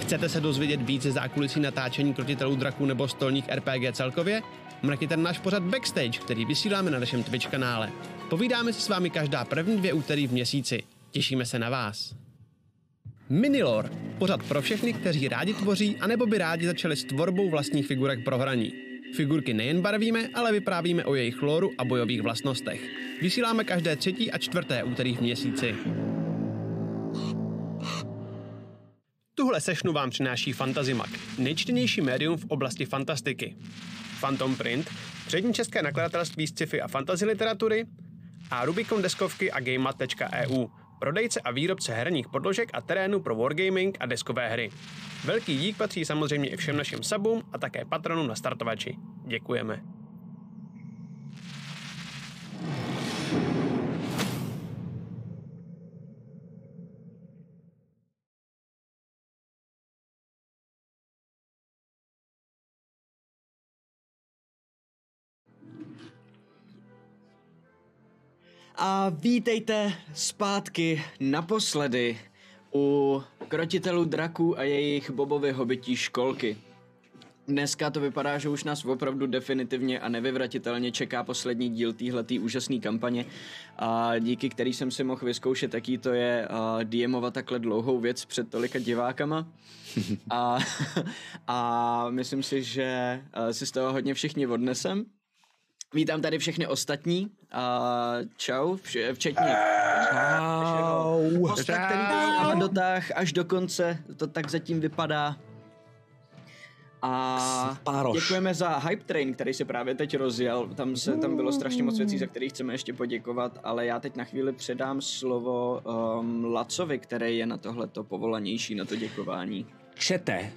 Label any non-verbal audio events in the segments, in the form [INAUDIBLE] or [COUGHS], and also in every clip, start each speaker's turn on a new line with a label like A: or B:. A: Chcete se dozvědět více zákulisí natáčení krotitelů draků nebo stolních RPG celkově? Mrkněte na náš pořad Backstage, který vysíláme na našem Twitch kanále. Povídáme si s vámi každá první dvě úterý v měsíci. Těšíme se na vás. Minilor, pořad pro všechny, kteří rádi tvoří, anebo by rádi začali s tvorbou vlastních figurek pro hraní. Figurky nejen barvíme, ale vyprávíme o jejich lóru a bojových vlastnostech. Vysíláme každé třetí a čtvrté úterý v měsíci. Tuhle sešnu vám přináší Fantazimak, nejčtenější médium v oblasti fantastiky. Phantom Print, přední české nakladatelství z sci-fi a fantasy literatury a Rubikon deskovky a gamemat.eu, prodejce a výrobce herních podložek a terénu pro wargaming a deskové hry. Velký dík patří samozřejmě i všem našim sabům a také patronům na startovači. Děkujeme.
B: A vítejte zpátky naposledy u krotitelů draků a jejich bobovy hobití školky. Dneska to vypadá, že už nás opravdu definitivně a nevyvratitelně čeká poslední díl téhletý úžasné kampaně, a díky který jsem si mohl vyzkoušet, jaký to je a, DMovat takhle dlouhou věc před tolika divákama. A, [LAUGHS] a myslím si, že a, si z toho hodně všichni odnesem. Vítám tady všechny ostatní. A čau, vše- včetně
C: Au.
B: hosta, který nám dotáh až do konce. To tak zatím vypadá. A
C: Pároš.
B: děkujeme za Hype Train, který se právě teď rozjel. Tam, se, tam bylo strašně moc věcí, za které chceme ještě poděkovat, ale já teď na chvíli předám slovo um, Lacovi, který je na tohleto povolanější, na to děkování.
C: Čete,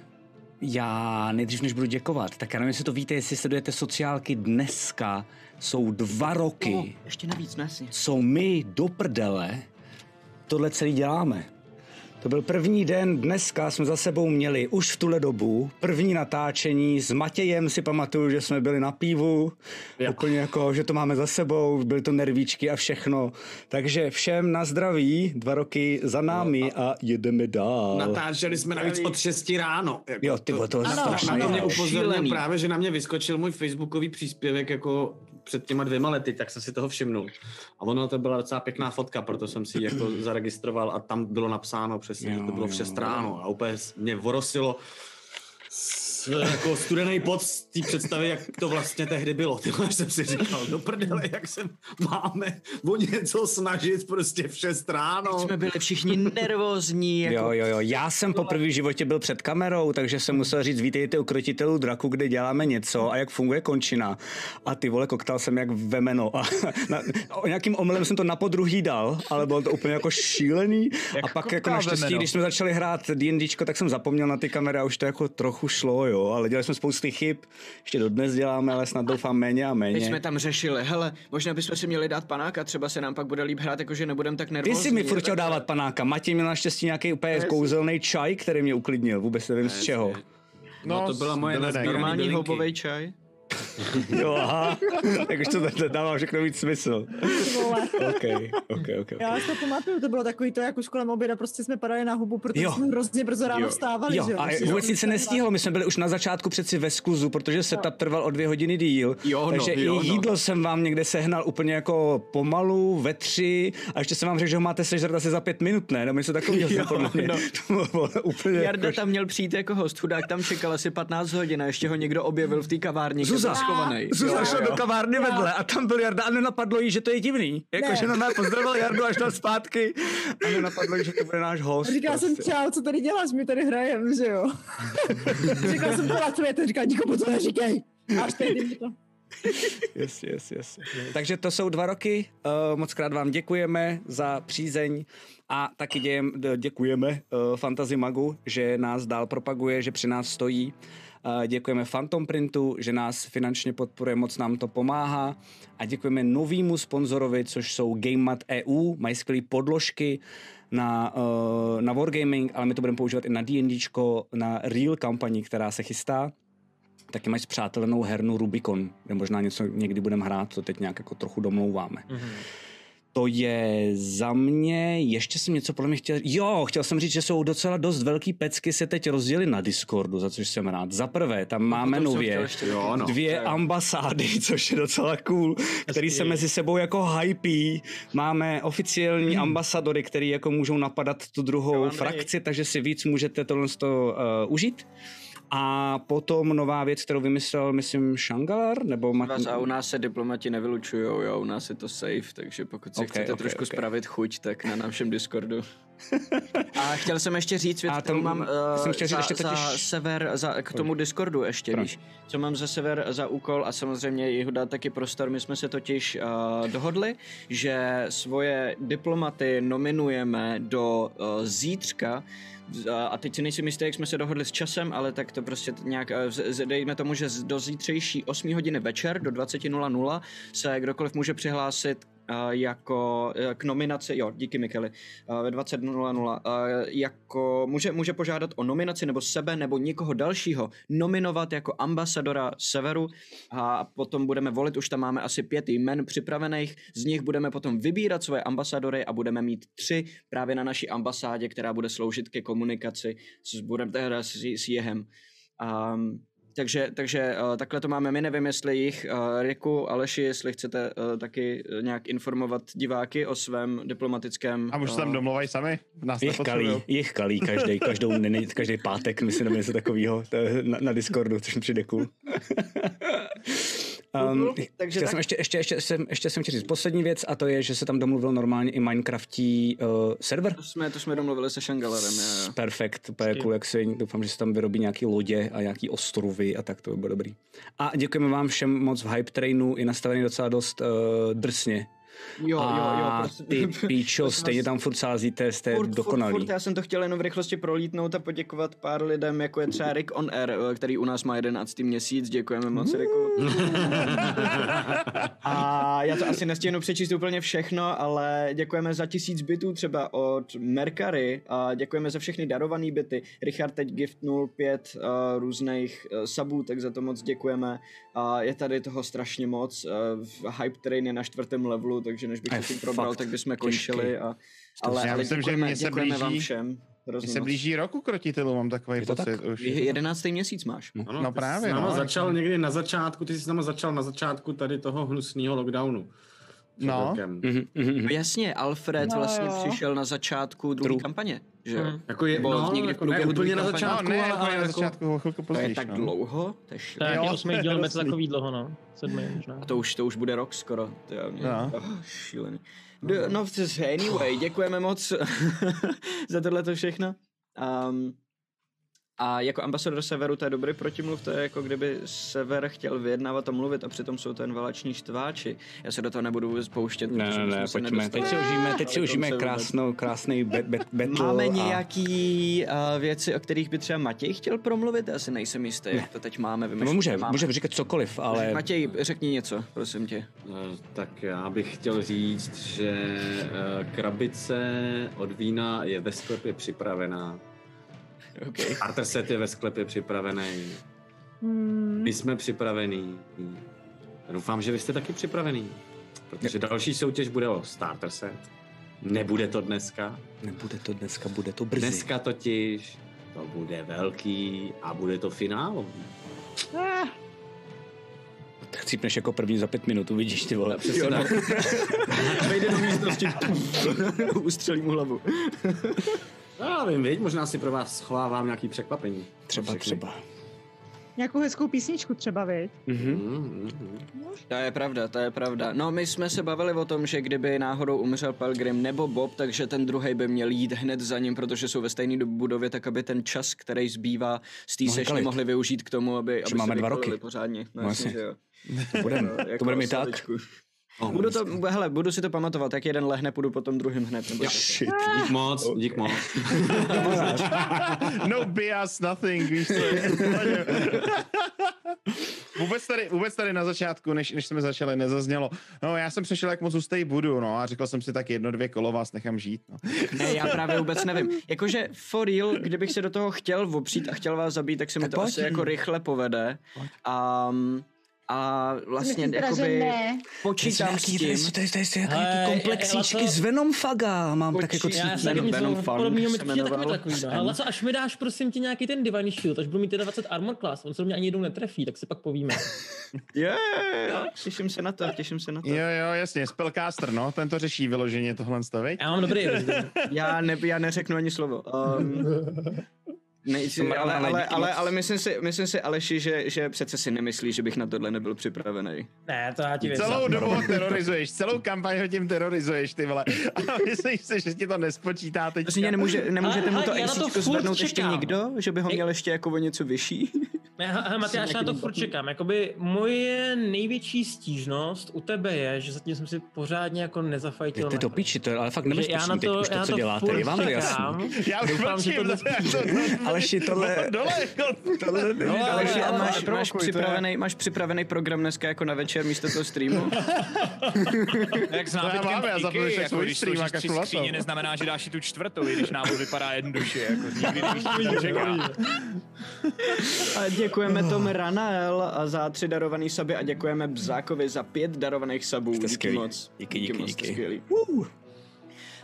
C: já nejdřív než budu děkovat, tak já nevím, jestli to víte, jestli sledujete sociálky dneska, jsou dva roky,
B: Oh, ještě navíc, no jasně.
C: co my do prdele tohle celý děláme. To byl první den, dneska jsme za sebou měli už v tuhle dobu první natáčení s Matějem, si pamatuju, že jsme byli na pivu, jo. úplně jako, že to máme za sebou, byly to nervíčky a všechno. Takže všem na zdraví, dva roky za námi a jedeme dál.
D: Natáčeli jsme navíc od 6 ráno. Jako
C: No. Jo, ty vole, to je
D: na-
C: strašný
D: Na to mě
C: hroš.
D: upozornil
B: Šílený.
D: právě, že na mě vyskočil můj facebookový příspěvek jako před těma dvěma lety, tak jsem si toho všimnul. A ono to byla docela pěkná fotka, proto jsem si
C: [CLEARS THROAT]
D: ji jako zaregistroval a tam bylo napsáno přesně,
C: Jo,
D: že to bylo
C: jo.
D: v 6 ráno a úplně mě vorosilo s, jako studený pot z té představy, jak to vlastně tehdy bylo. Ty vole, jsem si říkal, do prdele, jak se máme o něco snažit prostě v 6 ráno.
B: Jsme byli všichni nervózní, jako
C: Jo, jo, jo. Já jsem poprvé v životě byl před kamerou, takže jsem musel říct, vítejte u krotitelů draku, kde děláme něco a jak funguje končina. A ty vole, koktal jsem jak vemeno. [LAUGHS] A na, o nějakým omylem jsem to na podruhý dal, ale bylo to úplně jako šílený. a pak jako
E: koktal
C: naštěstí,
E: vemeno.
C: když jsme [LAUGHS] začali hrát D&Dčko, tak jsem zapomněl na ty kamery a už to jako trochu šlo, jo. Ale dělali jsme spousty chyb, ještě dodnes děláme, ale snad doufám méně a
B: My jsme
C: méně.
B: tam řešili, hele, možná bychom si měli dát panáka, třeba se nám pak bude líp hrát, jakože nebudem tak
C: Ty
B: nervózní.
C: jsi mi furt chtěl
B: tak-
C: dávat panáka. Matěj měl naštěstí nějaký úplně kouzelný čaj, který mě uklidnil. Vůbec nevím z čeho.
D: No, to byla moje nazbíraná-
B: Normální
D: bylinky.
B: houbový čaj.
C: Jo, aha, [LAUGHS] tak už to takhle dává všechno víc smysl.
F: Vole.
C: OK, OK, OK.
F: Já si to pamatuju, to bylo takový to, jak už kolem oběda prostě jsme padali na hubu, protože
C: Jo.
F: jo. jsme hrozně brzo ráno
B: Jo.
F: vstávali,
C: Jo,
F: že jo?
C: a
F: Takže
C: vůbec
F: jsem
C: nic se
F: byla-
C: nestihlo, my jsme byli už na začátku přeci ve skluzu, protože setup trval o dvě hodiny díl,
B: Jo, no,
C: takže
B: jo,
C: i
B: no.
C: jídlo jsem vám někde sehnal úplně jako pomalu, ve tři, a ještě jsem vám řekl, že ho máte sežrat asi za pět minut, ne? Nebo něco takového jsem podle mě.
B: no.
C: To bylo úplně
B: Jarda
C: jako-
B: tam měl přijít jako host, chudák tam čekal asi 15 hodin a ještě ho někdo objevil v té kavárně, kde
C: Zuza.
B: byl schovaný.
C: Zuzana
B: Jo,
C: šla
B: jo.
C: do kavárny vedle a tam byl Jarda a nenapadlo jí, že to je divný. Jako, Jakože na pozdravil Jardu až tam zpátky a nenapadlo jí, že to bude náš host. prostě.
F: Říkala jsem, čau, co tady děláš, my tady hrajeme, že
C: [LAUGHS]
F: jo? říkala jsem to Lacovi, ten říkal, nikomu to neříkej. Až tehdy mi to...
C: [LAUGHS] Yes, yes, yes. Takže to jsou dva roky. Uh, moc krát vám děkujeme za přízeň a taky dějem, d- děkujeme uh, Fantasy Magu, že nás dál propaguje, že při nás stojí. Uh, děkujeme Phantom Printu, že nás finančně podporuje, moc nám to pomáhá. A děkujeme novýmu sponzorovi, což jsou GameMat EU, mají skvělé podložky na, uh, na Wargaming, ale my to budeme používat i na D&Dčko, na Real kampaní, která se chystá taky mají zpřátelenou hernu Rubikon, kde možná něco někdy budeme hrát, to teď nějak jako trochu domlouváme. Mm-hmm. To je za mě, ještě jsem něco podle mě chtěl, jo, chtěl jsem říct, že jsou docela dost velký pecky se teď rozdělily na Discordu, za což jsem rád. Za prvé, tam máme
B: No, jsem chtěl
C: nově
B: ještě
D: Jo, no.
C: dvě ambasády, [LAUGHS] což je docela cool, který se mezi sebou jako hypí. Máme
B: Hmm.
C: oficiální ambasadory, který jako můžou napadat tu druhou frakci, takže si víc můžete tohle z toho uh, užít. A potom nová věc, kterou vymyslel, myslím, Shangalar, nebo
B: Vás a
C: Mak-
B: u nás se diplomati nevylučujou, jo, u nás je to safe, takže pokud si
C: Ok,
B: okay, chcete
C: ok,
B: okay, trošku
C: ok.
B: okay. spravit chuť, tak na našem Discordu. a chtěl jsem ještě říct věc,
C: A
B: a
C: to
B: kterou mám uh,
C: jsem chtěl říct
B: za,
C: ještě totiž-
B: za sever, za, k tomu Discordu ještě,
C: Promiň.
B: víš, co mám za sever za úkol a samozřejmě jeho dá taky prostor. My jsme se totiž uh, dohodli, že svoje diplomaty nominujeme do uh, zítřka Eh, a- a teď si nejsem jistý, jak jsme se dohodli s časem, ale tak to prostě t- nějak, eh, z- z- dejme tomu, že z- do zítřejší 8 hodiny večer do 20.00 se kdokoliv může přihlásit eh, jako eh, k nominaci, jo, díky Mikeli, eh, ve 20.00, eh, jako může, může požádat o nominaci nebo sebe nebo někoho dalšího nominovat jako ambasadora Severu a potom budeme volit, už tam máme asi pět jmen připravených, z nich budeme potom vybírat svoje ambasadory a budeme mít tři právě na naší ambasádě, která bude sloužit ke komunikaci s, budem, teda s, s jehem. Um, takže, takže uh, takhle to máme. My nevím, jestli jich, uh, Riku, Aleši, jestli chcete uh, taky eh, nějak informovat diváky o svém diplomatickém...
E: A už se
B: eh,
E: tam domluvají sami? Nás
C: Jich kalí,
E: nepotřebujou.
C: jich kalí každý,
B: [LAUGHS]
C: každou, nene- každý pátek, myslím, nebo něco takového na, na Discordu, což mi přijde
B: [LAUGHS]
C: cool. Um, takže chtěl
B: takže tak.
C: jsem ještě, ještě, ještě, jsem, ještě jsem chtěl říct poslední věc a to je, že se tam domluvil normálně i Minecraftí uh, server.
B: To jsme, to jsme domluvili se Šangalerem. jo, jo.
C: Perfekt, úplně cool, jak si doufám, že se tam vyrobí nějaký lodě a nějaký ostrovy a tak to by bylo dobrý. A děkujeme vám všem moc v Hype Trainu, je nastavený docela dost uh, drsně.
B: Jo, jo, prostě jo,
C: a
B: prosím. [LAUGHS]
C: ty píčo, stejně tam furt sázíte, jste
B: Furt, furt,
C: dokonalí.
B: furt, já jsem to chtěl jenom v rychlosti prolítnout a poděkovat pár lidem, jako je třeba Rick on Air, eh, který u nás má 11. měsíc, děkujeme
C: Mm. [LAUGHS]
B: moc Ricku. A já to asi nestihnu přečíst úplně všechno, ale děkujeme za tisíc bytů třeba od Mercary a děkujeme za všechny darované byty. Richard teď giftnul pět uh, různých uh, sabů, tak za to moc děkujeme. A je tady toho strašně moc. Uh, hype Train je na čtvrtém levelu, takže než bych
C: Ej,
B: se tím probral,
C: Eh, fakt,
B: tak bychom
C: těžký.
B: končili. A, ale,
E: Já
B: ale
E: myslím, že
B: děkujeme,
E: mě se
B: děkujeme vám
E: blíží-
B: všem.
E: Mně
B: Hrozně
E: se
B: moc.
E: blíží roku krotitelů, mám
C: Je
E: takový
C: to
E: pocit už.
B: Je- Jedenáctý měsíc máš.
D: Ano,
E: No
D: ty
E: právě,
D: Jsi s náma
E: no.
D: začal někdy na začátku, ty jsi s náma začal na začátku tady toho hnusného lockdownu. Před
E: No.
D: rokem.
C: Mhm, mhm, mhm.
B: No jasně, Alfred
F: No
B: vlastně
F: jo.
B: přišel na začátku druhé
C: True.
B: kampaně, že jo?
D: Jako je,
B: Nebo
D: no,
B: někdy v
D: jako ne
B: průběhu
D: úplně
B: druhé
D: na
B: kampaně.
E: No,
D: začátku,
E: ne,
D: ale,
E: jako
D: ale
E: je na
D: jako...
E: začátku, o chvilku
B: To je
E: později.
B: tak
E: no.
B: dlouho, to je šílený.
E: Jo,
G: Tak osmý [LAUGHS] díl, nebo
E: jasný.
G: takový dlouho, no. Sedmý možná.
B: A to už, to už bude rok skoro. To je mě,
E: No.
B: oh, šílený. Do, no, just anyway, děkujeme moc [LAUGHS] za tohle to všechno. Um, a jako ambasador Severu to je dobrý protimluv, to je jako kdyby Sever chtěl vyjednávat a mštít a přitom jsou to jen valační štváči. Já se do toho nebudu spouštět.
C: Ne,
B: protože
C: ne,
B: bychom
C: ne,
B: se
C: pojďme.
B: nedostali.
C: Teď si užijeme, teď si
B: Ale
C: užijeme
B: to se vůbec-
C: krásnou, krásný be, be, battle.
B: Máme
C: a-
B: nějaký uh, věci, o kterých by třeba Matěj chtěl promluvit? Já si nejsem jistý, jak to teď máme
C: No,
B: vymyšlené.
C: může,
B: máme.
C: může říkat cokoliv, ale...
B: Matěj, řekni něco, prosím tě.
D: Eh, Tak já bych chtěl říct, že eh, krabice od vína je ve sklepě připravená.
B: Okay.
D: Arter set je ve sklepě připravený.
C: Hmm.
D: My jsme připravení. Doufám, že vy jste taky připravený. Protože další soutěž bude o starter set. Nebude to dneska.
C: Nebude to dneska, bude to brzy.
D: Dneska totiž to bude velký a bude to finálový.
F: Ah,
C: Tak chcípneš jako první za pět minut, uvidíš ty vole.
D: Přesně tak.
B: Vejde do místnosti,
C: [LAUGHS]
B: ustřelím
D: [LAUGHS]
B: hlavu.
D: Já vím, No, viď, možná si pro vás schovávám nějaký překvapení.
C: Třeba,
D: Všechny.
C: třeba.
F: Nějakou hezkou písničku třeba, viď?
C: Mhm.
D: Mm, mm, mm.
B: To je pravda, to je pravda. No, my jsme se bavili o tom, že kdyby náhodou umřel Pelgrim nebo Bob, takže ten druhý by měl jít hned za ním, protože jsou ve stejné budově, tak aby ten čas, který zbývá z té
C: Mohli
B: sešny,
C: kalit.
B: mohli využít k tomu, aby, aby
C: máme
B: se
C: dva roky.
B: vykolili pořádně.
C: [LAUGHS]
B: No,
C: No
B: jasně,
C: jasně.
B: že jo.
C: To
B: [LAUGHS]
C: budeme, to budeme mít tak.
B: oslavičku. Budu, to, hele, budu si to pamatovat, jak jeden lehne, půjdu potom druhým hned. Nebo
C: Shit.
D: Dík moc, dík moc.
E: [LAUGHS] No bias, nothing, víš co je. [LAUGHS] v pohodě. vůbec, tady, vůbec tady na začátku, než, než jsme začali, nezaznělo. No, já jsem přešel, jak moc ustej budu, no, a řekl jsem si tak jedno, dvě kolo vás nechám žít, no.
B: Ne, já právě vůbec nevím. Jakože for real, kdybych se do toho chtěl opřít a chtěl vás zabít, tak se mi
C: Tak
B: to
C: pojď.
B: asi jako rychle povede. A A vlastně
H: Myslím teda, že
B: jakoby
H: ne.
B: počítám s tím,
C: to je, to je, to je
G: Hele,
C: nějaký
G: je-
C: komplexíčky
G: Laco-
C: z Venomfaga, mám tak jako
B: Počkej,
G: Já
B: Jsi
G: jsem
B: Venom-
G: taky
B: Venom
G: něco
B: Fang
G: podobného
B: se
G: No, mi přijde taky
B: jmenoval.
G: takový. no.
B: Ano.
G: Ale co, až mi dáš prosím tě nějaký ten Divine Shield, až budu mít teda 20 armor class, on se do mě ani jednou netrefí, tak si pak
B: [LAUGHS]
G: povíme.
B: Jo, jo, jo, jo, no, těším se na to, těším se na to.
E: Jo, jo, jasně, Spellcaster, no, ten to řeší vyloženě tohle stavej.
G: Já mám dobrý rozdíl.
B: Já, ne, já neřeknu ani slovo.
C: [LAUGHS]
B: Um, ne,
C: Jsem rád,
B: ale,
C: ale
B: ale,
C: díky
B: ale,
C: moc.
B: ale myslím, si, myslím si, Aleši, že, že přece si nemyslí, že bych na tohle nebyl připravený.
G: Ne, to já ti věřím.
E: Celou dobu ho terorizuješ, celou kampaň ho tím terorizuješ, ty vole. A myslíš si, že ti to nespočítá teď.
B: Prostě nemůže, nemůžete
G: Ale-
B: mu to
G: ale já na to
B: ACčko
G: furt
B: zvednout ještě
G: čekám.
B: někdo? Že by ho měl ještě jako o něco vyšší?
G: Ne, he- hele, Matyáš, já na to furt čekám. Jakoby moje největší stížnost u tebe je, že zatím jsem si pořádně jako nezafajtil.
C: Jdete
G: na
C: do
G: krv.
C: piči, to je ale fakt
G: Takže
C: nebezpečný teď už to,
G: já
C: co děláte,
G: furt
C: je vám to jasný.
G: čekám.
E: Já už
G: Doufám, že
E: mlčím,
G: to bude-
E: zase já
B: [LAUGHS]
E: to-
C: Aleši, tohle,
E: Dole,
C: tohle není
B: Ale,
C: Aleši,
B: No, ale,
C: ale
B: máš,
C: máš...
B: máš, připravený, máš připravený program dneska jako na večer místo toho streamu?
I: [LAUGHS] Jak s
E: já
I: nábytkem
E: mám, já
I: v
E: zapomněl, že
I: IKEA, jako
E: svůj
I: když
E: stream,
I: složíš
E: jak
I: tři
E: jsem
I: skříně,
E: laptop.
I: neznamená, že dáš i tu čtvrtou, i když návod vypadá jednoduše, jako nikdy nevíš, co tam čeká.
B: A děkujeme Tom Ranael a za tři darovaný saby a děkujeme Bzákovi za pět darovaných sabů. Díky
C: skvělí.
B: moc.
C: Díky, díky,
B: moc, jste
C: díky.
B: skvělí. Uh.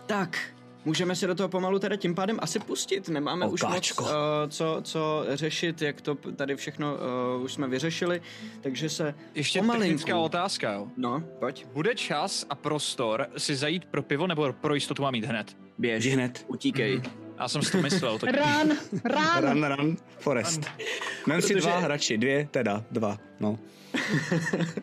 B: Tak, můžeme se do toho pomalu teda tím pádem asi pustit. Nemáme
C: Okáčko.
B: už moc uh, co, co řešit, jak to p- tady všechno uh, už jsme vyřešili, takže se
I: Ještě
B: pomalinku...
I: technická otázka, jo.
B: No, pojď.
I: Bude čas a prostor si zajít pro pivo, nebo pro jistotu mám jít hned? Mhm.
B: Běž.
C: Jdi hned.
B: Utíkej.
I: Já jsem si to myslel. To...
H: Run, run.
C: Run, run, Forest. Vem si
B: Protože-
C: dva hráči, dvě, teda, dva, no.
B: [LAUGHS]
C: Což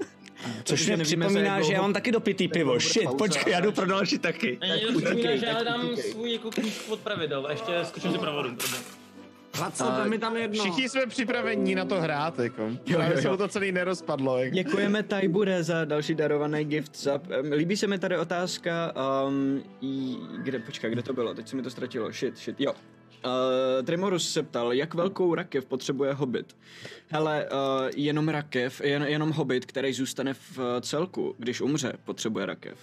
B: Protože
C: mě
B: nevíme, za
C: připomíná,
B: jak
C: že já
B: dlouho-
C: mám taky dopitý pivo.
B: bude
C: Shit,
B: pauza,
C: počkej, já jdu
B: Aleš.
C: pro další taky.
G: Ne, někdo připomíná,
B: utíkej,
G: že já
B: tak
G: dám
B: utíkej.
G: svůj jako knížku od pravidel a ještě skočím si pravodu. prdel.
D: Hlacel, mi tam jedno.
E: Všichni jsme připraveni na to hrát, jako.
B: jo,
E: Ale se
B: jo.
E: mu to celý nerozpadlo, jako.
B: Děkujeme Tajbure za další darovaný gift. Za, em, líbí se mi tady otázka, um, i, kde, počkej, kde to bylo, teď se mi to ztratilo, shit, shit, jo. Uh, Tremorus se ptal, jak velkou rakev potřebuje Hobbit. Hele, uh, jenom rakev, jen, jenom Hobbit, který zůstane v eh, celku, když umře, potřebuje rakev.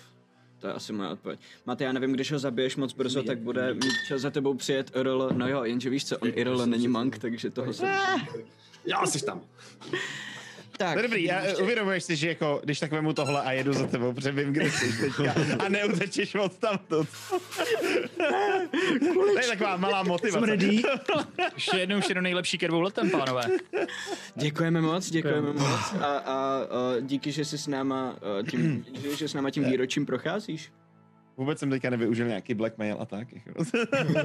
B: To je asi moje odpověď. Máte, já nevím, když ho zabiješ moc brzo, tak bude mít čas za tebou přijet Irl. No jo, jenže víš co, on Irl není mank, takže toho se...
D: Já jsi tam.
B: Tak,
E: No dobrý, já, uvědomuješ si, že jako, když tak vemu tohle a jedu za tebou, protože vím, kde jsi teďka a neutečeš od tamtud. To je taková malá motivace. [LAUGHS]
C: Smrdí.
I: Ještě jednou, ještě jednou nejlepší ke dvou letem, pánové.
B: Děkujeme moc, děkujeme moc a, a, a díky, že jsi s náma a, tím, že, že s náma tím výročím procházíš.
E: Vůbec jsem teďka nevyužil nějaký blackmail a tak. Jako.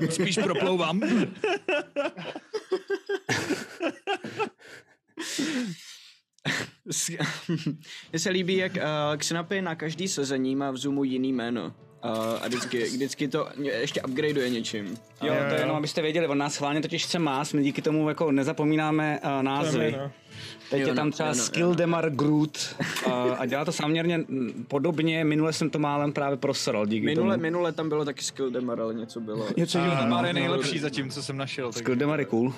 I: Spíš proplouvám.
B: S- [LAUGHS] Mně se líbí, jak a, Xenapy na každý sezení má v Zoomu jiný jméno a, a vždycky, vždycky to ještě upgradeuje něčím.
C: Jo, to je jenom, abyste věděli, on nás chválně totiž chce más, my díky tomu jako nezapomínáme uh, názvy.
B: no.
C: Teď
B: Jo,
C: je tam
B: no,
C: třeba
B: jo, no, jo,
C: Skill
B: no.
C: Demar Groot uh, a dělá to záměrně mm, podobně, minule jsem to málem právě prosral díky
B: Minule,
C: tomu.
B: minule tam bylo taky Skill Demar, ale něco bylo.
C: Něco jiného. no.
I: Pár je nejlepší zatím, co jsem našel. tak-
C: Skill Demar je cool.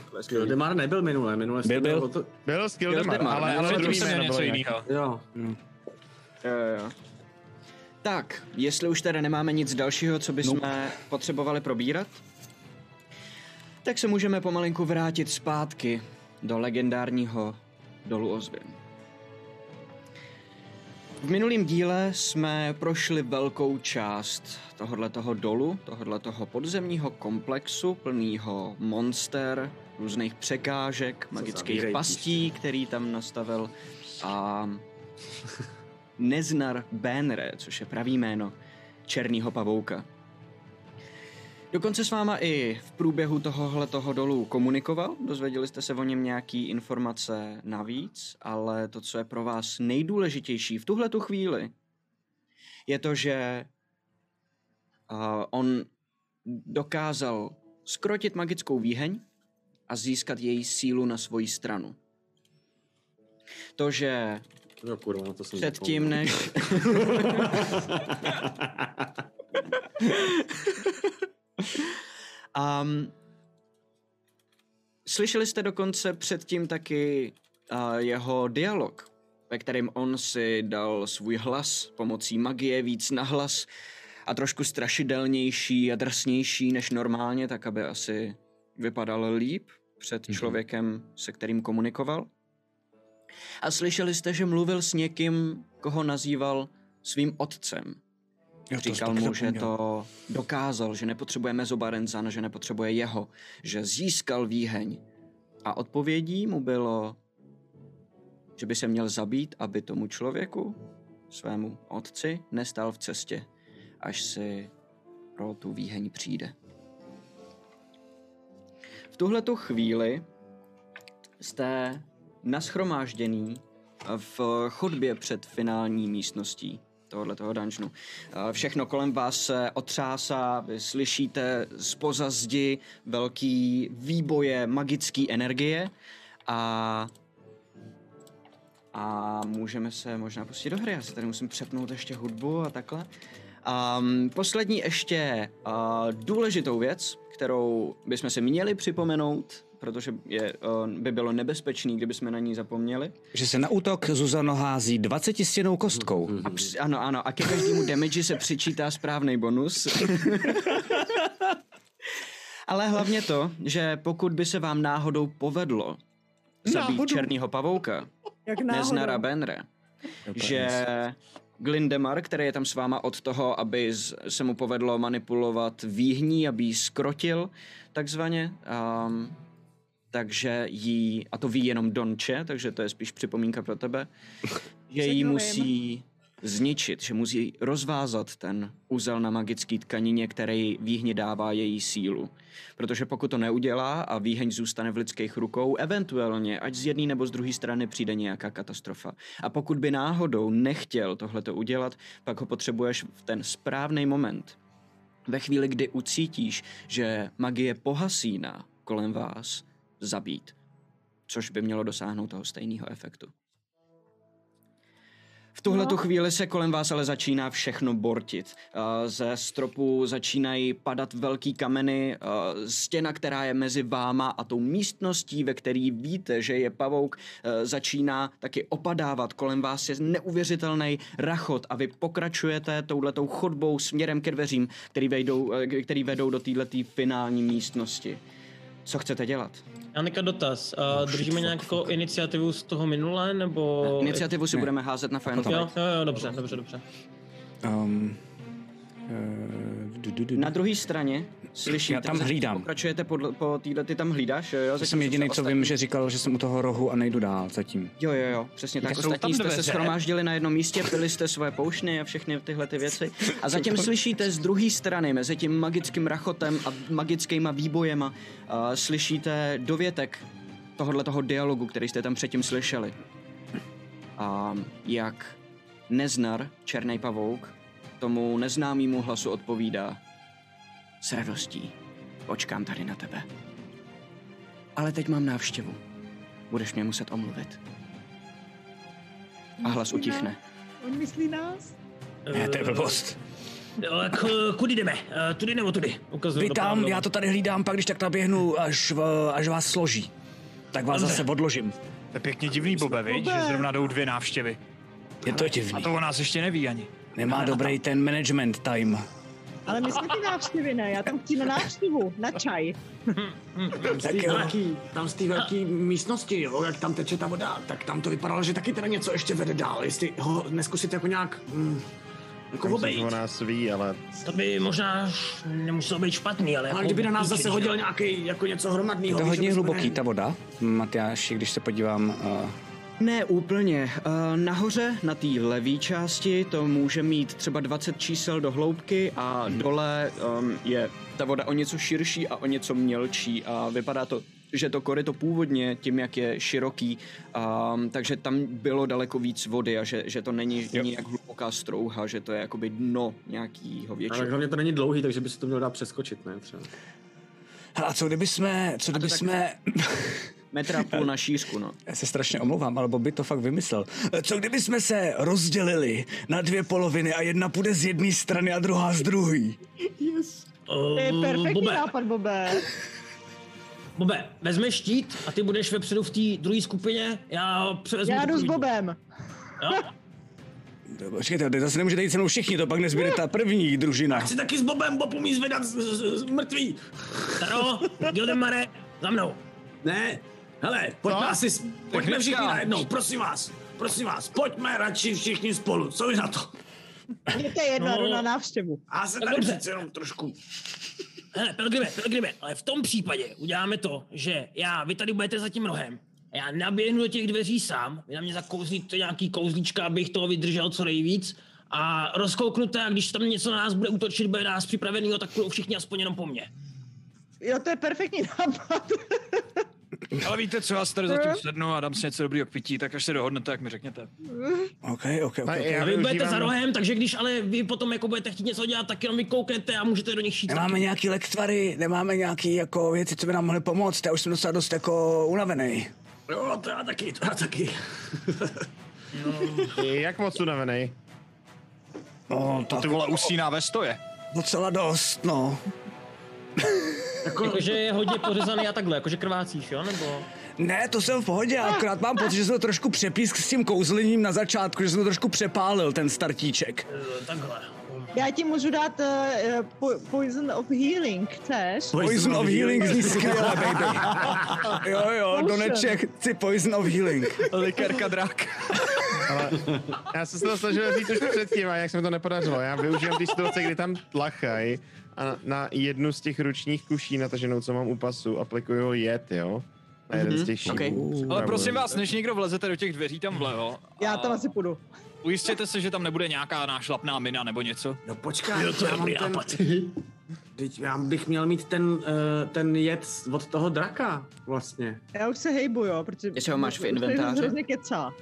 D: Demar nebyl minulé, minulé
C: Byl,
D: jste
C: byl.
D: měl o To...
E: Byl Skildemar,
B: Skildemar,
E: ale,
B: ne,
E: ale
B: předtím
E: druhý
I: Jsem měl
E: jméno bylo
I: něco
E: jinak.
I: jiného.
D: Jo.
E: Hm.
B: Jo, jo. Tak, jestli už tady nemáme nic dalšího, co bychom potřebovali probírat, tak se můžeme pomalinku vrátit zpátky do legendárního dolu Ozvin. V minulém díle jsme prošli velkou část tohohle toho dolu, tohohle toho podzemního komplexu plného monster, různých překážek, magických
D: zavírající
B: pastí, který tam nastavil a Neznar Benre, což je pravý jméno Černýho pavouka. Dokonce s váma i v průběhu tohohle toho dolu komunikoval, dozvěděli jste se o něm nějaký informace navíc, ale to, co je pro vás nejdůležitější v tuhle tu chvíli, je to, že uh, on dokázal skrotit magickou výheň a získat její sílu na svoji stranu. To, že
D: Jo, No, kurva, na to jsem
B: Předtím, než...
D: [LAUGHS]
B: um, slyšeli jste dokonce předtím taky uh, jeho dialog, ve kterém on si dal svůj hlas pomocí magie víc na hlas a trošku strašidelnější a drsnější než normálně, tak aby asi vypadal líp před člověkem, se kterým komunikoval. A slyšeli jste, že mluvil s někým, koho nazýval svým otcem. Říkal mu, že to dokázal, že nepotřebuje Mezobarenzana, že nepotřebuje jeho, že získal výheň. A odpovědí mu bylo, že by se měl zabít, aby tomu člověku, svému otci, nestal v cestě, až si pro tu výheň přijde. V tuhle chvíli jste naschromážděný v chodbě před finální místností tohohle toho dungeonu. Eh, Všechno kolem vás se otřásá, vy slyšíte z pozazdi velký výboje magické energie a a můžeme se možná pustit do hry. Já si tady musím přepnout ještě hudbu a takhle. Um, poslední ještě uh, důležitou věc, kterou bychom si měli připomenout, protože je, uh, by bylo nebezpečný, kdybychom na ní zapomněli.
C: Že se na útok Zuzano hází 20 stěnou kostkou.
B: A při, ano, ano, a ke každému damage se přičítá správný bonus. Ale hlavně to, že pokud by se vám náhodou povedlo zabít
F: Náhodou.
B: černýho pavouka,
F: Jak
B: Neznara
F: náhodou.
B: Benre, že Glindemar, který je tam s váma od toho, aby z- se mu povedlo manipulovat výhní, aby ji skrotil, takzvaně, um, takže jí, a to ví jenom Donče, takže to je spíš připomínka pro tebe, že jí
F: Překvapím.
B: musí zničit, že musí rozvázat ten úzel na magický tkanině, který výhně dává její sílu. Protože pokud to neudělá a výheň zůstane v lidských rukou, eventuálně, ať z jedné nebo z druhé strany přijde nějaká katastrofa. A pokud by náhodou nechtěl tohleto udělat, pak ho potřebuješ v ten správný moment. Ve chvíli, kdy ucítíš, že magie pohasíná kolem vás, zabít. Což by mělo dosáhnout toho stejného efektu. V tuhle
C: No.
B: tu chvíli se kolem vás ale začíná všechno bortit. Eh, Ze stropu začínají padat velký kameny, eh, stěna, která je mezi váma a tou místností, ve který víte, že je pavouk, eh, začíná taky opadávat. Kolem vás je neuvěřitelný rachot a vy pokračujete touhletou chodbou směrem ke dveřím, který, vejdou, eh, který vedou do této finální místnosti. Co chcete dělat?
G: Já teďka dotaz. Uh, držíme nějakou iniciativu z toho minule, nebo...
B: Iniciativu si
C: ne.
B: budeme házet na Final
G: Jo,
B: Fight.
G: jo, jo, dobře, dobře, dobře.
C: Um, eh, du, du, du, du.
B: Na druhé straně slyšíte,
C: Já tam
B: zatím
C: hlídám.
B: Pokračujete podle, po týhle, ty tam hlídáš, jo, jo?
C: Já
B: zatím
C: jsem
B: se
C: jediný, co
B: ostatní-
C: vím, že říkal, že jsem u toho rohu a nejdu dál zatím.
B: Jo, jo, jo, přesně tak.
I: Jsou
B: Ostatní
I: tam
B: jste se
I: dveře.
B: schromáždili na jednom místě, pili jste svoje poušny a všechny tyhle ty věci. A zatím slyšíte z druhé strany, mezi tím magickým rachotem a magickýma výbojema, uh, slyšíte dovětek tohohle toho dialogu, který jste tam předtím slyšeli. A jak Neznar, Černý pavouk, tomu neznámému hlasu odpovídá. S radostí. Počkám tady na tebe. Ale teď mám návštěvu. Budeš mě muset omluvit. A hlas utichne.
F: On myslí nás?
C: Ne, to je blbost.
G: Eh, K, kudy jdeme? Eh, Tudy nebo tudy? Ukazuju
C: Vy
G: doprava,
C: tam,
G: doleva.
C: já to tady hlídám, pak když tak naběhnu, až, v, až vás složí. Tak vás zase odložím.
I: To je pěkně divný, Bobe, viď? že zrovna jdou dvě návštěvy.
C: Je to
I: A
C: divný.
I: to o nás ještě neví ani.
C: Nemá dobrý ten management time.
F: Ale my jsme ty návštěvy, ne? Já tam chci na návštěvu, na čaj.
D: Tam z té
C: Tak jo.
D: velký, tam z té velký místnosti, jo, jak tam teče ta voda, tak tam to vypadalo, že taky teda něco ještě vede dál, jestli ho neskusit jako nějak, mm, jako
E: Myslím, že
D: obejít.
E: o nás ví, ale
G: To by možná š- nemuselo být špatný, ale...
D: Ale
G: jako
D: kdyby na nás
G: určitě,
D: zase
G: že
D: hodil
G: jo.
D: nějaký jako něco
C: Je
D: hromadného.
C: to hodně hluboký, ta voda. Matyáši, když se podívám, uh,
B: Ne úplně. Eh, Nahoře, na té levé části, to může mít třeba 20 čísel do hloubky a dole ehm, je ta voda o něco širší a o něco mělčí a vypadá to, že to koryto původně tím, jak je široký, ehm, takže tam bylo daleko víc vody a že, že to není
C: Jo.
B: nijak hluboká strouha, že to je jakoby dno nějakýho
D: Ale
B: většího.
D: hlavně to není dlouhý, takže by se to mělo dát přeskočit, ne? Třeba.
C: hele, a co kdyby jsme, co kdyby
B: tak-
C: jsme, [LAUGHS]
B: Metra a půl na šířku, no.
C: já se strašně omlouvám, ale Bobby to fakt vymyslel. Eh, Co kdyby jsme se rozdělili na dvě poloviny a jedna půjde z jedné strany a druhá z druhé?
F: To je
G: Eh,
F: perfektní
G: Bobe,
F: nápad, Bobe.
G: Bobe, vezmeš štít a ty budeš vepředu v té druhé skupině, já převezmu...
F: Já
G: tu
F: jdu s
G: první.
F: Bobem.
G: Jo?
C: Počkejte, teď zase nemůžete jít se mnou všichni, to pak nezbyde ta první družina.
D: Chci taky s Bobem, Bob umí zvedat z, z, z mrtvý.
G: Taro, Gildemare, za mnou.
D: Ne, Hele, pojďme
E: Co?
D: asi, s- pojďme všichni
I: Technická.
D: najednou, prosím vás, prosím vás, pojďme radši všichni spolu, co vy na to?
F: Mně to je jedno,
G: No.
F: jdu na návštěvu.
D: Já se
G: Tak
D: tady
G: dobře.
D: přece jenom trošku...
G: Hele, Pelgrime, Pelgrime, ale v tom případě uděláme to, že já, vy tady budete za tím rohem, a já naběhnu do těch dveří sám, vy na mě zakouzlíte nějaký kouzlíčka, abych toho vydržel co nejvíc, a rozkouknu to a když tam něco na nás bude útočit, bude nás připravenýho, tak budou všichni aspoň jenom po mně.
F: Jo, to je perfektní nápad.
I: Ale víte co, já si tady
F: Hm?
I: zatím sednu a dám si něco dobrýho k pití, tak až se dohodnete, jak mi řekněte.
C: OK, OK, OK.
E: Tady
C: okay.
E: já
G: A vy budete
E: využívám-
G: za rohem, takže když ale vy potom jako budete chtít něco dělat, tak jenom vy kouknete a můžete do nich šít.
C: Nemáme nějaký lektvary, nemáme nějaký jako věci, co by nám mohly pomoct. Já už jsem docela dost jako unavený.
D: Jo, to já taky, to
E: [LAUGHS]
D: já taky.
E: Jak moc unavený?
C: No, tak
I: Ty vole usíná ve stoje.
C: docela dost, no.
G: Jakože je hodně pořezaný a takhle, jakože krvácíš, jo? Nebo...
C: Ne, to jsem v pohodě, akorát mám pocit, že jsem to trošku přepísk s tím kouzlením na začátku, že jsem to trošku přepálil, ten startíček.
G: Eh, Takhle.
F: Já ti můžu dát eh, po- Poison of Healing, chceš?
C: Poison of Healing zní [LAUGHS] skvěle, baby. Jo, jo,
F: Potion.
C: Doneček, si Poison of Healing.
I: Likérka drak.
E: Já jsem se to snažil říct už předtím, a jak se mi to nepodařilo. Já využívám ty situace, kdy tam tlachaj a na, na jednu z těch ručních kuší nataženou, co mám u pasu, aplikuju jed, jo? Na jeden z těch
C: Mhm.
E: šípů.
B: okej.
I: Mhm. Ale prosím vás, než někdo vlezete do těch dveří tam vlevo,
F: Já tam asi půjdu.
I: ujistěte se, že tam nebude nějaká nášlapná mina nebo něco.
D: No počkej, jo, to já mám ten... [LAUGHS] Teď já bych měl mít ten, eh, ten jed od toho draka vlastně.
F: Já už se hejbu, jo, protože...
B: Jestli ho máš v
F: protože
B: inventáři?
F: Hrozně kecá.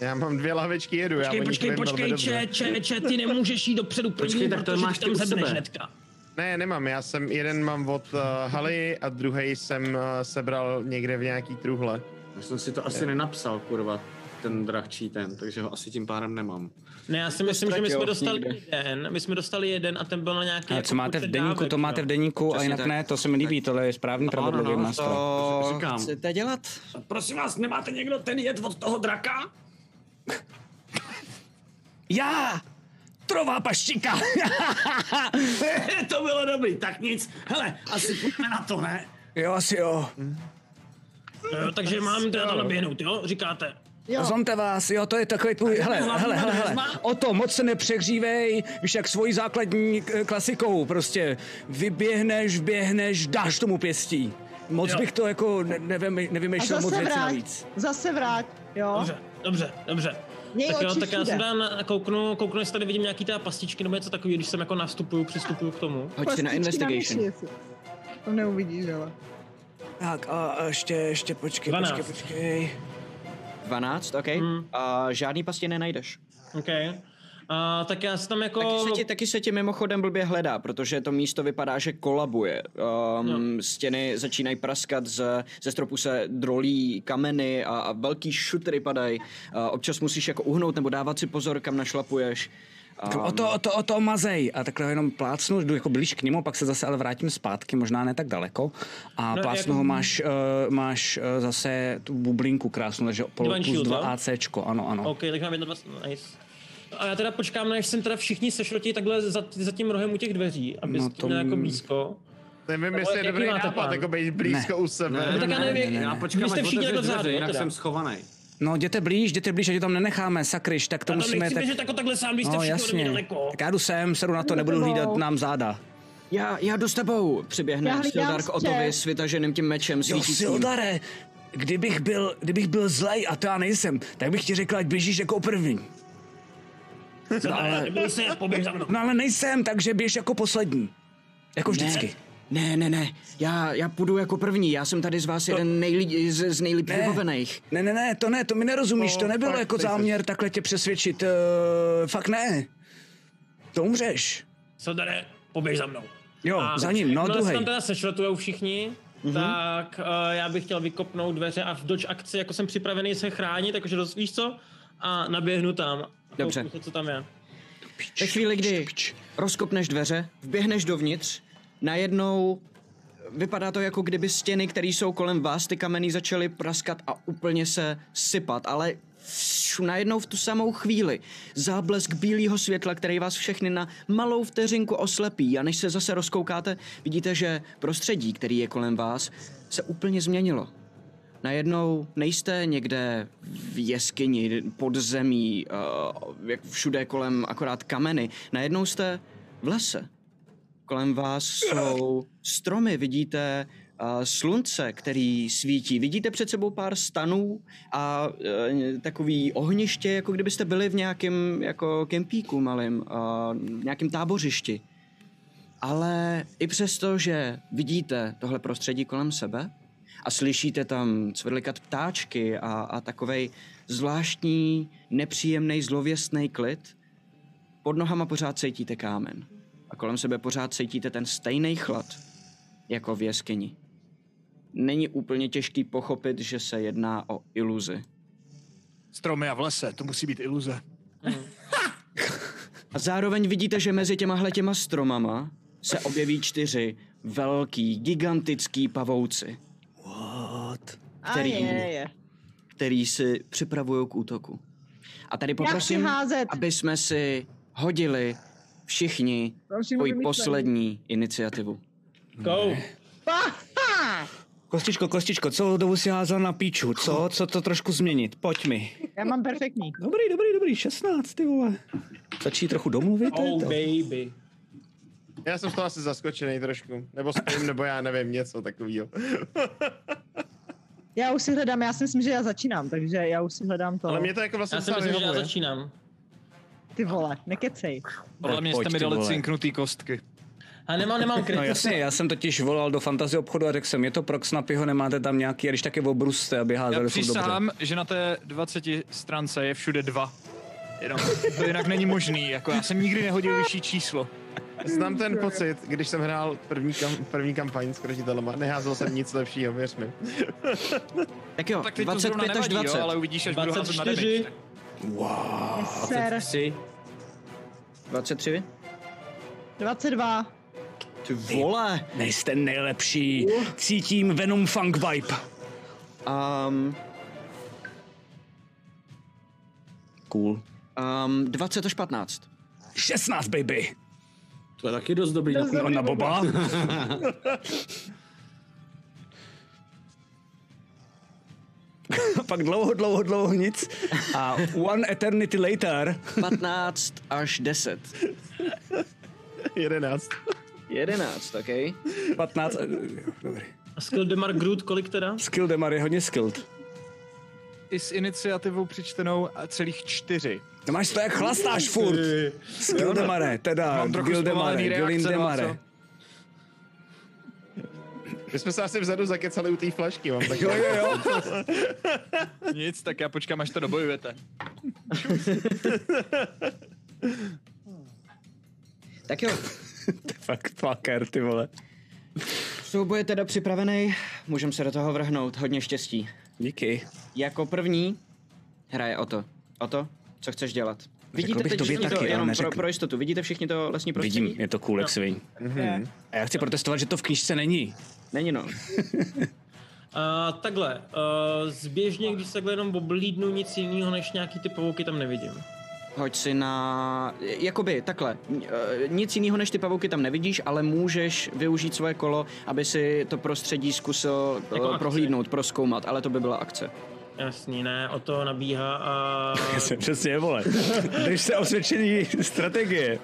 E: Já mám dvě lahvečky jedu, já
G: Počkej,
E: o nich
G: počkej,
E: vím velmi
G: počkej,
E: dobře.
G: če, če, če, ty nemůžeš jít dopředu první,
D: Počkej, tak to
G: protože
D: máš
G: ty
D: ty
G: tam
D: u
G: zedneš
D: sebe.
G: hnedka.
E: Ne, nemám, já jsem, jeden mám od uh, haly a druhý jsem uh, sebral někde v nějaký truhle.
D: Já jsem si to asi nenapsal, kurva, ten drahčí ten, takže ho asi tím pádem nemám.
G: Ne, já si myslím, že my
B: ztratil
G: jsme dostali
B: někde.
G: jeden, my jsme dostali jeden a ten byl na nějaký...
C: A
G: jako
C: co máte v
G: počet
C: deníku,
G: dávek,
C: to máte v
G: no.
C: deníku a
B: Přesně
C: jinak
B: tak.
C: ne, to se mi líbí, tohle je správný pravidlo
D: no,
C: Game Mastera.
B: To
D: Říkám.
B: chcete dělat?
D: Prosím vás, nemáte někdo ten jed od toho draka?
C: Já! Trová paštika!
D: [LAUGHS] to bylo dobrý, tak nic. Hele, asi půjdeme na to, ne?
C: jo, asi jo.
G: Jo, Eh, takže mám teda tam běhnout, jo? Říkáte.
F: Jo.
C: Zlomte vás, jo, to je takový tvůj, hele,
G: hlavní
C: hele, hele, hele,
G: charisma?
C: o to moc se nepřehřívej, víš, jak svojí základní eh, klasikou, prostě vyběhneš, běhneš, dáš tomu pěstí. Moc
G: Jo.
C: bych to jako ne, nevym,
F: A
C: nevymýšlel moc
F: zase
C: věcí
F: vrát,
C: navíc.
F: zase vrát, jo.
G: Dobře, dobře, dobře.
F: Měj
G: tak jo,
F: oči
G: tak já
F: všude.
G: jsem dám, na- kouknu, kouknu, jestli tady vidím nějaký teda pastičky nebo něco takový, když jsem jako nastupuju, přistupuju k tomu.
B: Hoď si na
F: Plastičky myši,
B: investigation.
F: jestli- To neuvidíš, ale.
C: Tak a, a ještě, ještě, počkej, počkej,
G: Dvanáct.
C: počkej.
B: 12, OK. A žádný pastě nenajdeš.
G: OK. A, tak já si tam jako...
B: Taky se, ti, taky se ti mimochodem blbě hledá, protože to místo vypadá, že kolabuje. Um, stěny začínají praskat, ze, ze stropu se drolí kameny a, a velký šutry padají. Uh, občas musíš jako uhnout nebo dávat si pozor, kam našlapuješ. Ehm,
C: Tak Jako, O to, o to, o to mazej. A takhle ho jenom plácnu, jdu jako blíž k němu, pak se zase ale vrátím zpátky, možná ne tak daleko. A
G: No,
C: no, plácnu
G: jako-
C: ho, máš, uh, máš uh, zase tu bublinku krásnou, takže pol,
G: Divine
C: plus
G: Shield,
C: 2
G: jo?
C: ACčko, ano, ano.
G: OK, tak mám 21, nice. A já teda počkám, než jsem teda všichni sešrotí takhle za, za tím rohem u těch dveří, aby
C: No
G: no
C: to-
G: to... jako blízko.
E: Nevím, jestli je
G: jaký
E: dobrý
G: máte
E: nápad,
G: plán? No,
E: jako být blízko u sebe.
D: Ne,
G: tak já nevím, jak-
D: já počkám,
G: Vy jste
D: až
G: všichni
D: otevřeš
G: takhle
D: dveře,
G: vzadu,
D: jinak
G: teda.
D: jsem schovaný.
C: No, jděte blíž, jděte blíž, ať ho tam nenecháme, sakryš, tak to
G: Já tam
C: musíme...
G: nechci tak... běžet jako takhle sám, když jste
C: No,
G: všichni ode mě
C: jasně.
G: daleko.
C: Tak já jdu sem, sedu na to, nebudu hlídat nám záda.
B: Já, já jdu s tebou,
F: Já
B: přiběhne
F: hlídám
B: Sildark
F: střed.
B: Otovi s vytaženým tím mečem
C: Jo,
B: svítícím.
C: Sildare, kdybych byl, kdybych byl zlej, a to já nejsem, tak bych ti řekl, ať běžíš
G: [LAUGHS]
C: jako první.
G: No, ale... Byl se, poběž za mnou.
C: No ale nejsem, takže běž jako poslední. Jako vždycky.
B: Ne, ne, ne, já, já půjdu jako první, já jsem tady z vás jeden nejlí, z, z nejlíp vybavených.
C: Ne, ne, ne, to ne, to mi nerozumíš,
E: No,
C: to nebylo
E: fakt,
C: jako
E: nejseš.
C: záměr takhle tě přesvědčit, uh, fakt ne. To umřeš.
G: Sildare, poběž za mnou.
C: Jo,
G: A
C: za ním, no
G: jakmile se
C: druhej.
G: tam teda sešrotujou všichni, mm-hmm. tak uh, já bych chtěl vykopnout dveře a v doč akci, jako jsem připravený se chránit, takže dost, víš co? A naběhnu tam. A
B: Dobře.
G: kouknu se, co tam je.
B: Ve chvíli, kdy rozkopneš dveře, vběhneš dovnitř, najednou vypadá to jako kdyby stěny, které jsou kolem vás, ty kameny začaly praskat a úplně se sypat, ale vš- najednou v tu samou chvíli záblesk bílého světla, který vás všechny na malou vteřinku oslepí a než se zase rozkoukáte, vidíte, že prostředí, který je kolem vás, se úplně změnilo. najednou nejste někde v jeskyni, pod zemí, eh, jak všude kolem akorát kameny. Najednou jste v lese. Kolem vás jsou stromy, vidíte eh, slunce, který svítí. Vidíte před sebou pár stanů a eh, takový ohniště, jako kdybyste byli v nějakém jako kempíku malém, eh, nějakém tábořišti. Ale i přesto, že vidíte tohle prostředí kolem sebe a slyšíte tam cvrlikat ptáčky a, a takovej zvláštní, nepříjemný, zlověstný klid, pod nohama pořád cítíte kámen. A kolem sebe pořád cítíte ten stejný chlad, jako v jeskyni. Není úplně těžký pochopit, že se jedná o iluzi.
I: Stromy a v lese, to musí být iluze.
B: A zároveň vidíte, že mezi těmahle těma stromama se objeví čtyři velký, gigantický pavouci. What? Který,
H: A je, je.
B: který si připravují k útoku. A tady
H: chci
B: poprosím,
H: házet.
B: aby jsme si hodili všichni
F: Další
B: svoji
F: moje myšlení.
B: poslední iniciativu.
G: Go.
C: Kostičko, kostičko, co dobu si házel na píču, co? Co to trošku změnit? Pojď mi.
F: Já mám perfektní.
C: Dobrý, dobrý, dobrý, 16, ty vole. Stačí trochu domluvit, to je
G: Oh
C: to.
G: baby.
E: Já jsem z toho asi zaskočený trošku. Nebo spím, nebo já nevím, něco takového.
F: Já už si hledám, já si myslím, že já začínám, takže já už si hledám to.
E: Ale mě to jako vlastně
G: Já si
E: docela
G: myslím, že já
E: vyhovuje.
G: začínám.
F: Ty vole, nekecej.
I: Podle mě jste
C: pojď,
I: mi
C: ty
I: dali
C: vole.
I: cinknutý kostky.
G: A nemám, nemám
C: No
G: kryt.
C: jasně, já jsem totiž volal do fantasy obchodu a řekl jsem, je to proxnapy, ho nemáte tam nějaký, a když taky obruste, aby
I: Já
C: házeli furt dobře.
I: přísahám, že na té 20 stránce je všude dva. Jenom. To jinak není možný, jako já jsem nikdy nehodil vyšší číslo.
E: Znám ten pocit, když jsem hrál první, kam, první kampaň s krotitelema. Neházel jsem nic lepšího, věř mi.
B: Tak jo,
I: No Tak teď to
B: 25
I: zrovna
B: až
I: nevadí,
B: 20.
I: jo, ale uvidíš, až budu házet na
G: 24.
I: damage. tak-
F: Ser,
B: 23?
F: 22.
B: Ty vole!
C: Nejste nejlepší, cítím Venom Funk vibe. [LAUGHS]
B: Um,
C: Cool.
B: um, 20 až 15.
C: 16, baby.
D: To je taky dost dobrý. na-
C: No, na boba.
D: [LAUGHS]
C: Pak dlouho, dlouho, dlouho nic. A one eternity later. [LAUGHS]
B: 15 až 10.
E: Jedenáct.
B: 11, OK?
C: 15. Dobrý.
G: A Skill Demar Groot, kolik teda?
C: Skill Demar je eh, hodně skilled.
I: I s iniciativou přičtenou a celých čtyři.
C: To máš to, jak chlastáš furt. Skill Demare, teda
I: Mám trochu
C: Gil Demare,
I: zpomalený
C: Gilin
I: reakce, no a
C: Demare.
I: co?
E: My jsme se asi vzadu zakecali u té flašky,
C: [LAUGHS]
E: mám tak.
C: Jo, jo, jo.
I: [LAUGHS] Nic, tak já počkám, až to dobojujete.
C: [LAUGHS]
B: Tak jo,
C: Fakt fucker, ty vole.
B: souboj je teda připravený, můžeme se do toho vrhnout, hodně štěstí.
C: Díky.
B: Jako první hraje o to. O to, co chceš dělat. Vidíte
C: bych
B: teď
C: tobě
B: všichni to,
C: taky, ale
B: jenom pro,
C: neřeknu.
B: pro jistotu, vidíte všichni to lesní prostředí?
C: Vidím, je to cool jak svin. A já chci protestovat, že to v knižce není.
B: Mhm. Není no.
G: A Eh, takhle, uh, zběžně, když se takhle jenom oblídnu, nic jiného než nějaký ty pavouky tam nevidím.
B: Hoď si na... Jakoby, takhle. eh, Nic jiného než ty pavouky tam nevidíš, ale můžeš využít svoje kolo, aby si to prostředí zkusil eh,
G: Jako akci.
B: prohlídnout, proskoumat, ale to by byla akce.
G: Jasný, ne, o to nabíhá a
C: Jsem
G: [LAUGHS]
C: přesně, vole. Když se osvědčení strategie.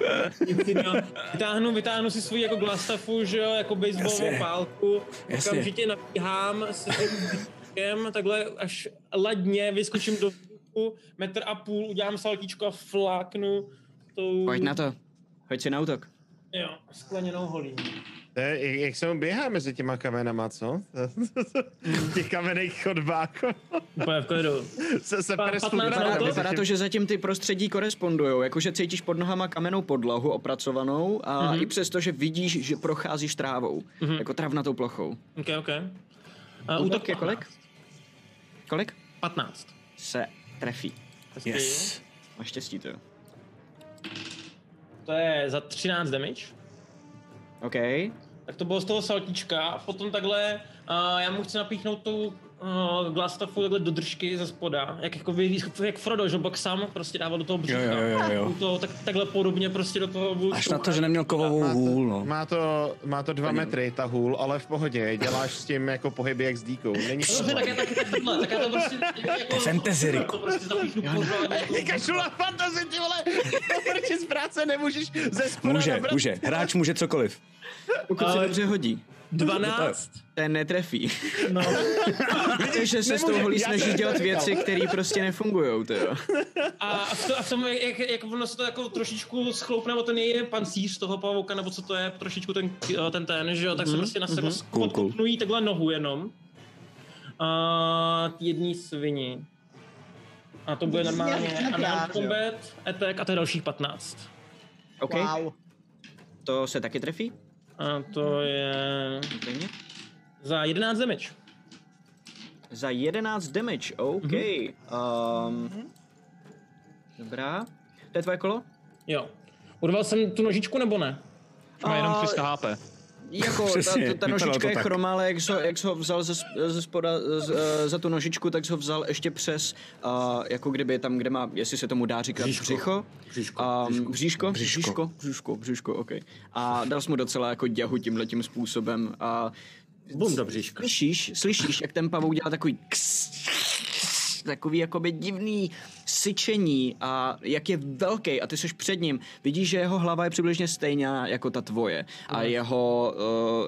G: nic jiného. vytáhnu, vytáhnu si svůj jako glastafu, že jo, jako baseballovou
C: Jasně.
G: pálku,
C: Jasně.
G: okamžitě nabíhám s tím bíkem, takhle až ladně vyskočím do vzduchu, metr a půl, udělám saltíčko a fláknu tou,
B: Pojď na to. Hoď si na útok.
G: jo, skleněnou holí.
E: To je, jak, jak se mu běhá mezi těma kamenama, co? [LAUGHS] V těch kamenných chodbách.
G: Úplně v klidu.
E: se se
G: Pa-
E: pere s
G: patnáct
E: flugrama
G: na
B: Vypadá to,
E: mezi
B: vypadá
E: tím.
B: to, že zatím ty prostředí korespondují, jakože cítíš pod nohama kamennou podlahu opracovanou a mm-hmm. i přesto, že vidíš, že procházíš trávou, mm-hmm. jako travnatou plochou.
G: Ok, ok. A útok
B: je kolik? Kolik?
G: 15.
B: Se trefí.
G: Yes.
B: Máš štěstí to. jo.
G: To je za 13 damage.
B: OK.
G: Tak to bylo z toho saltička a potom takhle A já mu chci napíchnout tu uh, glastafu takhle do držky ze spoda, jak, jako, vy- jak Frodo, že boxam prostě dával do toho břicha.
C: Jo, jo, jo, jo.
G: U toho, tak, takhle podobně prostě do toho vulču.
C: Až na to, že neměl kovovou hůl, no.
E: Má to, má to dva metry, ta hůl, ale v pohodě, děláš s tím jako pohyby jak s díkou. Není to
G: Dobře, tak já tak, tak takhle, tak já to prostě... Jako,
C: fantasy, Riku.
G: To prostě zapíchnu pořádně. jako-
E: Kašula fantasy, ty vole, prči z práce nemůžeš ze
J: No,
E: spoda
C: Může,
E: nabrat.
C: může. Hráč může cokoliv.
B: Pokud se dobře hodí,
G: 12.
C: [LAUGHS]
B: ten netrefí. No. Protože se s tou holí snaží dělat věci, které prostě nefungují, to jo.
G: A v, to, a v tom, jak, jak ono se to jako trošičku schloupne, nebo ten její pancíř toho pavouka, nebo co to je, trošičku ten, eh, ten ten, že jo,
B: Mhm,
G: tak se prostě na sebe mm-hmm.
C: Cool, cool.
G: takhle nohu jenom. A ty jední svini. A to bude normálně
H: Jak já,
G: Unarmed Combat, Attack a to je dalších 15.
B: OK?
H: Wow.
B: To se taky trefí?
G: A to je
B: Zřejmě.
G: za 11 damage.
B: Za 11 damage,
G: Mhm.
B: OK. Um, dobrá. To je tvoje kolo?
G: Jo. Urval jsem tu nožičku nebo ne?
I: Má jenom
B: A-
I: 300 HP.
B: Jako ta,
C: Přesně,
B: ta, ta
C: vypadalo to
B: nožička je
C: tak.
B: chromá, ale jak, so, jak so ho vzal ze, s- ze spoda z, uh, za tu nožičku, tak so ho vzal ještě přes, uh, jako kdyby tam, kde má, jestli se tomu dá říkat,
D: Bříško.
B: břicho.
D: Bříško,
B: Um, bříško,
C: Bříško.
B: bříško, bříško, bříško, OK. A dal jsi mu docela jako děhu tímhletím způsobem. A
D: Bum do bříška.
B: Slyšíš, slyšíš, jak ten pavouk dělá takový ks, ks, takový jakoby divný syčení a jak je velký a ty jsi před ním, vidíš, že jeho hlava je přibližně stejná jako ta tvoje a jeho,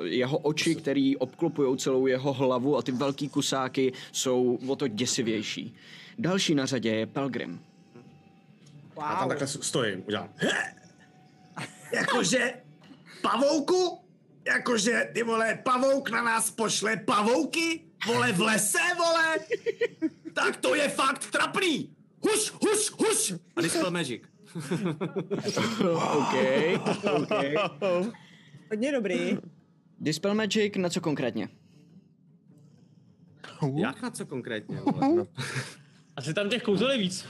B: uh, jeho oči, které obklopují celou jeho hlavu a ty velký kusáky jsou o to děsivější. Další na řadě je Pelgrim.
D: Já tam takhle stojím, udělám. Jakože pavouku? Jakože, ty vole, pavouk na nás pošle pavouky? Vole, v lese, vole? Tak to je fakt trapný! Huš, huš, huš! A Dispel Magic.
B: [LAUGHS] OK, OK.
F: Hodně dobrý.
B: Dispel Magic na co konkrétně?
D: Jak na co konkrétně, vole? no.
G: [LAUGHS] Asi tam těch kouzel je víc.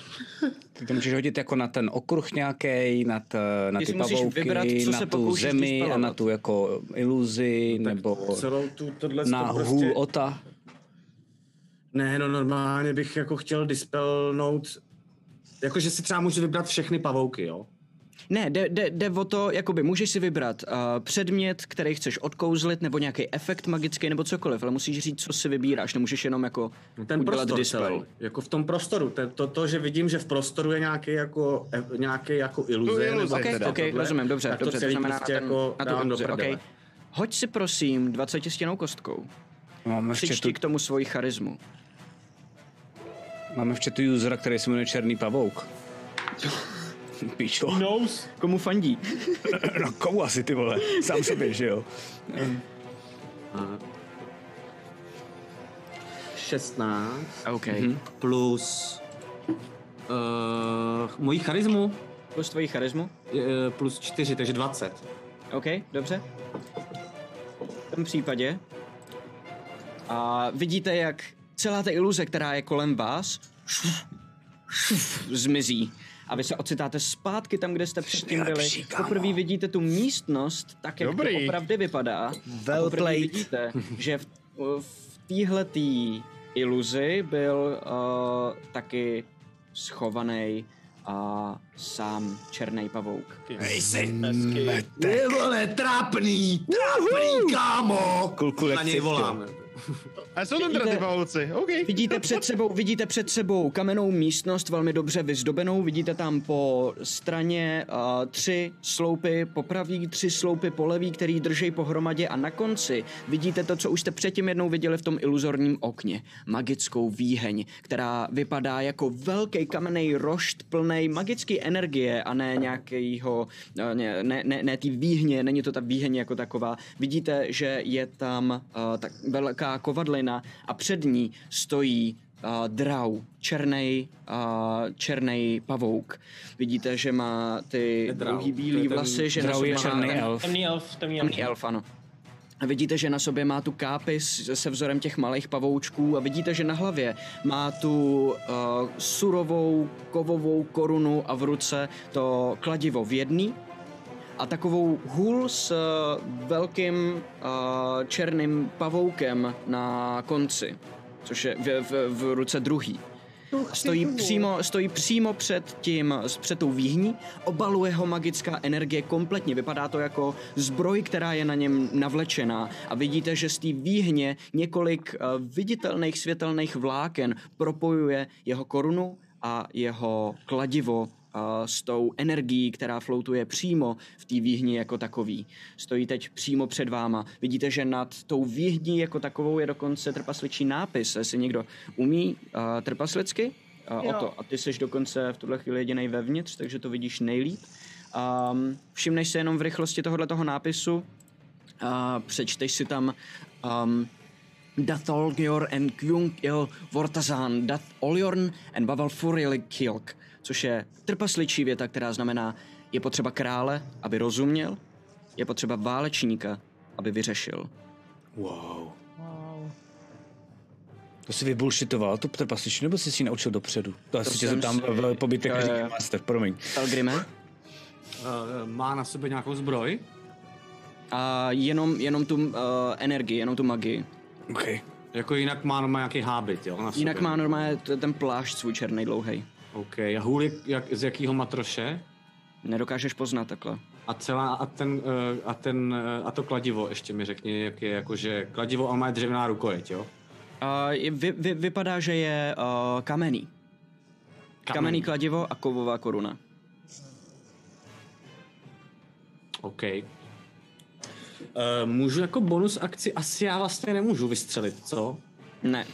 C: Ty to můžeš hodit jako na ten okruh nějaký, na, t, na
B: Ty
C: ty
B: si musíš
C: pavouky,
B: vybrat, co
C: na
B: se
C: tu
B: pokoušíš
C: zemi a na
B: dispelovat.
C: tu jako iluzi, nebo
D: Celou tu, tohle
C: na
D: to
C: hůl ota.
D: Ne, no normálně bych jako chtěl dispelnout, jakože si třeba můžu vybrat všechny pavouky, jo?
B: Ne, jde, jde, jde o to, jakoby můžeš si vybrat uh, předmět, který chceš odkouzlit, nebo nějaký efekt magický, nebo cokoliv, ale musíš říct, co si vybíráš, nemůžeš jenom jako
D: No Ten
B: udělat
D: prostor
B: dispel.
D: celý, jako v tom prostoru, ten, to, to, že vidím, že v prostoru je nějaký jako, e- nějaký jako iluze.
E: iluzi
D: nebo
E: teda.
B: Ok,
D: tohle,
B: ok, rozumím, dobře,
D: tak to
B: dobře, to
D: celý
B: znamená
D: prostě
B: na, ten,
D: jako
B: na tu
D: dám do
B: iluzi,
D: prdele.
B: ok. Hoď si prosím 20 stěnou kostkou,
C: Máme v chatu,
B: přičti k tomu svoji charizmu.
C: máme v chatu usera, který se jmenuje Černý pavouk. [LAUGHS] Píčo,
G: Nose.
B: Komu fandí?
C: [LAUGHS] no komu asi ty vole, sám sobě, že jo?
D: 16
B: Ok, mm-hmm.
D: Mhm. plus uh, mojí charizmu
B: plus tvoji charizmu,
D: eh, plus 4, takže 20.
B: ok, dobře. V tom případě a vidíte, jak celá ta iluze, která je kolem vás, zmizí. A vy se ocitáte zpátky tam, kde jste předtím byli.
C: Nejlepší, kámo.
D: no.
B: Poprvé vidíte tu místnost, tak jak Dobrý. to
E: Dobrý.
B: opravdu vypadá. Well
C: [LAUGHS]
B: poprvé vidíte, že v, v téhletý iluzi byl uh, taky schovaný a uh, sám černý pavouk.
D: Ty vole, trápný, trápný, kámo!
C: Cool, cool, jak
D: Na něj
C: cítím.
D: volám.
E: A jsou tam teda ty pavouci, OK.
B: Vidíte před sebou, vidíte před sebou kamennou místnost, velmi dobře vyzdobenou. Vidíte tam po straně uh, tři sloupy po pravý, tři sloupy po levý, který držej pohromadě a na konci vidíte to, co už jste předtím jednou viděli v tom iluzorním okně. Magickou výheň, která vypadá jako velký kamenný rošt plný magické energie a ne nějakého, eh, ne, ne, ne, ne té výhně, není to ta výheň jako taková. Vidíte, že je tam uh, tak velká kovadlina a před ní stojí uh, drau, černej, uh, černej pavouk. Vidíte, že má ty
D: drau,
B: dlouhý
D: to je
B: bílý
D: ten-
B: vlasy, že na
C: Drau
B: sobě
C: je
B: má
C: černý
B: ten-
C: elf.
G: Temný elf, temný elf.
B: Temný elf, ano. A vidíte, že na sobě má tu kápi s- se vzorem těch malých pavoučků a vidíte, že na hlavě má tu uh, surovou kovovou korunu a v ruce to kladivo v jedný a takovou hůl s eh, velkým eh, černým pavoukem na konci, což je v, v, v ruce druhý. A stojí přímo, stojí přímo před tím, s- před tou výhní, obaluje ho magická energie kompletně, vypadá to jako zbroj, která je na něm navlečená a vidíte, že z té výhně několik eh, viditelných světelných vláken propojuje jeho korunu a jeho kladivo eh, s tou energií, která floutuje přímo v té výhni jako takový. Stojí teď přímo před váma. Vidíte, že nad tou výhní jako takovou je dokonce trpasličí nápis, jestli někdo umí uh, trpaslicky. Uh, o
F: Jo.
B: to. A ty jsi dokonce v tuhle chvíli jedinej vevnitř, takže to vidíš nejlíp. Um, všimneš se jenom v rychlosti tohohle toho nápisu, a přečteš si tam um, Dathol Geor and Kjung Il Vortazan Dath Oliorn and Baval Furilik Kilk, což je trpasličí věta, která znamená je potřeba krále, aby rozuměl, je potřeba válečníka, aby vyřešil.
C: Wow. To jsi vybulšitoval tu trpasličku, nebo jsi si ji naučil dopředu? To, to
B: To
C: si tě
B: jsem
C: zeptám
B: si-
C: v pobytek
B: Jo, jo, jo.
C: Magic Master, promiň.
B: Pelgrime?
D: Eh, Má na sobě nějakou zbroj?
B: A jenom, jenom tu uh, energii, jenom tu magii.
C: Okay.
D: Jako jinak má normálně nějaký hábit, jo? Na sobě.
B: Jinak má normálně t- ten plášť svůj černý dlouhý.
D: OK, a hůl je jak, z jakýho matroše?
B: Nedokážeš poznat takhle.
D: A celá, a ten, eh, a ten, eh, a to kladivo ještě mi řekni, jak je, jakože kladivo, ale má dřevěná rukojeť, jo?
B: A je- vy, vy, vypadá, že je uh, kamenný. kamenný. Kamenný kladivo a kovová koruna.
D: OK. Eh, můžu jako bonus akci, asi já vlastně nemůžu vystřelit, co?
B: Ne.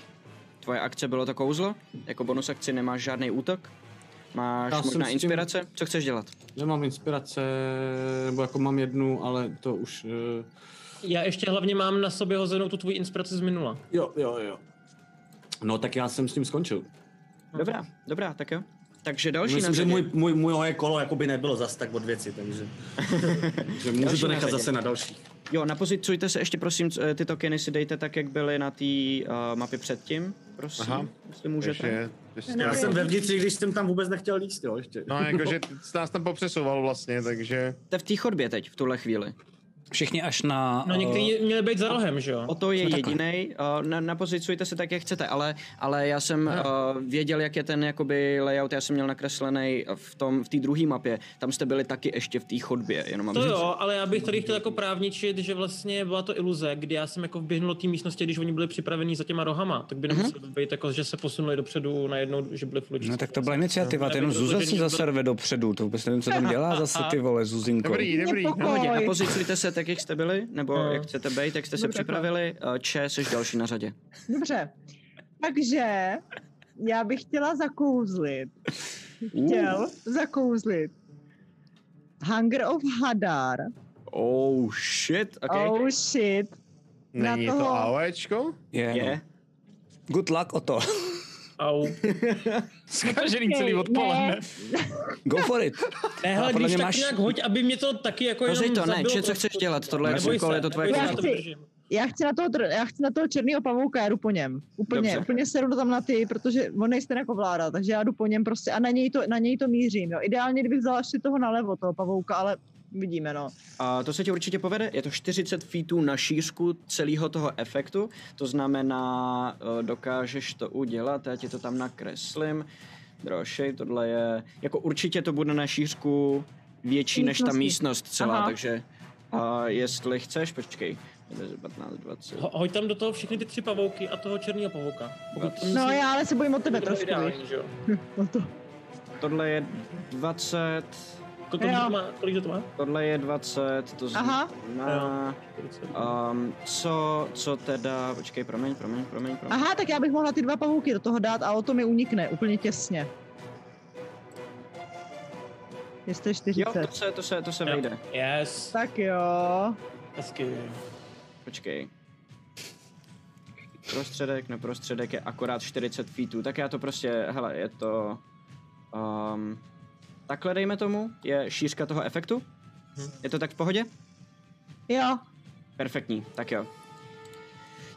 B: Tvoje akce bylo to kouzlo? Jako bonus akci nemáš žádný útok? Máš
D: Já
B: Já
D: jsem s
B: možná
D: tím-
B: inspirace? Co chceš dělat?
D: Nemám inspirace, nebo jako mám jednu, ale to už... eh,
G: Já ještě hlavně mám na sobě hozenou tu tvůj inspiraci z minula.
D: Jo, jo, jo. No tak já jsem s tím skončil.
G: No.
B: Dobrá, dobrá, tak jo. Takže další
D: Myslím,
B: na
D: že
B: řadě.
D: můj, můj, moje kolo jakoby nebylo zas tak od věci,
B: [LAUGHS]
D: takže... že můžu
B: Další
D: to
B: na
D: nechat
B: řadě.
D: zase na další.
B: Jo, napozicujte se ještě prosím, c- eh, ty tokeny si dejte tak, jak byly na té uh, mapě předtím, prosím, Aha.
E: Aha.
B: jestli můžete.
E: Takže- takže-
D: Já jsem vevnitř, i když jsem tam vůbec nechtěl líst, jo, ještě.
E: No, jakože jsi nás tam popřesouval vlastně, takže...
B: Jste v té chodbě teď, v tuhle chvíli. Eh,
C: Všichni až na... eh,
G: No někdy měli být za rohem, že jo?
B: O to je jediný. Na, napozicujte se tak, jak chcete, ale, ale já jsem uh, věděl, jak je ten jakoby layout, já jsem měl nakreslený v tom v té druhé mapě. Tam jste byli taky ještě v té chodbě, jenom
G: To
B: aby
G: jo, ale já bych tady chtěl jako právničit, že vlastně byla to iluze, kdy já jsem jako vběhnul do té místnosti, když oni byli připraveni za těma rohama, tak by nemuselo být jako, že se posunuli dopředu najednou, že byli v
C: Mhm. No tak to byla iniciativa, ten jenom Zuza si zaserve dopředu, to vůbec nevím, co tam dělá zase ty vole, Zuzinko.
E: Dobrý, dobrý.
F: Nepokoj.
E: No,
B: Pohodě, napozicujte se tak, jak jste byli, nebo
G: Jo.
B: jak chcete být, jak jste se
F: Dobře,
B: připravili. Eh, Če, jsi další na řadě.
F: Dobře. Takže já bych chtěla zakouzlit. Chtěl zakouzlit. Hunger of Hadar.
B: Oh shit, okay.
F: Oh shit.
E: Není
F: Na
E: to
F: toho-
E: AOEčko?
C: Je,
B: Je.
C: no. Good luck o to.
G: [LAUGHS] Au.
I: Skažený celý odpoledne.
C: Go for it.
G: Ne,
C: Ale
G: hele,
C: podle
G: když
C: mě
G: tak
C: máš-
G: nějak hoď, aby mě to taky jako
B: Rozej
G: jenom
B: to, ne,
G: zabilo
B: že co
G: trošku.
B: chceš dělat, tohle je
G: Neboj
B: úkol,
G: se,
B: je to tvoje
G: neboj se,
F: kolo.
G: já to vydržím.
F: Já chci na toho, dr- já chci na toho černýho pavouka, já jdu po něm. Úplně,
B: Dobře.
F: úplně se jdu tam na ty, protože on nejste jako vláda, takže já jdu po něm prostě a na něj to, na něj to mířím. Jo. Ideálně, kdybych vzala ještě toho nalevo, toho pavouka, ale vidíme, no.
B: A to se ti určitě povede, je to 40 feetů na šířku celého toho efektu, to znamená, eh, dokážeš to udělat, já ti to tam nakreslím, drošej, tohle je, jako určitě to bude na šířku větší než ta
F: Místnosti.
B: místnost celá,
F: Aha.
B: takže a jestli chceš, počkej, 15, 20,
G: Ho, hoď tam do toho všechny ty tři pavouky a toho černého pavouka. Jako Pokud to
F: No
G: myslí-
F: já ale se bojím o
G: to
F: tebe
G: bylo
F: trošku,
G: ideální,
F: víš.
G: že jo?
F: [LAUGHS] O to.
B: tohle je 20,
G: Kolik
F: Jo.
G: Jako to má? Kolik to má?
B: Tohle je 20, to
F: Aha.
B: znamená... Um, co, co teda... Počkej, promiň, promiň, promiň, promiň.
F: Aha, tak já bych mohla ty dva pavouky do toho dát a o to mi unikne, úplně těsně. Jste
B: Jo,
F: 40.
B: to se, to se, to se vejde.
G: Yes,
F: Tak jo.
G: hezky.
B: Počkej. Prostředek, neprostředek je akorát 40 feetů, tak já to prostě, hele, je to... Um, takhle dejme tomu, je šířka toho efektu. Je to tak v pohodě?
F: Jo,
B: Perfektní, tak jo.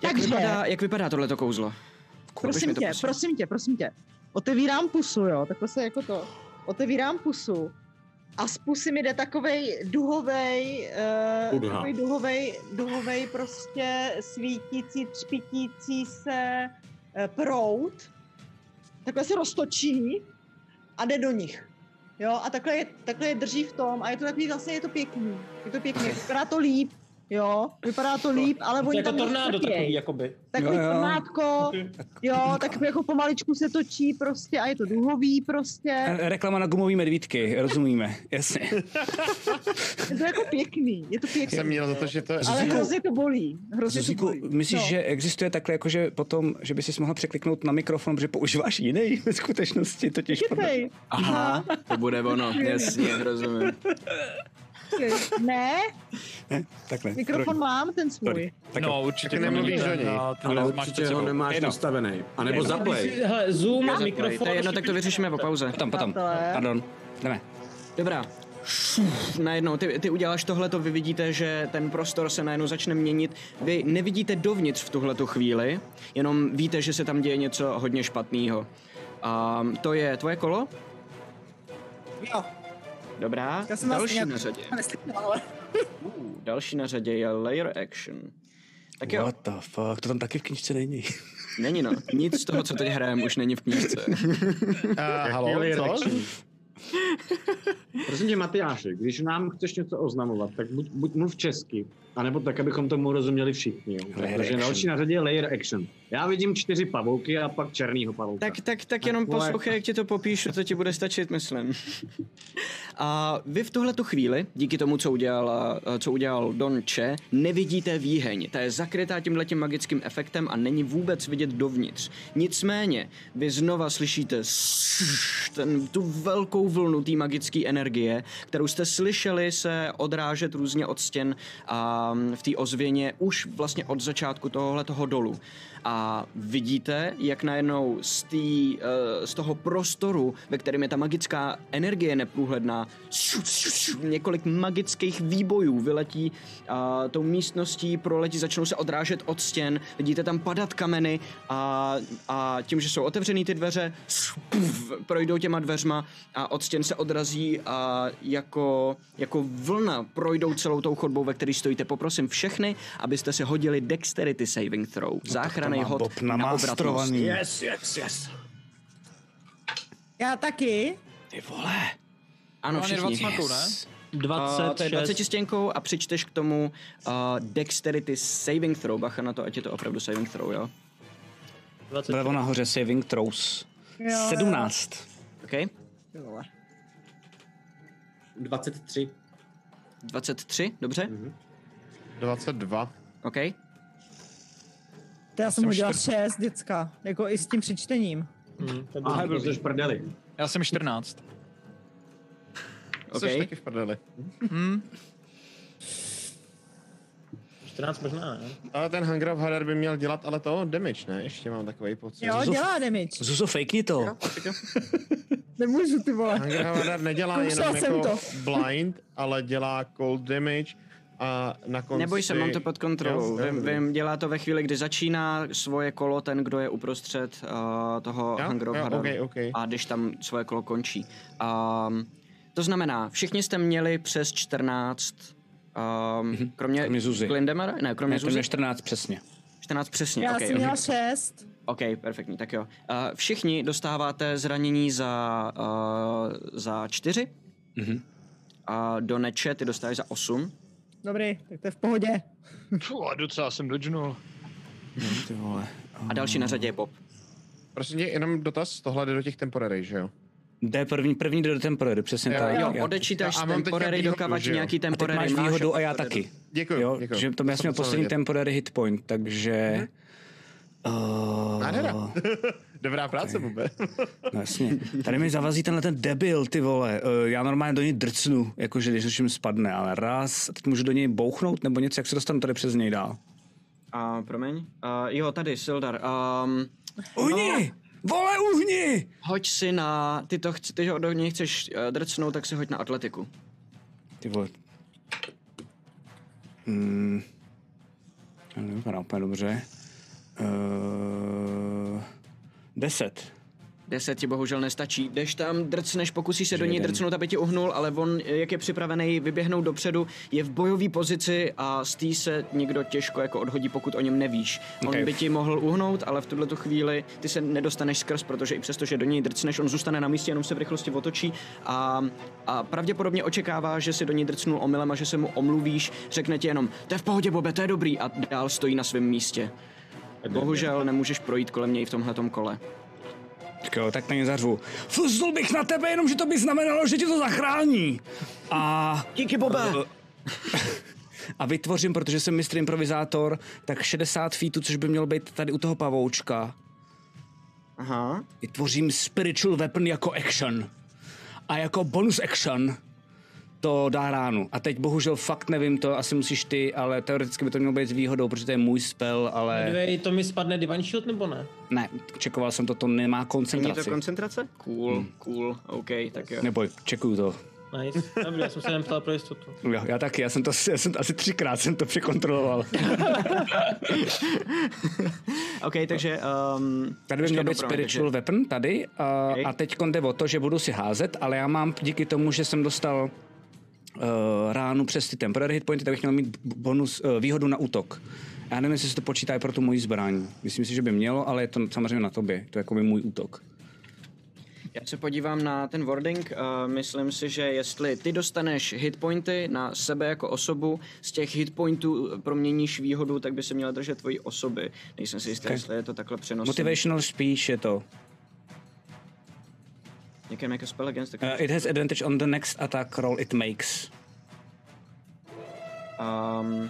B: Jak,
F: Takže-
B: vypadá, jak vypadá tohleto kouzlo? Napiš mi
F: prosím
B: to,
F: tě, prosím tě, prosím tě. Otevírám pusu, jo, takhle se jako to. Otevírám pusu a z pusy mi jde takovej duhovej, uh,
D: Udha.
F: takovej duhovej, duhovej prostě svítící, třpitící se eh, prout. Takhle se roztočí a jde do nich. Jo, a takhle je, takhle je drží v tom a je to takový, vlastně je to pěkný. Je to pěkný, vypadá to líp, jo, vypadá to líp, ale
G: To je
F: oni
G: jako
F: tam
G: tornádo
F: nestrpěj.
G: takový, jakoby.
F: Takový
C: Jo, jo.
F: tornádko, jo, tak jako pomaličku se točí prostě a je to duhový prostě.
C: Re- Eh, Reklama na gumový medvídky, rozumíme,
K: [LAUGHS]
C: jasně.
F: Je to jako pěkný, je to pěkný.
E: Jsem měl za to, že to...
F: Ale hrozně to bolí.
K: Prostě
F: Hrozně to
C: Zuzíku,
F: bolí.
C: myslíš,
K: No.
C: že existuje takhle, jako že potom, že by si mohla překliknout na mikrofon, protože používáš jiný [LAUGHS] ve skutečnosti, totiž
F: Chytej,
B: Aha, to bude ono, jasně, rozumím.
F: chytej. Ne,
C: Takhle.
F: mikrofon mám, ten
C: Sorry.
F: svůj.
C: Takhle.
I: No, určitě
E: Taky nemluvíš
I: nemluvíš
E: do něj.
I: No, ty
D: Ale
I: nemáš
D: určitě
I: před
D: ho
I: sebou.
D: nemáš
C: Jedno.
D: nastavený. A nebo
C: Jedno.
D: zaplej.
C: [LAUGHS]
G: Hele, zoom,
B: Zapoj.
G: mikrofon.
B: To je jedno, tak to vyřešíme po pauze.
C: Potom, potom.
F: Přátelé.
C: Pardon. Jdeme.
B: Dobrá. Šuf, Najednou, ty, ty uděláš tohle, to vy vidíte, že ten prostor se najednou začne měnit. Vy nevidíte dovnitř v tuhle tu chvíli, jenom víte, že se tam děje něco hodně špatného. A to je tvoje kolo?
K: Jo,
B: Dobrá.
K: já jsem vás
B: další
K: nějak
B: na řadě.
K: neslíknul, ale...
B: Uh, další na řadě je layer action. Tak jo,
C: What the fuck, to tam taky v knižce není.
B: není no. Nic z toho, co teď hrajeme, už není v knížce.
E: Uh, halo, co?
D: Prosím tě, Matyáši, když nám chceš něco oznamovat, tak buď, buď mluv česky, anebo tak, abychom tomu rozuměli všichni. Jo?
C: Layer
D: Protože
C: action.
D: další na řadě je layer action. Já vidím čtyři pavouky a pak černýho pavouka.
B: Tak, tak, tak jenom
D: vole.
B: poslouchej, jak ti to popíšu, to ti bude
D: [LAUGHS]
B: stačit, myslím. A vy v tuhle tu chvíli, díky tomu, co udělal, eh, co udělal Don Che, nevidíte výheň. Ta je zakrytá tímhletím magickým efektem a není vůbec vidět dovnitř. Nicméně, vy znova slyšíte sš- ten, tu velkou vlnu té magické energie, kterou jste slyšeli se odrážet různě od stěn a mm, v té ozvěně už vlastně od začátku tohohle toho dolu. A vidíte, jak najednou z, tý, eh, z toho prostoru, ve kterém je ta magická energie neprůhledná, šu, šu, šu, několik magických výbojů vyletí a tou místností, proletí, začnou se odrážet od stěn, vidíte tam padat kameny a, a tím, že jsou otevřený ty dveře, šu, puf, projdou těma dveřma a od stěn se odrazí a jako, jako vlna projdou celou tou chodbou, ve které stojíte. Poprosím všechny, abyste se hodili dexterity saving throw. Záchranný
C: No, má
B: hod
C: Bob
B: na, na obratnost.
C: namástrovaný.
G: Yes, yes, yes.
K: Já taky.
C: Ty vole.
B: Ano,
I: On je
B: všichni.
I: 20 maků, ne?
B: A Uh, to je
G: 26.
B: 20 stěnkou a přičteš k tomu uh, dexterity saving throw. Bacha na to, ať je to opravdu saving throw, jo?
G: 20.
C: Vlevo nahoře saving throws.
K: jo.
C: 17.
B: OK?
K: Ty vole.
D: 23.
B: 23, dobře?
E: 22.
B: OK?
K: To já jsem udělal 6, děcka. Jako i s tím přečtením.
D: Aha, to jsi v prdeli.
I: Já jsem 14.
B: OK?
E: Což taky v prdeli.
C: Hmm.
G: 14 možná, ne?
E: Ale ten Hangrav Hadar by měl dělat ale to damage, ne? Ještě mám takový pocit.
K: Jo, dělá damage.
C: Zuzo, fejkni to.
K: Nemůžu, ty vole.
E: Hangrav Hadar nedělá
K: Kousal
E: jenom
K: jsem
E: jako
K: to.
E: blind, ale dělá cold damage a na konci...
B: Neboj se, mám to pod kontrolou.
E: Jo,
B: Vím,
E: dobrý.
B: vím, dělá to ve chvíli, kdy začíná svoje kolo ten, kdo je uprostřed uh, toho
E: Jo?
B: Hunger of
E: Jo,
B: Hadaru.
E: okej, okej.
B: A když tam svoje kolo končí. Um, to znamená, všichni jste měli přes 14, um, kromě,
C: Mhm. Kromě Zuzi.
B: Glindemara? Ne, kromě
C: Ne, to
B: Zuzi.
C: je 14 přesně.
B: 14 přesně,
K: Já
B: okej,
K: jsem
B: okej.
K: měla 6.
B: OK, perfektní, tak jo. Uh, všichni dostáváte zranění za, uh, za čtyři.
C: Mhm.
B: A do neče ty dostáváš za osm.
K: Dobrý, tak to je v pohodě.
I: Pfu, a No, docela jsem dodžnul.
C: Ty vole.
B: A další na řadě je Bob.
E: Prosím tě, jenom dotaz, tohle jde do těch temporary, že jo?
C: Jde první, první jde do temporary, přesně
E: Jo,
C: tak.
B: Jo,
C: Já-
B: odečítáš
E: a mám teďka
B: temporary,
E: výhodu,
B: dokávat
E: že jo?
B: nějaký
C: A teď
B: temporary
C: máš
B: máš
C: výhodu a já
B: temporary.
C: taky.
E: Děkuju,
C: Jo,
E: děkuju.
C: že to já jsem měl
E: jsem musel
C: poslední
E: vědět.
C: temporary hit point, takže...
E: Nádhera. [LAUGHS]
C: Uh,
E: Dobrá práce,
C: [LAUGHS]
E: Bube.
C: no jasně. Tady mi zavazí tenhle ten debil, ty vole. Uh, já normálně do něj drcnu, jakože když něčím spadne, ale raz, a teď můžu do něj bouchnout nebo něco, jak se dostanu tady přes něj dál.
B: A promiň. Uh, jo, tady, Sildar. Um,
C: Uhni! Vole, uhni!
B: hoď si na... Ty, to chci, ty ho do něj chceš uh, drcnout, tak si hoď na atletiku.
C: Ty vole. Hmm. To Nevypadá úplně dobře. Uh, Eh, deset.
B: Deset ti bohužel nestačí. Jdeš tam, drcneš, pokusíš se do něj
C: jeden.
B: drcnout, aby tě uhnul, ale on, eh, jak je připravený vyběhnout dopředu, je v bojové pozici a z té se někdo těžko jako odhodí, pokud o něm nevíš. On
C: Ok.
B: by ti mohl uhnout, ale v tuhle tu chvíli ty se nedostaneš skrz, protože i přesto, že do něj drcneš, on zůstane na místě, jenom se v rychlosti otočí a, a pravděpodobně očekává, že si do něj drcnul omylem a že se mu omluvíš, řekne ti jenom, to je v pohodě, Bobe, to je dobrý a dál stojí na svém místě. Bohužel nemůžeš projít kolem něj v tomhletom kole.
C: Tak jo, tak na ně zařvu. Fuzl bych na tebe, jenom že to by znamenalo, že ti to zachrání. A...
B: Díky, Bobe!
C: [LAUGHS] A vytvořím, protože jsem mistr improvizátor, tak 60 feetů, což by mělo být tady u toho pavoučka.
B: Aha.
C: Vytvořím spiritual weapon jako action. A jako bonus action to dá ránu. A teď bohužel fakt nevím to, asi musíš ty, ale teoreticky by to mělo být s výhodou, protože to je můj spell, ale...
G: Dívej, to mi spadne Divine Shield nebo ne?
C: Ne, čekoval jsem to, to nemá
B: Není to
C: koncentraci.
B: koncentrace? Cool, cool, OK, tak jo.
C: Neboj, čekuju to.
G: Nice. Dobrý, já jsem se jenom ptal pro jistotu.
C: Jo, No já taky, já jsem to já jsem, asi třikrát jsem to překontroloval.
B: [LAUGHS] OK, takže... Um,
C: Tady by měl být spiritual weapon, tady. A, okay. a teď jde o to, že budu si házet, ale já mám díky tomu, že jsem dostal uh, ránu přes ty temporary hit pointy, tak bych měl mít b- bonus, uh, výhodu na útok. Já nevím, jestli se to počítá i pro tu moji zbraň. Myslím si, že by mělo, ale je to samozřejmě na tobě. To je jako by můj útok.
B: Já se podívám na ten wording. Uh, myslím si, že jestli ty dostaneš hitpointy na sebe jako osobu, z těch hitpointů proměníš výhodu, tak by se měla držet tvojí osoby. Nejsem si jistý,
C: Ok.
B: jestli je to takhle přenosné.
C: Motivational speech je to.
B: You can make a jako spell against the
C: Uh, it has advantage on the next attack roll it makes.
B: Um,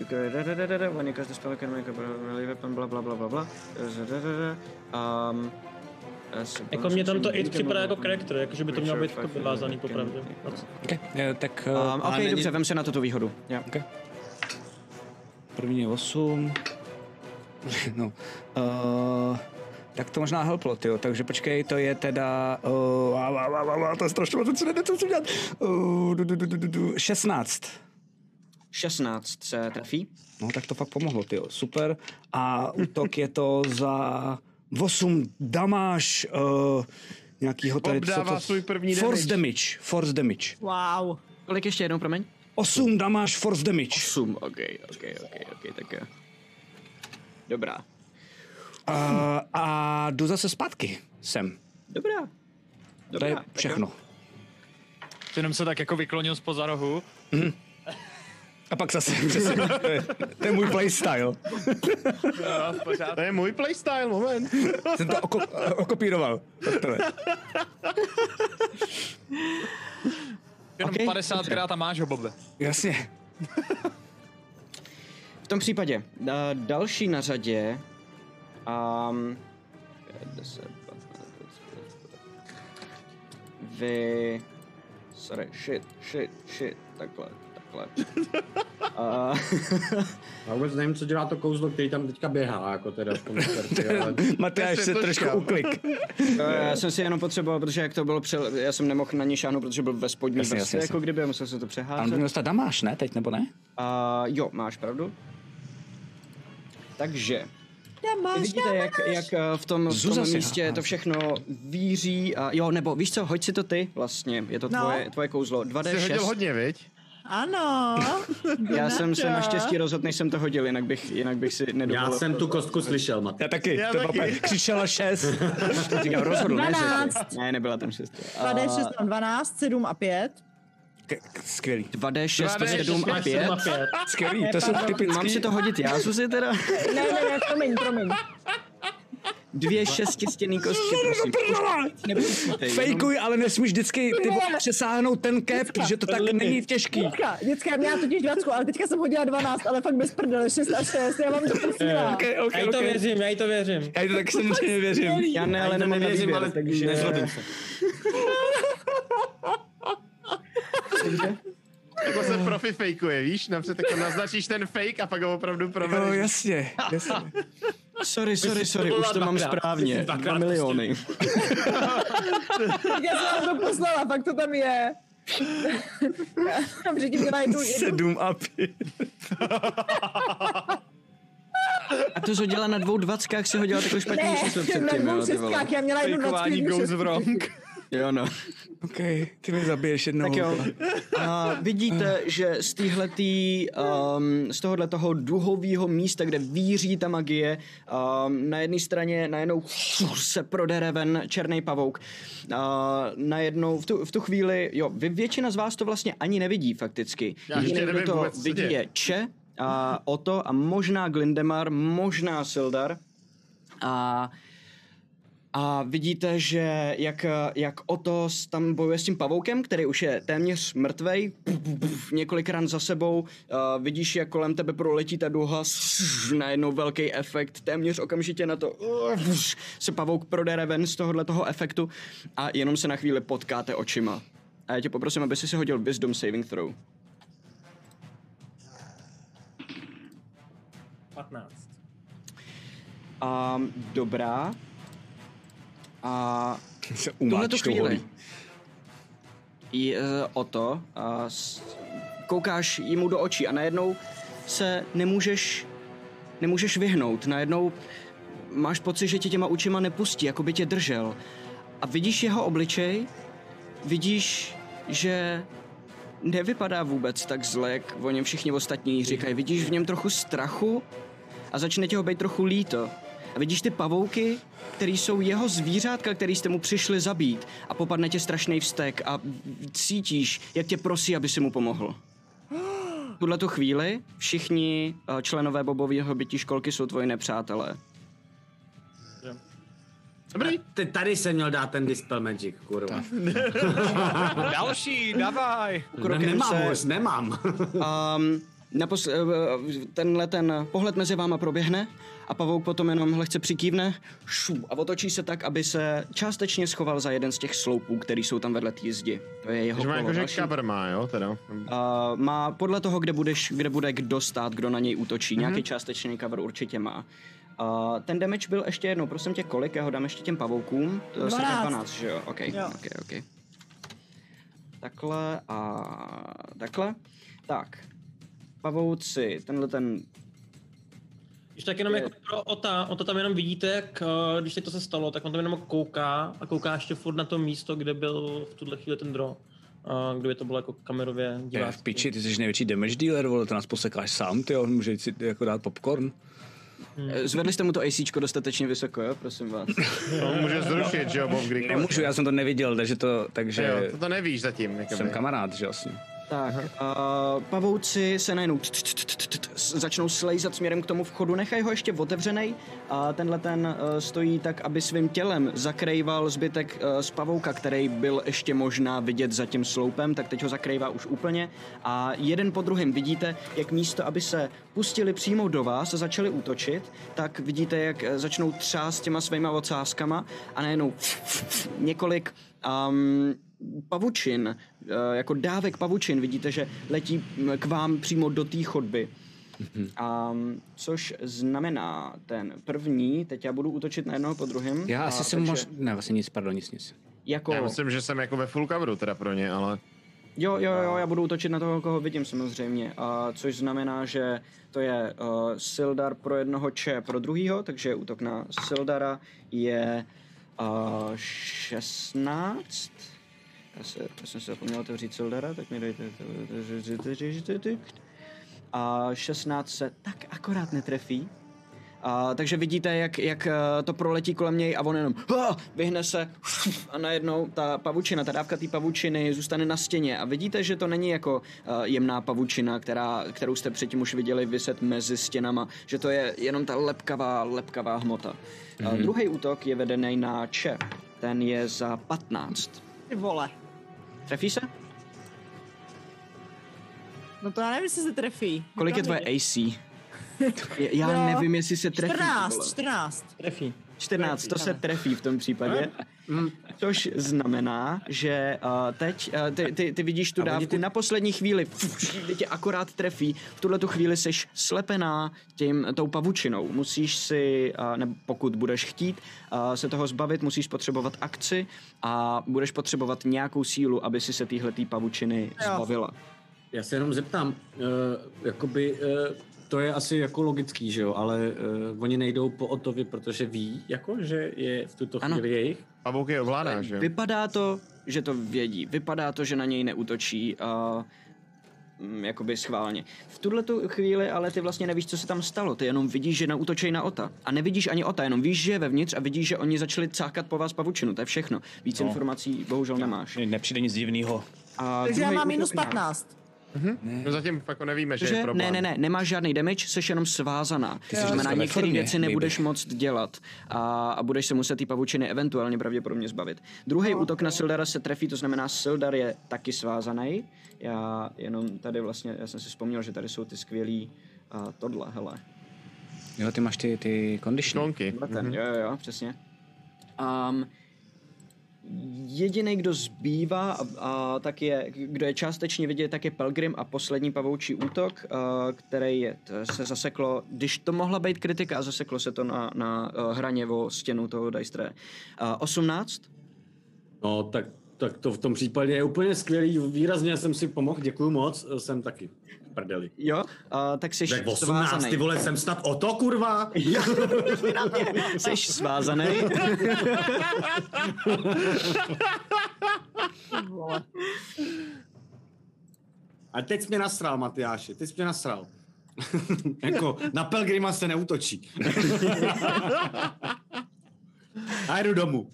B: you can, da, da, da, da, da, when you cast a spell, you can make a melee weapon, bla, bla, bla, bla, bla. There's a da, da, da. Um, as a
G: Jako mě tam to it
B: bonus
G: připadá
B: action,
G: jako character, jako že by to mělo být jako vyvázaný popravdě.
C: Okay. Uh, tak, uh,
B: Um, ok,
C: ale není-
B: dobře, vem si na to tu výhodu. Yeah.
C: Okay. První je 8. [LAUGHS] No. Uh, tak to možná helplo, jo. Takže počkej, to je teda... Uh, a, a, a, a, to je strašně moc, co nejde, co chci dělat. Uh, du, du, du, du, du, du, 16.
B: 16 se trefí.
C: No, tak to fakt pomohlo, jo. Super. A útok je to za 8 damáž uh, nějakýho tady...
E: Bob dává svůj první
C: Force
E: damage.
C: damage. Force damage.
K: Wow.
B: Kolik ještě jednou, promiň?
C: 8 damáž force damage.
B: 8, ok, ok, ok, ok, tak jo. Dobrá.
C: A, a jdu zase zpátky sem.
B: Dobrá.
C: To je
B: Dobrá. tak
C: všechno.
I: Ty jenom se tak jako vyklonil spoza rohu.
C: A pak zase přesně. [LAUGHS] To je, to je můj playstyle.
E: To je můj playstyle, moment.
C: No, [LAUGHS] Jsem to oko, okopíroval. Doktore.
I: [LAUGHS] Jenom
B: Ok.
I: 50krát a máš ho, Bobe.
C: Jasně.
B: V tom případě, da- další na řadě... Um, vy... Sorry, shit, shit, shit, takhle,
D: [LAUGHS]
B: takhle. Uh,
D: Já vůbec nevím, co dělá to kouzlo, který tam teďka běhá, jako teda v tom
B: [LAUGHS]
D: čtvrti,
C: [LAUGHS]
D: ale...
C: Matyáš se trošku uklik.
B: Eh, já jsem si jenom potřeboval, protože jak to bylo přel... Já jsem nemohl na ní šáhnout, protože byl ve spodní
C: Jasně,
B: jasně,
C: jasně,
B: vrstvě,
C: jasně.
B: jako kdyby, já musel se
C: A
B: to
C: on by
B: přeházet.
C: měl dostat damáš, ne? Teď nebo ne?
B: Uh, jo, máš pravdu. Takže,
K: Já
B: Vy
K: máš,
B: Vidíte, jak, jak eh, v tom, v
C: Zuza
B: tom
C: si
B: místě
C: hází.
B: to všechno víří a jo, nebo víš co, hoď si to ty vlastně, je to
K: No.
B: tvoje, tvoje kouzlo,
E: Jsi hodil
B: 2D6,
E: hodně, viď?
K: Ano. jdu
B: já
K: na
B: jsem se
K: to.
B: naštěstí rozhodl, než jsem to hodil, jinak bych, jinak bych si nedovolil.
D: Já jsem tu kostku slyšel, Mat.
C: Já taky.
E: Já
C: to
E: taky.
C: Baba křičela šest.
B: říkal, rozhodl, ne,
K: Dvanáct.
B: šest. ne, nebyla tam 6.
K: 2D6 tam 12, 7 a 5.
C: K- k- Skvělý.
B: 2D6, 7 a 5.
C: Skvělý, to jsou typický.
B: Mám si to hodit já, Zuzi, teda?
K: Ne, ne, ne, promiň, promiň.
B: Dvě šestistěný kostky, prosím. Nepustíte, jenom-
C: Fejkuj, ale nesmíš vždycky ty vole, přesáhnout ten cap, že to tak není těžký.
K: Děcka, děcka, já měla totiž dvacku, ale teďka jsem hodila 12, ale fakt bez prdele, 6 a 6, já vám to pustila.
C: Okay,
G: Já jí to věřím, já jí to věřím.
C: Já jí to taky samozřejmě nevěřím.
B: Já ne, ale
D: Já to
B: nemám na
D: nevěřím, ale
B: výběr, takže...
D: nezlobím se.
E: [LAUGHS] Jako se profi fejkuje, víš? Napřed jako naznačíš ten fake a pak ho opravdu
C: No
E: provedeš.
C: jasně,
E: [LAUGHS]
C: jasně.
B: No, Sorry, sorry, sorry, už to mám správně. Dva miliony.
K: [LAUGHS] Já jsem vám to poslala, fakt to tam je. Já jsem předtím měla jednu, jednu,
C: Sedm a pět.
B: [LAUGHS] A to, co dělá na dvou dvackách, si ho dělal takhle špatně, že jsme
K: Ne, na
B: předtím,
K: dvou
B: jo, ty vole.
K: šestkách, já měla jednu dvacku,
C: Fejkování
K: jednu
C: goes
K: šestku.
C: wrong.
B: Jo, no.
C: OK, ty mi [GASPS] zabiješ jednou.
B: Tak jo. A vidíte, že z týhletý, um, z tohohle toho duhového místa, kde víří ta magie, um, na jedné straně najednou se prodere ven černý pavouk. Uh, najednou, v tu, v tu chvíli, jo, vy, většina z vás to vlastně ani nevidí fakticky.
E: Já ještě
B: Jediný, kdo
E: nevím
B: to
E: vůbec, co
B: vidí,
E: děje.
B: je Če, a Oto a možná Glindemar, možná Sildar. A a vidíte, že jak, eh, jak Oto s- tam bojuje s tím pavoukem, který už je téměř mrtvej, puf, puf, puf, několik ran za sebou, uh, vidíš, jak kolem tebe proletí ta duha, sš, najednou velký efekt, téměř okamžitě na to uh, vš, se pavouk prodere ven z tohohle toho efektu a jenom se na chvíli potkáte očima. A já tě poprosím, aby si si hodil Wisdom Saving Throw.
G: 15.
B: A dobrá. A
C: Se
B: tuhle tu
C: umáčkou
B: chvíli
C: holí.
B: je, eh, o to a s, koukáš jemu do očí a najednou se nemůžeš, nemůžeš vyhnout. Najednou máš pocit, že tě těma očima nepustí, jako by tě držel. A vidíš jeho obličej, vidíš, že nevypadá vůbec tak zle, jak o něm všichni ostatní říkají. Vidíš v něm trochu strachu a začne tě ho být trochu líto. A vidíš ty pavouky, který jsou jeho zvířátka, který jste mu přišli zabít a popadne tě strašný vztek a cítíš, jak tě prosí, aby si mu pomohl. V tuhle tu chvíli všichni eh, členové Bobového bytí školky jsou tvoji nepřátelé.
D: Dobrý. Ty, tady jsem měl dát ten Dispel Magic, kurva.
I: Další, davaj.
D: Ne,
B: Krokem
D: nemám
B: se-
D: se... už,
B: [LAUGHS]
D: nemám.
B: Um, napos- eh, tenhle ten pohled mezi váma proběhne a pavouk potom jenom lehce přikývne šu, a otočí se tak, aby se částečně schoval za jeden z těch sloupů, který jsou tam vedle té zdi. To je jeho
E: Že má
B: kolo.
E: jakože
B: Další-
E: kabr má, jo, teda.
B: Uh, má podle toho, kde, budeš, kde bude kdo stát, kdo na něj
E: Mhm.
B: útočí. Mm-hmm. Nějaký částečný cover určitě má. Uh, ten damage byl ještě jednou, prosím tě, kolik? Já ho dám ještě těm pavoukům. To se dá
K: 12.
B: 12, že jo? OK,
K: Jo.
B: OK, OK. Takhle a takhle. Tak, pavouci, tenhle ten...
G: Když tak jenom
B: Je.
G: jako pro Ota, Ota tam jenom vidíte, jak, eh, když teď to se stalo, tak on tam jenom kouká a kouká ještě furt na to místo, kde byl v tuhle chvíli ten dro, eh, kde by to bylo jako kamerově
C: Je, v
G: divácky.
C: piči, ty jsi největší damage dealer, vole, to nás posekáš sám, ty jo, můžeš si jako dát popcorn.
E: Hmm.
B: eh, Zvedli jste mu to AC dostatečně vysoko, jo? Prosím vás.
E: To může zrušit, že jo, Bob Grigg.
C: Nemůžu, já jsem to neviděl, takže to, takže
E: Jo, to, to nevíš zatím. jakoby.
C: jsem kamarád, že vlastně.
B: Tak, uh, pavouci se najednou t- t- t- t- t- s- začnou slejzat směrem k tomu vchodu, nechají ho ještě otevřený a tenhle ten uh, stojí tak, aby svým tělem zakrýval zbytek uh, z pavouka, který byl ještě možná vidět za tím sloupem, tak teď ho zakrývá už úplně a jeden po druhém vidíte, jak místo, aby se pustili přímo do vás a začali útočit, tak vidíte, jak eh, začnou třást těma svýma ocáskama a najednou několik um, pavučin, eh, jako dávek pavučin, vidíte, že letí mm, k vám přímo do té chodby.
C: Hmm.
B: Um, což znamená ten první, teď já budu útočit na jednoho po druhém.
C: Já
B: a
C: asi jsem
B: takže
C: mož... Ne, vlastně nic, pardon, nic, nic.
B: Jako,
E: No, Já myslím, že jsem jako ve full coveru teda pro ně, ale...
B: jo, jo,
E: no.
B: jo, já budu útočit na toho, koho vidím samozřejmě. A což znamená, že to je uh, Sildar pro jednoho, Če pro druhýho, takže útok na Sildara je uh, 16. Já, se, já jsem se zapomněl otevřít Sildara, tak mi dejte... A 16 se tak akorát netrefí. A, takže vidíte, jak, jak eh, to proletí kolem něj a on jenom "Ha!" vyhne se a najednou ta pavučina, ta dávka té pavučiny zůstane na stěně a vidíte, že to není jako eh, jemná pavučina, která, kterou jste předtím už viděli vyset mezi stěnama, že to je jenom ta lepkavá, lepkavá hmota. Mm-hmm. Druhý útok je vedený na Če, ten je za 15.
K: Ty vole.
B: Trefí se?
K: No to já nevím, jestli se trefí.
B: Kolik je tvoje AC? Je- Já
K: No,
B: nevím, jestli se trefí. ty vole.
K: 14, 14.
G: Trefí.
B: 14, to se trefí Hm? v tom případě. Mm, Což znamená, že uh, teď uh, ty, ty, ty vidíš tu dávku ty... na poslední chvíli, fuš, kdy tě akorát trefí, v tuhle tu chvíli jsi slepená tím, tou pavučinou. Musíš si, uh, nebo pokud budeš chtít uh, se toho zbavit, musíš potřebovat akci a budeš potřebovat nějakou sílu, aby si se téhle pavučiny
K: Jo.
B: zbavila.
D: Já se jenom zeptám, uh, eh, jakoby uh, to je asi jako logický, že jo, ale uh, oni nejdou po Otovi, protože ví, jako, že je v tuto
B: Ano.
D: chvíli jejich.
E: Pavouk je ovládá, že
B: Vypadá to, že to vědí. Vypadá to, že na něj neútočí a mm, jakoby schválně. V tuhle tu chvíli ale ty vlastně nevíš, co se tam stalo. Ty jenom vidíš, že nautočej na Ota. A nevidíš ani Ota, jenom víš, že je vevnitř a vidíš, že oni začali cákat po vás pavučinu. To je všechno. Víc
L: No.
B: informací bohužel nemáš.
L: Nepřijde nic divného.
B: A
K: Takže já
B: druhý
K: mám minus
B: útok na-
K: 15.
E: No zatím jako nevíme, že, je
B: že ne,
E: problém.
B: ne, ne, nemáš žádný damage, jsi jenom svázaná.
L: Ty
B: To
L: jsi
B: znamená,
L: ve
B: některé
L: formě,
B: věci nebudeš moc dělat a, a budeš se muset ty pavučiny eventuálně pravděpodobně zbavit. Druhý
L: No.
B: útok na Sildara se trefí, to znamená, Sildar je taky svázaný. Já jenom tady vlastně, já jsem si vzpomněl, že tady jsou ty skvělý a tohle, hele.
L: Jo, ty máš ty, ty condition.
E: Člonky.
B: Tenhle Ten, jo, jo, jo, přesně. Um, Jediný, kdo zbývá, a, a tak je, kdo je částečně vidět, tak je Pelgrim a poslední pavoučí útok, a, který je, t, se zaseklo, když to mohla být kritika, a zaseklo se to na, na a, hraně o stěnu toho Dajstre. 18?
D: No, tak, tak to v tom případě je úplně skvělý, výrazně jsem si pomohl, děkuji moc, eh, jsem taky v prdeli.
B: Jo, a, tak jsi
D: Tak 18, ty vole, jsem snad o to, kurva?
B: [LAUGHS] Jsi svázaný.
D: A teď jsi mě nasral, Matyáši, teď jsi mě nasral. [LAUGHS] jako, na Pelgrima se neutočí. [LAUGHS] A jdu domů.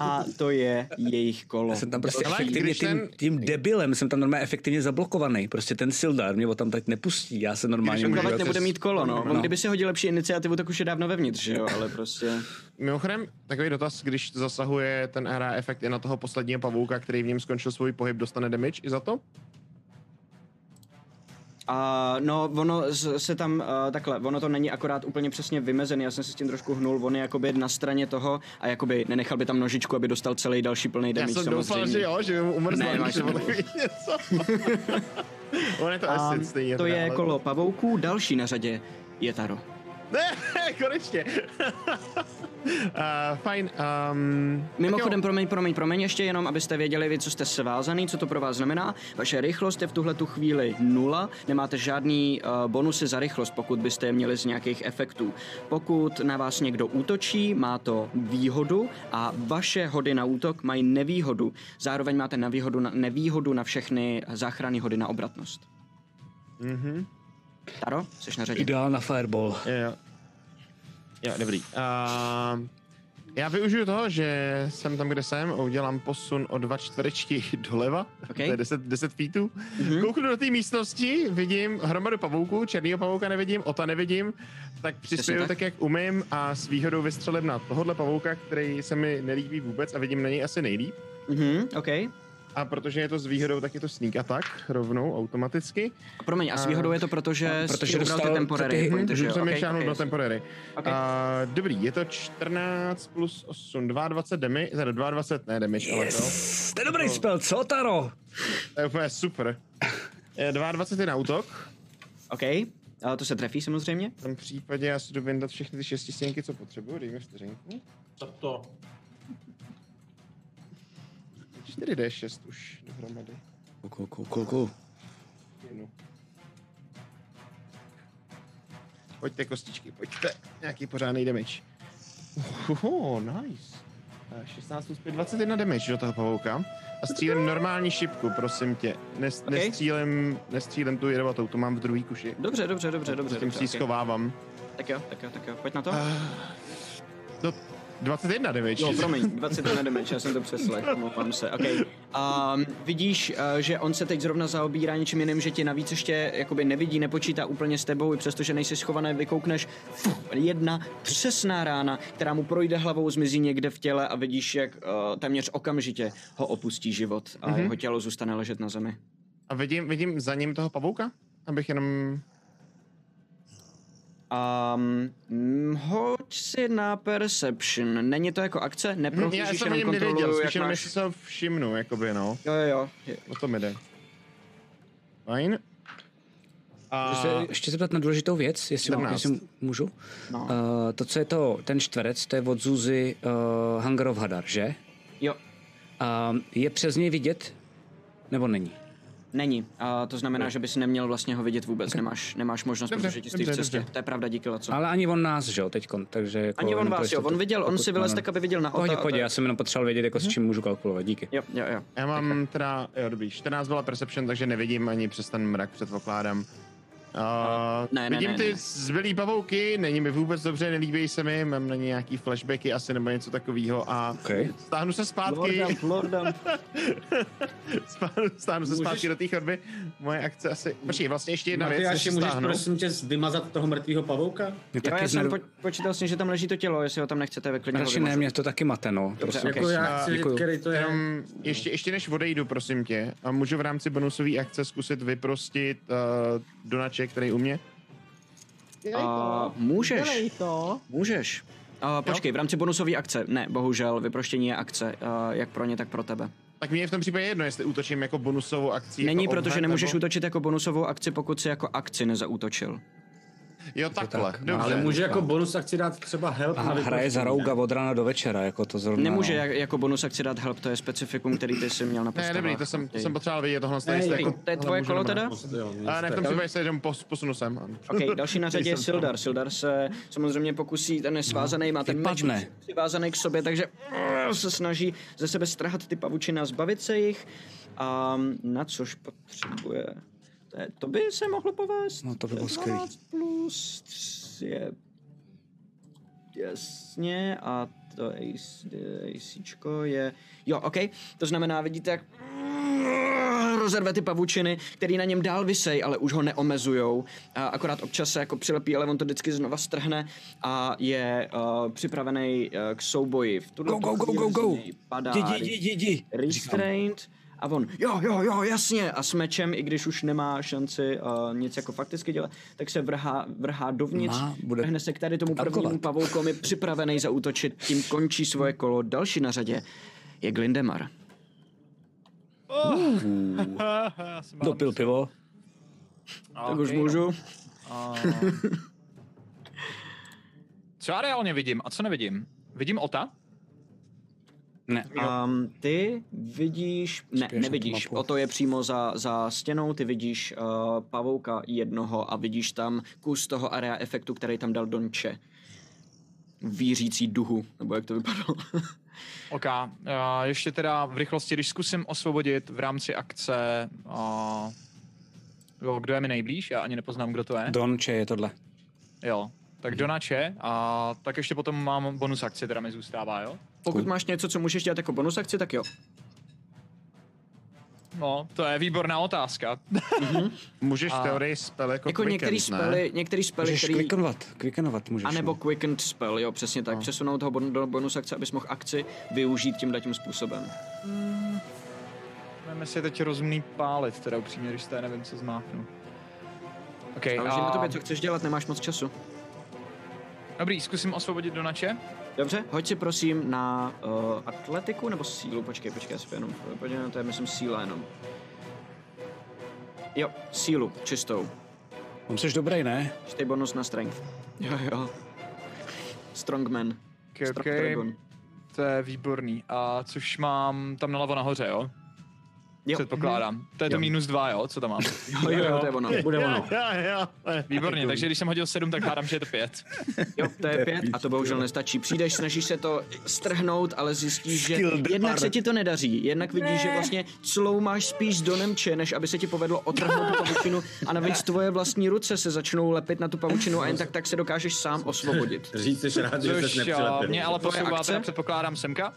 B: a to je jejich kolo.
L: Já jsem tam prostě
E: Ale
L: efektivně
E: když
L: tím,
E: ten-
L: tím debilem, jsem tam normálně efektivně zablokovaný. Prostě ten Sildar mě ho tam tak nepustí, já se normálně...
E: Když
L: můžu
B: Kovat
L: jako-
B: nebude mít kolo, no. On
L: No.
B: kdyby si hodil lepší iniciativu, tak už je dávno vevnitř, že jo, ale prostě...
E: Mimochodem, takový dotaz, když zasahuje ten RA efekt i na toho posledního pavouka, který v něm skončil svůj pohyb, dostane damage i za to?
B: A no, ono z- se tam uh, takhle, ono to není akorát úplně přesně vymezený, já jsem se s tím trošku hnul, on je jakoby na straně toho a jakoby nenechal by tam nožičku, aby dostal celý další plný
E: Já
B: damage
E: jsem doufal,
B: samozřejmě.
E: že jo, [LAUGHS] že by mu
B: Ne,
E: umrzlo,
B: máš
E: když nebo
B: pravdu.
E: takový něco. [LAUGHS] On je to
B: A
E: asi stejně.
B: to je
E: ale-
B: kolo pavouků, další na řadě je Taro.
E: [LAUGHS] Ne, konečně. uh, fajn. Um,
B: Mimochodem, promiň, promiň, promiň, ještě jenom, abyste věděli vy, co jste svázaný, co to pro vás znamená. Vaše rychlost je v tuhle tu chvíli nula, nemáte žádný uh, bonusy za rychlost, pokud byste je měli z nějakých efektů. Pokud na vás někdo útočí, má to výhodu a vaše hody na útok mají nevýhodu. Zároveň máte nevýhodu na, nevýhodu na všechny záchrany hody na obratnost.
E: Mhm.
B: Taro, jsi na řadě.
L: Ideál na fireball.
E: Jo, jo. Jo, dobrý. Uh, já využiju toho, že jsem tam, kde jsem, udělám posun o dva čtverečky [LAUGHS] doleva, okay. to je 10, 10 feetů.
B: Mhm.
E: Mm-hmm. Kouknu do té místnosti, vidím hromadu pavouků, černýho pavouka nevidím, ota nevidím, tak přispěju
B: tak.
E: tak. tak, jak umím a s výhodou vystřelím na tohohle pavouka, který se mi nelíbí vůbec a vidím na něj asi nejlíp.
B: Mhm, OK.
E: A protože je to s výhodou, tak je to sneak attack rovnou automaticky.
B: Promiň, a s
E: A-
B: výhodou je to proto,
E: no,
B: že
L: protože
B: jsi ubral
L: dostal
B: ty
L: ty-
E: [LAUGHS]
B: temporary pointy, že
E: Takže
B: jo?
E: jsem okay,
B: Ok,
E: je šáhnul
B: ok,
E: okay, do
B: jasně.
E: temporary.
B: Ok.
E: Okay. Uh, dobrý, je to 14 plus 8, 22 damage, eh, teda 22, ne damage, yes. ale to,
L: Yes! To je dobrý spell, co Taro?
E: to je úplně super. Eh, 22 je na útok,
B: OK, a to se trefí samozřejmě.
E: v tom případě já si jdu vyndat všechny ty šestistěnky, co potřebuju, dej mi vteřinku.
G: Tak to.
E: 4D6 už dohromady.
L: Kou, kou, kou, kou.
E: Jednu. Pojďte kostičky, pojďte, nějaký pořádný damage. Uhoho, nice. Eh, 16 plus 5, 21 damage do toho pavouka. A střílím normální šipku, prosím tě. Nes,
B: Ok.
E: okay. nestřílem, nestřílem tu jedovatou, tu mám v druhý kuši.
B: Dobře, dobře, dobře, dobře.
E: S tím
B: dobře,
E: si ji
B: ok.
E: schovávám.
B: Tak jo, tak jo, tak jo, pojď na to.
E: No, 21 damage.
B: Jo, promiň, 21 damage, já jsem to přeslech, omlouvám se, okay. um, Vidíš, eh, že on se teď zrovna zaobírá něčím jiným, že tě navíc ještě jakoby nevidí, nepočítá úplně s tebou, i přesto, že nejsi schované, vykoukneš, fu, jedna přesná rána, která mu projde hlavou, zmizí někde v těle a vidíš, jak uh, téměř okamžitě ho opustí život a
E: Mhm.
B: jeho tělo zůstane ležet na zemi.
E: [LAUGHS] A vidím, vidím za ním toho pavouka? Abych jenom...
B: Um, mm, hoď si na Perception. Není to jako akce?
E: Hm,
B: Neprohlížíš,
E: já jsem o
B: jenom
E: něm nevěděl,
B: kontroluju,
E: spíš
B: jak
E: jenom
B: máš...
E: jestli se ho všimnu, jakoby, no.
B: Jo, jo, jo. Je-
E: O tom jde. Fajn. A...
L: Můžu se ještě zeptat na důležitou věc, jestli, mám,
E: 14.
L: jestli můžu.
B: No.
L: Uh, to, co je to, ten čtverec, to je od Zuzi uh, Hangarov Hadar, že?
B: Jo.
L: Uh, je přes něj vidět, nebo není?
B: Není. A to znamená, že bys neměl vlastně ho vidět vůbec. Nemáš, nemáš možnost,
L: Dobře,
B: protože ti stojí v
L: dobře,
B: cestě.
L: dobře.
B: To je pravda, díky Laco.
L: Ale ani on nás, že jo, teďkon, takže... Jako
B: Ani on
L: jenom pro
B: vás, jo, on
L: jistotu,
B: viděl, on
L: pokud-
B: si vylez
L: no, no.
B: tak, aby viděl na
L: Pohodě,
B: ota a
L: pohodě,
B: tak.
L: já jsem jenom potřeboval vědět, jako s čím můžu kalkulovat, díky.
B: Jo, jo, jo.
E: Já mám teda, jo dobrý, 14 byla perception, takže nevidím ani přes ten mrak, předpokládám. Uh,
B: ne, ne,
E: vidím
B: ne,
E: ty
B: ne.
E: zbylý pavouky, není mi vůbec dobře, nelíbí se mi, mám na ně nějaký flashbacky asi nebo něco takového a
L: okay.
E: stáhnu se zpátky. [LAUGHS]
B: Lordam, lordam.
E: stáhnu, stáhnu se
D: Můžeš-
E: zpátky do té chodby. Moje akce asi... Počkej, vlastně ještě jedna věc, než
D: Matyáši,
E: se
D: můžeš
E: stáhnu.
D: prosím tě vymazat toho mrtvého pavouka?
L: Jo,
B: Jo, já jsem po, počítal jsem, že tam leží to tělo, jestli ho jako tam nechcete vyklidně.
L: Radši ne, mě to taky mate, no. Prosím,
E: Jako
L: tě. Děkuju.
E: to je. Jenom, ještě, ještě než odejdu, prosím tě, a můžu v rámci bonusové akce zkusit vyprostit uh, donaček, který u mě?
F: Dělej to.
B: můžeš.
F: Dělej to.
B: Můžeš. Uh, počkej, v rámci bonusové akce. Ne, bohužel, vyproštění je akce, uh, jak pro ně, tak pro tebe.
E: Tak mě je v tom případě jedno, jestli útočím jako bonusovou akcí.
B: Není,
E: jako
B: protože
E: obhad,
B: nemůžeš
E: nebo-
B: útočit jako bonusovou akci, pokud si jako akci nezaútočil.
E: Jo, takhle.
L: tak,
E: dobře.
L: no,
D: Ale může jako prostě bonus akci dát třeba help
L: A hraje za rouga od rána do večera, jako to zrovna.
B: Nemůže
L: no.
B: jak, jako bonus akci dát help, to je specifikum, který ty jsi měl na
E: Ne,
B: postavách.
E: dobrý, to jsem, to jsem potřeboval vidět, tohle
B: Ne,
E: ne, jste,
B: dobrý.
E: jako,
B: To je tvoje kolo teda?
E: prostě, A ne, v tom případě se jenom pos, posunu sem. ano.
B: [LAUGHS] OK, další na řadě je
E: Nejsem
B: Sildar. Sildar se samozřejmě pokusí, ten je svázaný, má ten meč
L: vypadne.
B: přivázaný k sobě, takže eh, se snaží ze sebe strhat ty pavučiny a zbavit se jich. A na což potřebuje... To, je, to by se mohlo povést.
L: No to by bylo skvělý.
B: 12 plus 3 je... Jasně, a to AC, ACčko je... Jo, OK, to znamená, vidíte, jak rozerve ty pavučiny, který na něm dál visej, ale už ho neomezujou. A akorát občas se jako přilepí, ale on to vždycky znova strhne a je uh, připravený uh, k souboji. V tuhle
L: Go, go, go,
B: chvíli
L: go,
B: z
L: go.
B: něj Padá
L: Jdi, jdi, jdi, jdi.
B: Restrained. A on, jo, jo, jo, jasně. A s mečem, i když už nemá šanci uh, nic jako fakticky dělat, tak se vrhá, vrhá dovnitř,
L: Má, bude
B: bude vrhne se k tady tomu
L: tankovat.
B: prvnímu pavoukom, je připravený zaútočit, tím končí svoje kolo. Další na řadě je Glindemar.
I: [LAUGHS] Já jsem
L: Dopil pivo.
B: Tak už můžu.
I: A... No. Co já reálně vidím a co nevidím? Vidím Ota?
L: Ne.
B: Um, ty vidíš, ne,
I: Spíš na tu
B: nevidíš,
I: mapu.
B: o to je přímo za, za stěnou, ty vidíš uh, pavouka jednoho a vidíš tam kus toho area efektu, který tam dal Donče. Vířící duhu, nebo jak to vypadalo. [LAUGHS]
I: OK. A ještě teda v rychlosti, když zkusím osvobodit v rámci akce... A... Jo, kdo je mi nejblíž? Já ani nepoznám, kdo to je.
L: Donče je tohle.
I: Jo.
B: Mhm.
I: Tak Donače, a tak ještě potom mám bonus akci, teda mi zůstává, jo?
B: Pokud máš něco, co můžeš dělat jako bonus akci, tak jo.
I: No, to je výborná otázka. [LAUGHS]
E: Můžeš
I: A-
E: teorii spell jako,
B: Mhm. Jako
E: quicken,
B: některý spely, některý spely,
L: Můžeš
B: který...
L: klikenovat, klikenovat můžeš.
B: A nebo quickened spell, jo, přesně tak. Přesunout ho bon, do bonus akce, abys mohl akci využít tímhle tím způsobem.
I: Budeme si teď rozumný pálit, teda upřímně, když jste, nevím, co zmáknu. Okay,
B: Ale
I: a-
B: na tobě, co chceš dělat, nemáš moc času.
I: Dobrý, zkusím osvobodit Donače.
B: Dobře, hoď si prosím na uh, atletiku nebo sílu, počkej, počkej, já si jenom, pojď, to je myslím síla jenom. Jo, sílu, čistou.
L: On jsi dobrý, ne?
B: Čtej bonus na strength. Jo, jo. Strongman.
I: Okay,
B: Strong
I: okay.
B: Dragon.
I: To je výborný. A což mám tam nalavo nahoře, jo?
B: Jo.
I: Předpokládám. To je to
B: Jo.
I: minus dva, jo? Co tam mám?
B: [LAUGHS] Jo, jo, jo, to je ono. Bude ono.
E: [LAUGHS] Jo, jo.
I: Výborně, takže když jsem hodil sedm, tak hádám, že je to pět.
B: [LAUGHS] Jo, to je pět a to bohužel nestačí. Přijdeš, snažíš se to strhnout, ale zjistíš, že
L: Skill depart.
B: jednak se ti to nedaří. Jednak vidíš, že vlastně cloumáš spíš s Donem Če, než aby se ti povedlo otrhnout tu pavučinu a navíc tvoje vlastní ruce se začnou lepit na tu pavučinu a jen tak tak se dokážeš sám osvobodit.
D: [LAUGHS] Říct, jsi rád, že
I: Což
D: jsi
I: a,
D: nepřilepil.
I: mě ale
B: Tvoje
I: posouvá
B: akce?
I: teda předpokládám semka?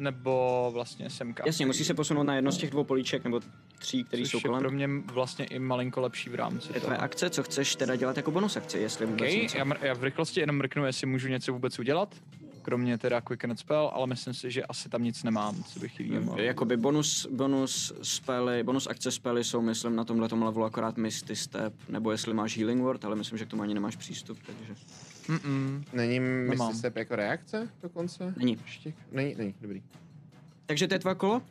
I: Nebo vlastně semka?
B: Jasně, musí se posunout na jedno z těch dvou políček nebo tří, které
I: Což
B: jsou
I: je
B: kolem.
I: pro mě vlastně i malinko lepší v rámci
B: Je
I: toho.
B: tvoje akce, co chceš teda dělat jako bonus akci, jestli vůbec
I: Okay,
B: něco.
I: já, mr- já v rychlosti jenom mrknu, jestli můžu něco vůbec udělat. Kromě teda Quick and Spell, ale myslím si, že asi tam nic nemám, co bych jiného mohl.
B: Jakoby bonus, bonus spely, bonus akce spely jsou, myslím, na tomhle levelu akorát Misty Step, nebo jestli máš Healing Word, ale myslím, že k tomu ani nemáš přístup, takže...
I: Mm-mm.
E: Není
I: Nemám.
E: myslím se jako reakce dokonce?
B: Není.
E: Ještě? Není, není, dobrý.
B: Takže to je tvoje kolo?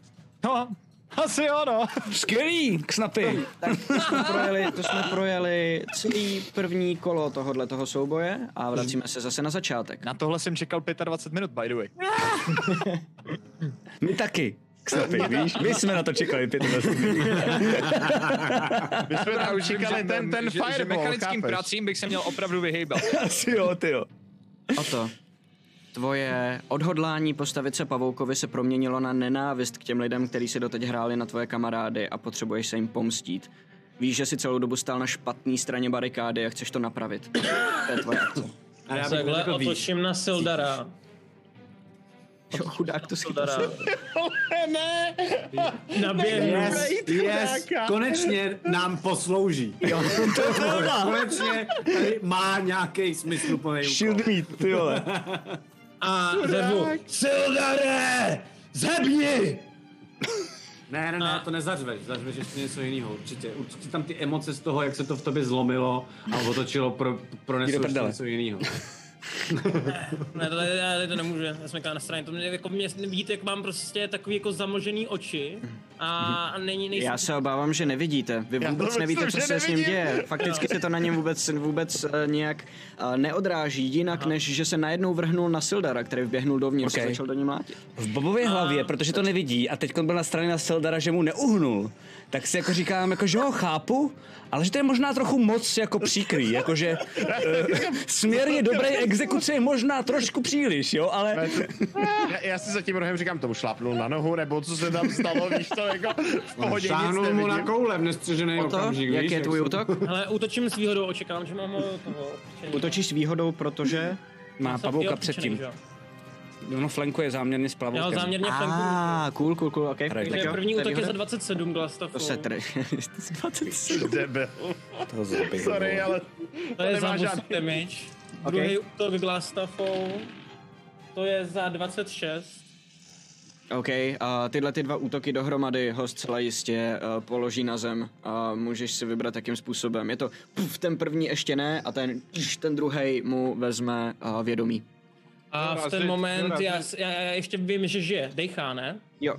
I: No, asi jo, no.
L: Skvělý, snapy.
B: Tak to jsme projeli, to jsme projeli celý první kolo tohohle toho souboje a vracíme se zase na začátek.
I: Na tohle jsem čekal 25 minut, by the way.
L: My taky.
C: Ksapy, víš? My jsme na to čekali pět let.
I: My
E: jsme tam čekali ten- ten
I: že, že
E: fireball,
I: mechanickým
E: chápeš?
I: pracím bych se měl opravdu vyhejbat.
C: [LAUGHS] Asi jo, ty jo.
B: O to. Tvoje odhodlání postavit se pavoukovi se proměnilo na nenávist k těm lidem, kteří se doteď hráli na tvoje kamarády a potřebuješ se jim pomstít. Víš, že si celou dobu stál na špatné straně barikády a chceš to napravit. To je tvoje akce.
G: A já bych Takhle otočím na Sildara.
B: Jo, chudák to
G: Sildara.
E: ne!
G: Naběhnu.
D: Yes, yes, konečně nám poslouží. Jo,
E: to
D: [LAUGHS]
E: je pravda.
D: konečně tady má nějaký smysluplný úkol.
C: Shield meat, ty vole.
G: A řvu. Sildare! Zebni!
D: Ne, ne, ne, to nezařveš, zařveš ještě něco jiného, určitě. Určitě tam ty emoce z toho, jak se to v tobě zlomilo a otočilo, pro,
C: Jdi
D: pronesou
C: do
D: ještě
C: prdele.
D: něco jiného.
G: Ne, tohle já to nemůžu, já jsem na straně. To mě, jako mě, vidíte, jak mám prostě takový jako zamlžený oči a, a není, nejsem... [LAUGHS]
B: Já se obávám, že nevidíte. Vy
G: Já to
B: vůbec
G: myslím,
B: nevíte, co
G: že
B: se s ním
G: nevidím.
B: děje. Fakticky
G: Jo.
B: se to na něm vůbec, vůbec eh, nějak eh, neodráží, jinak než že se najednou vrhnul na Sildara, který vběhnul dovnitř
C: Ok.
B: a začal do něj mlátit.
C: V Bobově hlavě, protože to nevidí, a teď byl na straně na Seldara, že mu neuhnul, tak si jako říkám, jako, že ho chápu, ale že to je možná trochu moc jako příkrý, jakože uh, směrně dobré exekuce je možná trošku příliš, jo, ale...
E: [LAUGHS] Já, já si za tím rohem říkám, tomu šlápnul na nohu, nebo co se tam stalo, víš to, jako v pohodě nic
D: Šáhnul mu na
E: nevidím.
D: koule v nestřežený
B: Oto,
D: okamžik,
B: jak
D: víš,
B: je tvůj
D: jsem-
B: útok?
G: Ale útočím s výhodou, očekávám, že mám ho toho.
B: Útočíš s výhodou, protože...
C: Má
G: Já jsem
C: pavouka
G: jo,
C: předtím.
G: že jo.
C: Ono flankuje záměrně s plavoukem.
G: Já ho záměrně flankuju.
B: Ah, cool, cool, cool, ok.
C: Hraj.
G: Takže
C: Tak jo,
G: první
C: to je
G: útok je
C: výhoda.
G: za 27 Glastafu.
B: To
C: [LAUGHS]
B: se tre... 27.
E: Debil.
C: To zabiju.
E: Sorry, ale
G: To je za
E: nemá
G: 8
E: žádný-
G: damage.
B: Ok.
G: Druhý útok Glastafou. To je za 26.
B: OK, a tyhle ty dva útoky dohromady ho zcela jistě eh, položí na zem a můžeš si vybrat, jakým způsobem. Je to puf, ten první ještě ne a ten, iš, ten druhý mu vezme eh, vědomí.
G: A v
B: Dorazit,
G: ten moment, já,
B: dorazit.
G: já, já ještě vím, že žije, dejchá, ne?
B: Jo.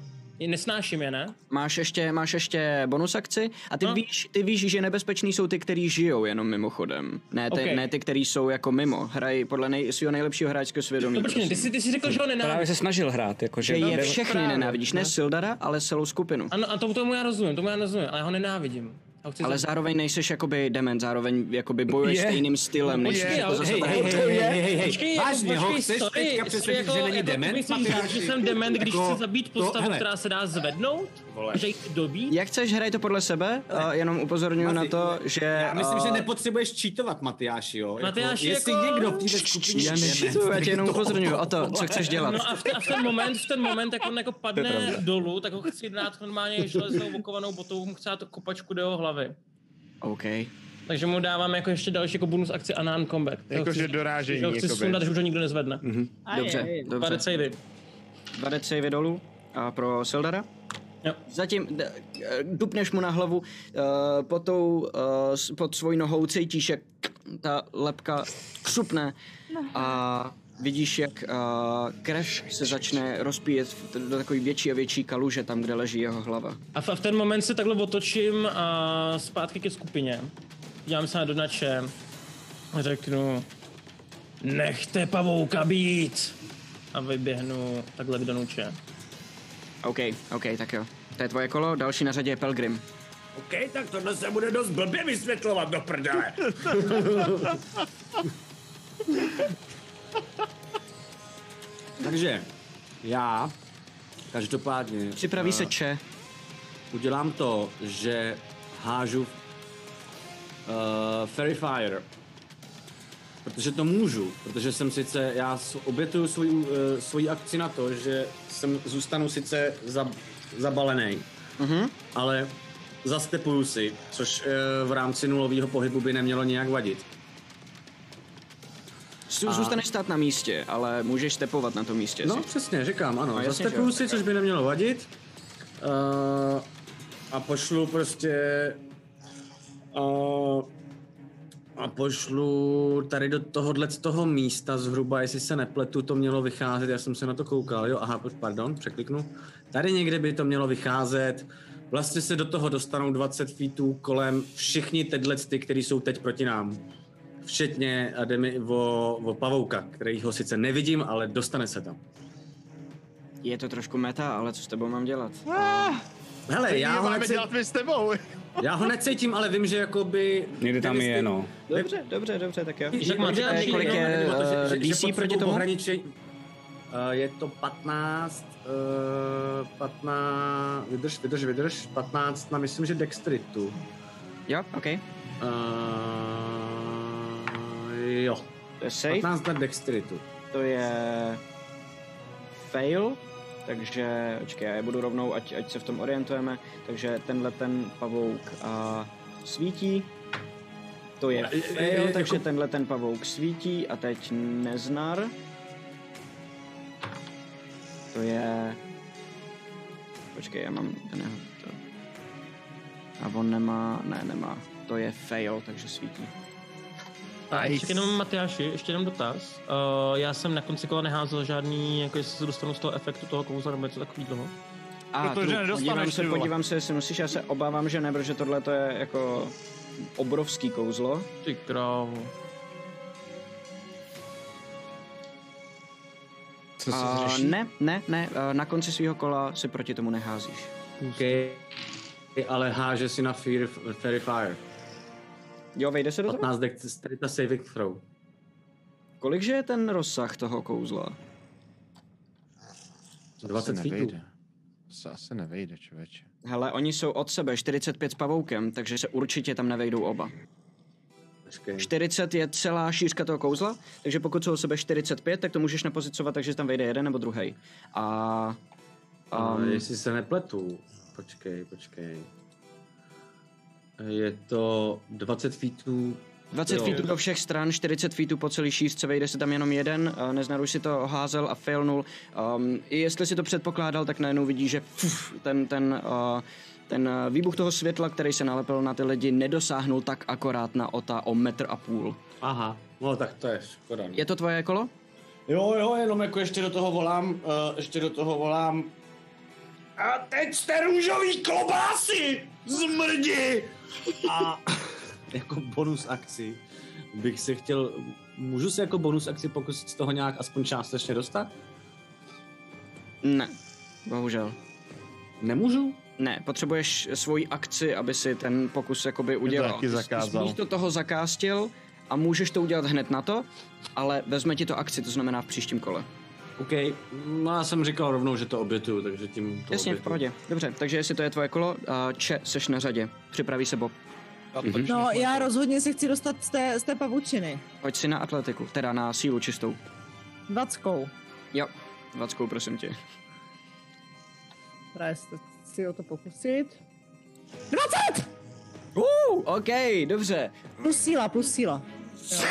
G: Nesnáším je, ne?
B: Máš ještě, máš ještě bonus akci a ty,
G: No.
B: víš, ty víš, že nebezpeční jsou ty, kteří žijou jenom mimochodem. Ne ty,
G: Ok.
B: ne ty kteří jsou jako mimo. Hraj podle nej, svého nejlepšího hráčského svědomí.
G: No počkej, ty
B: prosím.
G: jsi, ty jsi řekl, že ho
C: Právě
G: nenávidíš.
C: se snažil hrát, jakože...
B: že je
C: Nebyl-
B: všechny nenávidíš,
C: No.
B: ne Sildara, ale celou skupinu.
G: Ano, a tomu, tomu já rozumím, tomu já rozumím, ale já ho nenávidím. A chci
B: Ale
G: za-
B: zároveň nejseš jakoby dement, zároveň jakoby bojuješ
G: Je.
B: stejným stylem,
G: No
B: než
G: počkej,
B: jako
G: ale-
B: zase
G: hej,
B: tak-
G: hej, hej, hej, hej, hej, hej.
D: Počkej, vážně,
G: jako,
D: ho
G: počkej,
D: chceš
G: sorry,
D: teďka
G: sorry,
D: přesvědčit, že není
G: jako ty
D: dement,
G: myslíš,
D: Matyáši?
G: že jsem dement, když
D: Jako
G: chci zabít
D: to-
G: postavu,
D: hele.
G: která se dá zvednout? Že ji dobí?
B: Jak chceš, hraj to podle sebe, a jenom upozorňuji na to, že... eh,
D: Já myslím,
B: a,
D: že nepotřebuješ čítovat, Matyáši, jo?
G: Matyáši,
D: jestli
G: jako-
D: někdo v téhle skupině
B: Já
D: je
B: nečtu,
D: dement,
B: já
D: tak
B: tě jenom
D: to-
B: upozorňuji o to, co chceš dělat.
G: No a v, a v ten moment, v ten moment, jak on jako
B: To je
G: padne
B: pravda.
G: dolů, tak ho chci dát normálně železnou vokovanou botou, mu chci dát kopačku do jeho hlavy.
B: OK.
G: Takže mu dávám jako ještě další jako bonus akci Anan Combat. Toho
E: Jakože
G: chci-
E: dorážení,
G: že ho Chci
B: jakoby.
G: sundat, že už ho nikdo nezvedne.
B: Aj, Mhm. Dobře, aj, aj. dobře.
G: Padec savey.
B: Vadec save dolů a pro Sildara.
G: Jo.
B: Zatím d- eh, dupneš mu na hlavu, eh, pod, tou, eh, s- pod svojí nohou cítíš, jak ta lepka křupne a vidíš, jak eh, krev se začne rozpíjet v- do takové větší a větší kaluže tam, kde leží jeho hlava.
G: A v, a v ten moment se takhle otočím a zpátky ke skupině. Dělám se na donače. A
C: No.
G: řeknu, nechte pavouka být. A vyběhnu takhle k donuče.
B: OK, OK, tak jo. To je tvoje kolo, další na řadě je Pelgrim.
M: OK, tak tohle se bude dost blbě vysvětlovat do prdele.
D: Takže já každopádně...
B: Připraví se
D: eh,
B: Če.
D: Udělám to, že hážu uh, Fairy Fire. Protože to můžu, protože jsem sice, já s- obětuju svoji, uh, svoji akci na to, že jsem zůstanu sice za, zabalený,
B: Mhm.
D: ale zastepuju si, což uh, v rámci nulového pohybu by nemělo nějak vadit.
B: Zů- Zůstaneš stát na místě, ale můžeš stepovat na tom místě.
D: No
B: si.
D: přesně, říkám, ano.
B: No,
D: No,
B: jasně,
D: Zastepuju
B: že jo,
D: si,
B: tak jo.
D: což by nemělo vadit. Uh, a pošlu prostě... Uh, a pošlu tady do tohohle z toho místa zhruba, jestli se nepletu, to mělo vycházet, já jsem se na to koukal, jo, aha, poč- pardon, překliknu. Tady někde by to mělo vycházet, vlastně se do toho dostanou 20 feetů kolem všichni tyhle ty, kteří jsou teď proti nám. Včetně a jde mi o, o pavouka, kterýho sice nevidím, ale dostane se tam.
B: Je to trošku meta, ale co s tebou mám dělat?
D: Hele, já ho,
E: máme
D: nece...
E: Ah, dělat my s tebou.
D: já ho necítím, ale vím, že jakoby...
L: Někde tam je, no.
B: Dobře, dobře, dobře, tak jo.
D: Že,
B: máte
D: že, že,
B: kolik je eh, DC proti tomu?
D: Hraniči... Uh, je to 15, uh, 15, vydrž, vydrž, vydrž, 15 na, myslím, že dextritu.
B: Jo, OK.
D: Eh, Uh, jo.
B: To je safe.
D: 15 na dextritu.
B: To je fail, takže očkej, já je budu rovnou, ať, ať se v tom orientujeme. Takže tenhle ten pavouk a svítí. To je
D: Je- je-
B: fail,
D: je-
B: takže
D: jako-
B: tenhle ten pavouk svítí a teď neznar. To je... Počkej, já mám ten jeho... To. A on nemá, ne, nemá. To je fail, takže svítí.
G: A ještě jenom, Matyáši, ještě jenom dotaz. Uh, já jsem na konci kola neházel žádný, jako jestli se dostanu z toho efektu toho kouzla nebo něco takový dlouho.
B: A
C: Jako,
B: tu, podívám se, podívám se, jestli musíš, já se obávám, že ne, protože tohle to je jako obrovský kouzlo.
G: Ty krávo.
L: Co
G: se
B: A
G: řeší?
B: ne, ne, ne, a na konci svého kola si proti tomu neházíš.
D: OK. Ale háže si na Fear, Fairy Fire.
B: Jo, vejde se do
D: 15 dextrita saving throw.
B: Kolikže je ten rozsah toho kouzla?
D: 20 feetů.
E: nevejde. To se asi nevejde, člověče.
B: Hele, oni jsou od sebe 45 s pavoukem, takže se určitě tam nevejdou oba. 40 je celá šířka toho kouzla, takže pokud jsou od sebe 45, tak to můžeš napozicovat, takže tam vejde jeden nebo druhý. A
D: A
B: Ehm.
D: jestli se nepletu, počkej, počkej. Je to 20 feetů.
B: 20
D: Jo.
B: feetů do všech stran, 40 feetů po celý šířce, vejde se tam jenom jeden, eh, neznaruš si to házel a failnul. Um, I jestli si to předpokládal, tak najednou vidí, že fuf, ten, ten, uh, ten eh, výbuch toho světla, který se nalepil na ty lidi, nedosáhnul tak akorát na Ota o metr a půl.
D: Aha, no tak to je škoda. no.
B: Je to tvoje kolo?
D: Jo, jo, jenom jako ještě do toho volám, uh, ještě do toho volám.
M: A teď jste růžový klobásy! Zmrdi!
D: A jako bonus akci bych se chtěl, můžu se jako bonus akci pokusit z toho nějak aspoň částečně dostat?
B: Ne, bohužel.
D: Nemůžu?
B: Ne, potřebuješ svoji akci, aby si ten pokus jakoby udělal.
E: taky
B: Ty jsi
E: zakázal.
B: Místo toho zakástil a můžeš to udělat hned na to, ale vezme ti to akci, to znamená v příštím kole.
D: OK, no já jsem říkal rovnou, že to obětuju, takže tím to
B: Jasně, v
D: obětuju.
B: pohodě. Dobře, takže jestli to je tvoje kolo, a če, seš na řadě. Připraví se Bob. Mhm.
K: No, já rozhodně se chci dostat z té, z té pavučiny.
B: Hoď si na atletiku, teda na sílu čistou.
K: Dvackou.
B: Jo, dvackou, prosím tě.
K: Právě se chci o to pokusit. 20!
B: Uh, OK, dobře.
K: Plus síla, plus síla.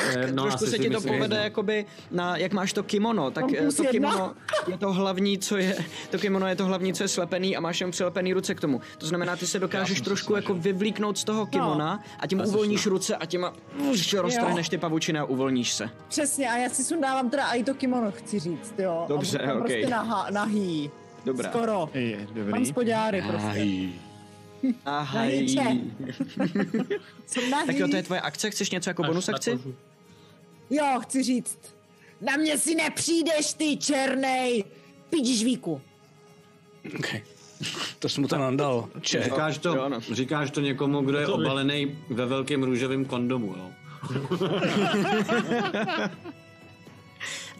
D: Eh,
B: No,
D: no,
B: Trošku
D: asi
B: se
D: si
B: ti to
D: myslím, že
B: povede,
D: jedno.
B: jakoby, na, jak máš to kimono, tak
K: Mám
B: eh,
K: plus
B: to
K: jedna.
B: kimono je to hlavní, co je, to kimono je to hlavní, co je slepený a máš jen přilepený ruce k tomu. To znamená, ty se dokážeš trošku jako vyvlíknout z toho
K: No.
B: kimona a tím
D: Já jsem
B: uvolníš ruce a těma už roztrhneš ty pavučiny a uvolníš se.
K: Přesně, a já si sundávám teda i to kimono, chci říct, jo. A
B: Dobře,
K: budu tam
B: okej.
K: Prostě nahá, nahý.
B: Dobrá.
K: Skoro.
E: Je, dobrý.
K: Mám spodňáry prostě.
B: Ahaj.
K: Nahýče. Jsem nahý.
B: Tak jo, to je tvoje akce, chceš něco jako bonus akci?
K: Jo, chci říct. Na mě si nepřijdeš, ty černej! Pidíš víku.
L: To jsem mu to nandal. Če.
D: Říkáš to,
B: no.
D: říkáš to někomu, kdo je
L: To vy-
D: obalený ve velkém růžovém kondomu, jo.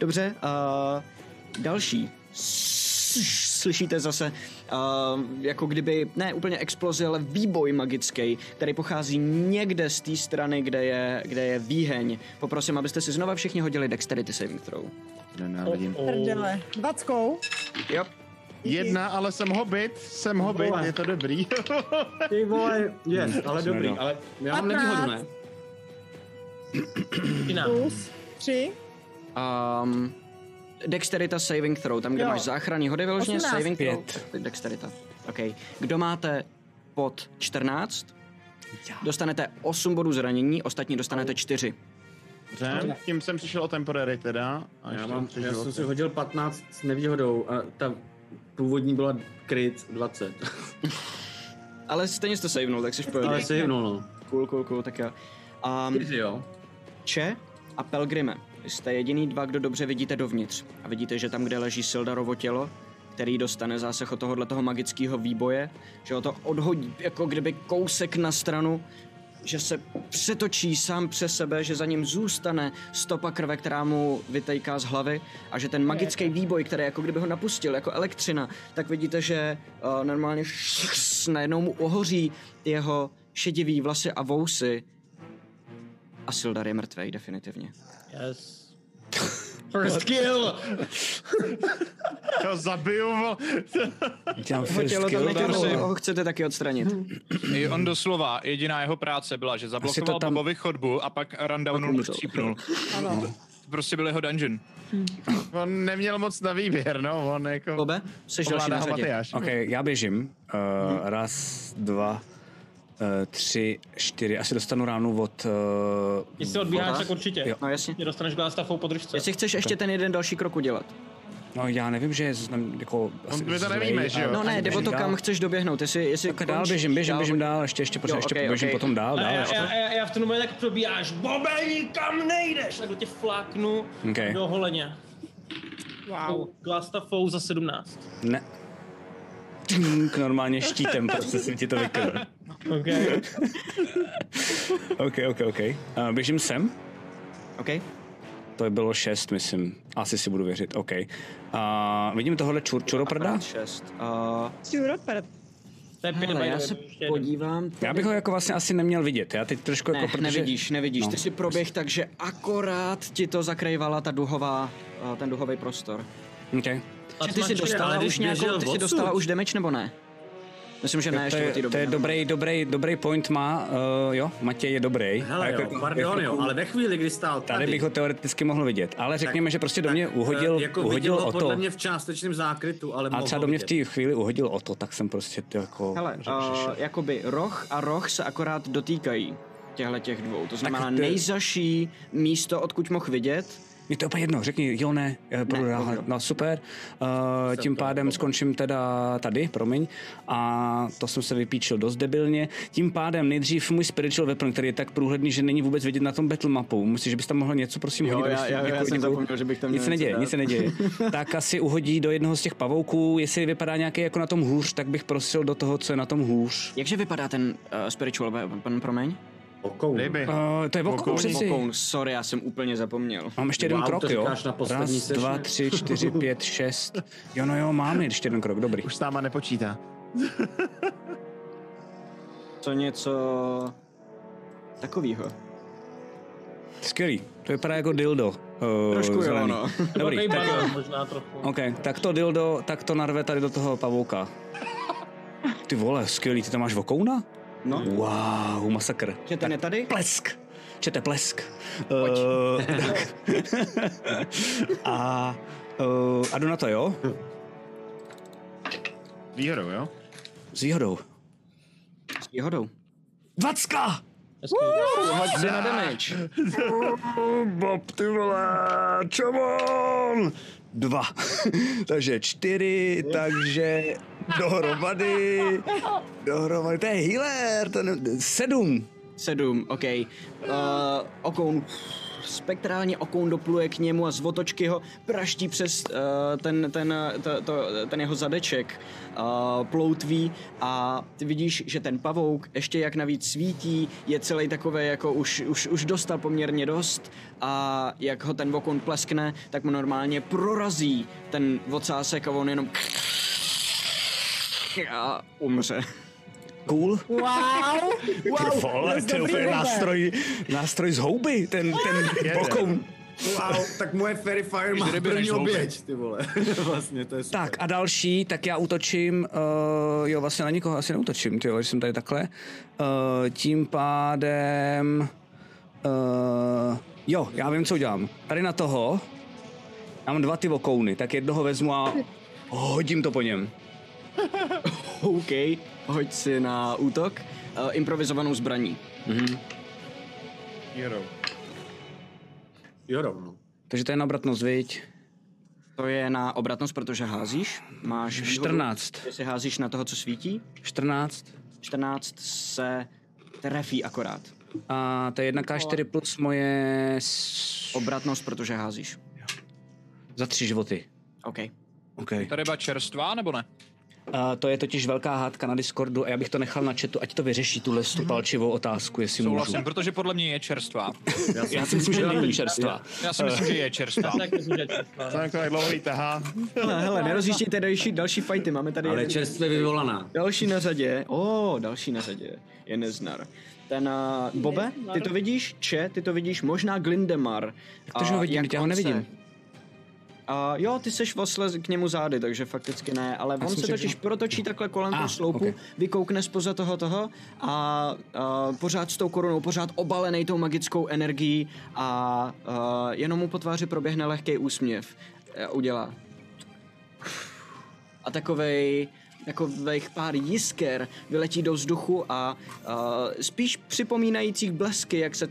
B: Dobře, uh, další. Slyšíte zase, uh, jako kdyby, ne úplně explozi, ale výboj magický, který pochází někde z té strany, kde je, kde je výheň. Poprosím, abyste si znova všichni hodili Dexterity Saving Throw.
E: Nenávidím.
K: Prdele. Dvackou.
B: Jo.
E: Jedna, ale jsem hobit, jsem hobit, je to dobrý.
D: Ty vole,
E: [LAUGHS]
D: yes, ale
E: Jsme
D: dobrý,
E: dál.
D: ale já mám nevýhodu, ne?
K: Plus. Tři.
B: Um, Dexterita Saving Throw, tam, kde
K: Jo.
B: máš záchranný hody vyloženě,
K: 18.
B: Saving Throw.
L: Pět.
B: tak Dexterita. OK. Kdo máte pod 14, dostanete 8 bodů zranění, ostatní dostanete 4.
E: Dobře, tím jsem přišel o temporary teda. A
D: Já,
E: ještě
D: mám,
E: tři
D: já jsem
E: životy.
D: si hodil 15 s nevýhodou a ta původní byla kryt 20.
B: Ale stejně jsi to savenul, tak jsi v pohodě.
D: Ale savenul, no.
B: Cool, cool, cool, tak jo. Um,
D: jo.
B: Če a Pelgrime, jste jediný dva, kdo dobře vidíte dovnitř. A vidíte, že tam, kde leží Sildarovo tělo, který dostane zásah od tohohle toho magického výboje, že ho to odhodí jako kdyby kousek na stranu, že se přetočí sám přes sebe, že za ním zůstane stopa krve, která mu vytejká z hlavy a že ten magický výboj, který jako kdyby ho napustil jako elektřina, tak vidíte, že uh, normálně šš, najednou mu ohoří jeho šedivý vlasy a vousy a Sildar je mrtvej definitivně.
G: Yes.
D: First kill!
E: To zabiju, vo.
C: Dělám
B: Hotělo tam nechám, ho chcete taky odstranit.
I: I on doslova, jediná jeho práce byla, že zablokoval tam... Bobovi chodbu a pak rundownul, štípnul.
E: Ano.
I: Prostě byl jeho dungeon.
E: On neměl moc na výběr, no, on jako...
B: Bobe,
E: ovládá ho Matyáš.
C: Ok, já běžím. Uh, raz, dva, uh, tři, čtyři. Asi dostanu ránu od... Uh,
G: Jestli odbíháš, tak určitě.
C: Jo.
B: No jasně.
G: Mě dostaneš glástafou podržce.
B: Jestli chceš ještě ten jeden další krok udělat.
C: No já nevím, že je znam, jako... asi zlej a-
B: No ne,
C: a
B: jde o
C: běžím
B: to,
C: dál.
B: kam chceš doběhnout. Jestli, jestli
C: Tak dál běžím, běžím, běžím dál, ještě, ještě, pořád,
B: Jo,
C: ještě
B: okej,
C: běžím
B: okej.
C: potom dál,
G: A
C: dál,
G: já,
C: ještě.
G: já, já, já, v ten moment tak probíháš, bobe, nikam nejdeš! Tak do tě fláknu
C: Okej.
G: do holeně. Wow. Glastafou za 17.
C: Ne. Tink, normálně štítem, prostě jsem ti to vykryl.
G: Okay.
C: OK, OK, OK. Uh, běžím sem.
B: OK.
C: To bylo šest, myslím. Asi si budu věřit, OK. Uh, vidím tohle čur, čuroprda?
B: Šest. Uh,
F: Čuroprd.
G: To je
B: Hele, já se podívám.
C: Já bych ho jako vlastně asi neměl vidět. Já teď trošku
B: Ne,
C: jako... protože-
B: nevidíš, nevidíš.
C: No.
B: Ty si proběh, takže akorát ti to zakrývala ta duhová, eh, ten duhový prostor.
C: OK.
B: Či ty si dostala už nějakou, ty si dostala už damage nebo ne? Myslím, že
C: Jo,
B: ne,
C: to
B: ještě
C: je,
B: do té
C: to je
B: doby.
C: dobrý, dobrý, dobrý point má, uh, jo, Matěj je dobrý.
D: Hele
C: Jako-
D: jo, pardon jo, ale ve chvíli, kdy stál tady,
C: Tady bych ho teoreticky mohl vidět, ale řekněme, že prostě do mě uhodil,
D: eh, jako
C: uhodil
D: viděl ho
C: o to.
D: podle mě v částečném zákrytu, ale
C: A
D: mohl
C: třeba
D: ho
C: do mě v
D: vidět.
C: té chvíli uhodil o to, tak jsem prostě to jako...
B: Hele, uh, jakoby roh a roh se akorát dotýkají těchto těch dvou. To znamená
C: ty-
B: nejzaší místo, odkud mohl vidět.
C: Mě to je úplně jedno, řekni, jo, ne, eh, pro, ne no super. Uh, tím pádem
B: jako-
C: skončím teda tady, promiň. A to jsem se vypíčil dost debilně. Tím pádem nejdřív můj spiritual weapon, který je tak průhledný, že není vůbec vidět na tom battle mapu. Myslíš, že bys tam mohl něco, prosím,
B: Jo,
C: hodit?
B: já-
C: Prosím,
B: já- já
C: děkuji,
B: jsem
C: děkuji.
B: zapomněl, že bych tam měl
C: Nic se
B: něco
C: neděje,
B: dát.
C: nic se
B: [LAUGHS]
C: neděje. tak asi uhodí do jednoho z těch pavouků. Jestli vypadá nějaký jako na tom hůř, tak bych prosil do toho, co je na tom hůř.
B: Jakže vypadá ten uh, spiritual weapon, promiň?
D: Okoun.
E: Ryby.
C: Eh, to je vokoun, přeci.
B: Okoun, sorry, já jsem úplně zapomněl.
C: Mám ještě jeden krok, jo? Raz, dva, tři, [LAUGHS] čtyři, pět, šest. Jo, no jo, mám ještě jeden krok, dobrý.
E: Už s náma nepočítá.
B: Co něco takovýho.
C: Skvělý. To vypadá jako dildo. Uh,
B: Trošku jo,
C: zelený.
B: no.
C: Dobrý,
G: Velký
C: tak
G: banán
C: jo.
G: možná trochu.
C: OK, tak to dildo, tak to narve tady do toho pavouka. Ty vole, skvělý, ty tam máš vokouna?
B: No.
C: Wow, masakr.
B: Čete ne tady?
C: Plesk. Čete plesk. Uh, [LAUGHS] tak. a, uh, a jdu na to, jo?
E: Výhodou, jo?
C: S výhodou.
B: S výhodou.
C: Dvacka!
B: Hoď si na damage.
C: [LAUGHS] Bob, ty vole, čemon? Dva. [LAUGHS] takže čtyři, takže dohromady, dohromady, to je healer, to ne, sedm.
B: Sedm, OK. Uh, okoun, spektrálně okoun dopluje k němu a z otočky ho praští přes uh, ten, ten, eh, to, to, ten jeho zadeček uh, ploutví a ty vidíš, že ten pavouk ještě jak navíc svítí, je celý takový jako už, už, už dostal poměrně dost a jak ho ten okoun pleskne, tak mu normálně prorazí ten ocásek a on jenom a umře. [LAUGHS]
C: Cool.
K: Wow,
C: [LAUGHS] Ty
K: wow.
C: vole,
K: moc
C: to je
K: dobrý
C: úplně
K: vůbec.
C: nástroj, nástroj z houby, ten, ten [LAUGHS] bokoun.
D: Wow, tak moje Fairy Fire má
C: Ryby
D: první
C: než
J: [LAUGHS]
D: oběť, ty vole. vlastně, to je super.
C: Tak a další, tak já útočím, uh, jo vlastně na nikoho asi neutočím, ty jo, že jsem tady takhle. Uh, tím pádem, uh, jo, já vím, co udělám. Tady na toho, já mám dva ty vokouny, tak jednoho vezmu a hodím to po něm.
B: OK, hoď si na útok. Uh, improvizovanou zbraní.
C: Mhm.
E: Výhodou.
D: Jo, rovno.
C: Takže to je na obratnost, viď?
B: To je na obratnost, protože házíš. Máš výhodu,
C: 14.
B: Jestli házíš na toho, co svítí.
C: 14.
B: 14 se trefí akorát.
C: A to je 1k4 plus moje... s-
B: Obratnost, protože házíš.
C: Za tři životy.
B: OK.
C: Okay.
I: Ta ryba čerstvá, nebo ne?
C: Uh, to je totiž velká hádka na Discordu a já bych to nechal na chatu, ať to vyřeší tuhle tu
B: Mhm.
C: palčivou otázku, jestli můžu.
I: Souhlasím, protože podle mě je čerstvá.
C: Já si Já si myslím, myslím, že že není není. čerstvá.
I: Já si myslím, že je čerstvá.
B: Já si taky
E: Tak to je dlouhý tahá.
B: Hele, No, hele, nerozjíždějte další, další fighty, máme tady...
D: Ale
B: jeden-
D: čerstvě vyvolaná.
B: Další na řadě, o, oh, další na řadě je Neznar. Ten a Bobe, ty to vidíš? Če, ty to vidíš? Možná Glindemar.
C: Protože ho vidím,
B: jak
C: teď já ho
B: on se-
C: nevidím.
B: A jo, ty seš vlastně k němu zády, takže fakticky ne, ale
C: jsem
B: on se
C: si
B: totiž
C: myslel.
B: protočí takhle kolem
C: Ah,
B: toho sloupu,
C: okay.
B: vykoukne spoza toho toho a, a pořád s tou korunou, pořád obalený tou magickou energií a, a jenom mu po tváři proběhne lehký úsměv. e, A udělá. A takovej takových pár jisker vyletí do vzduchu a, a spíš připomínajících blesky, jak se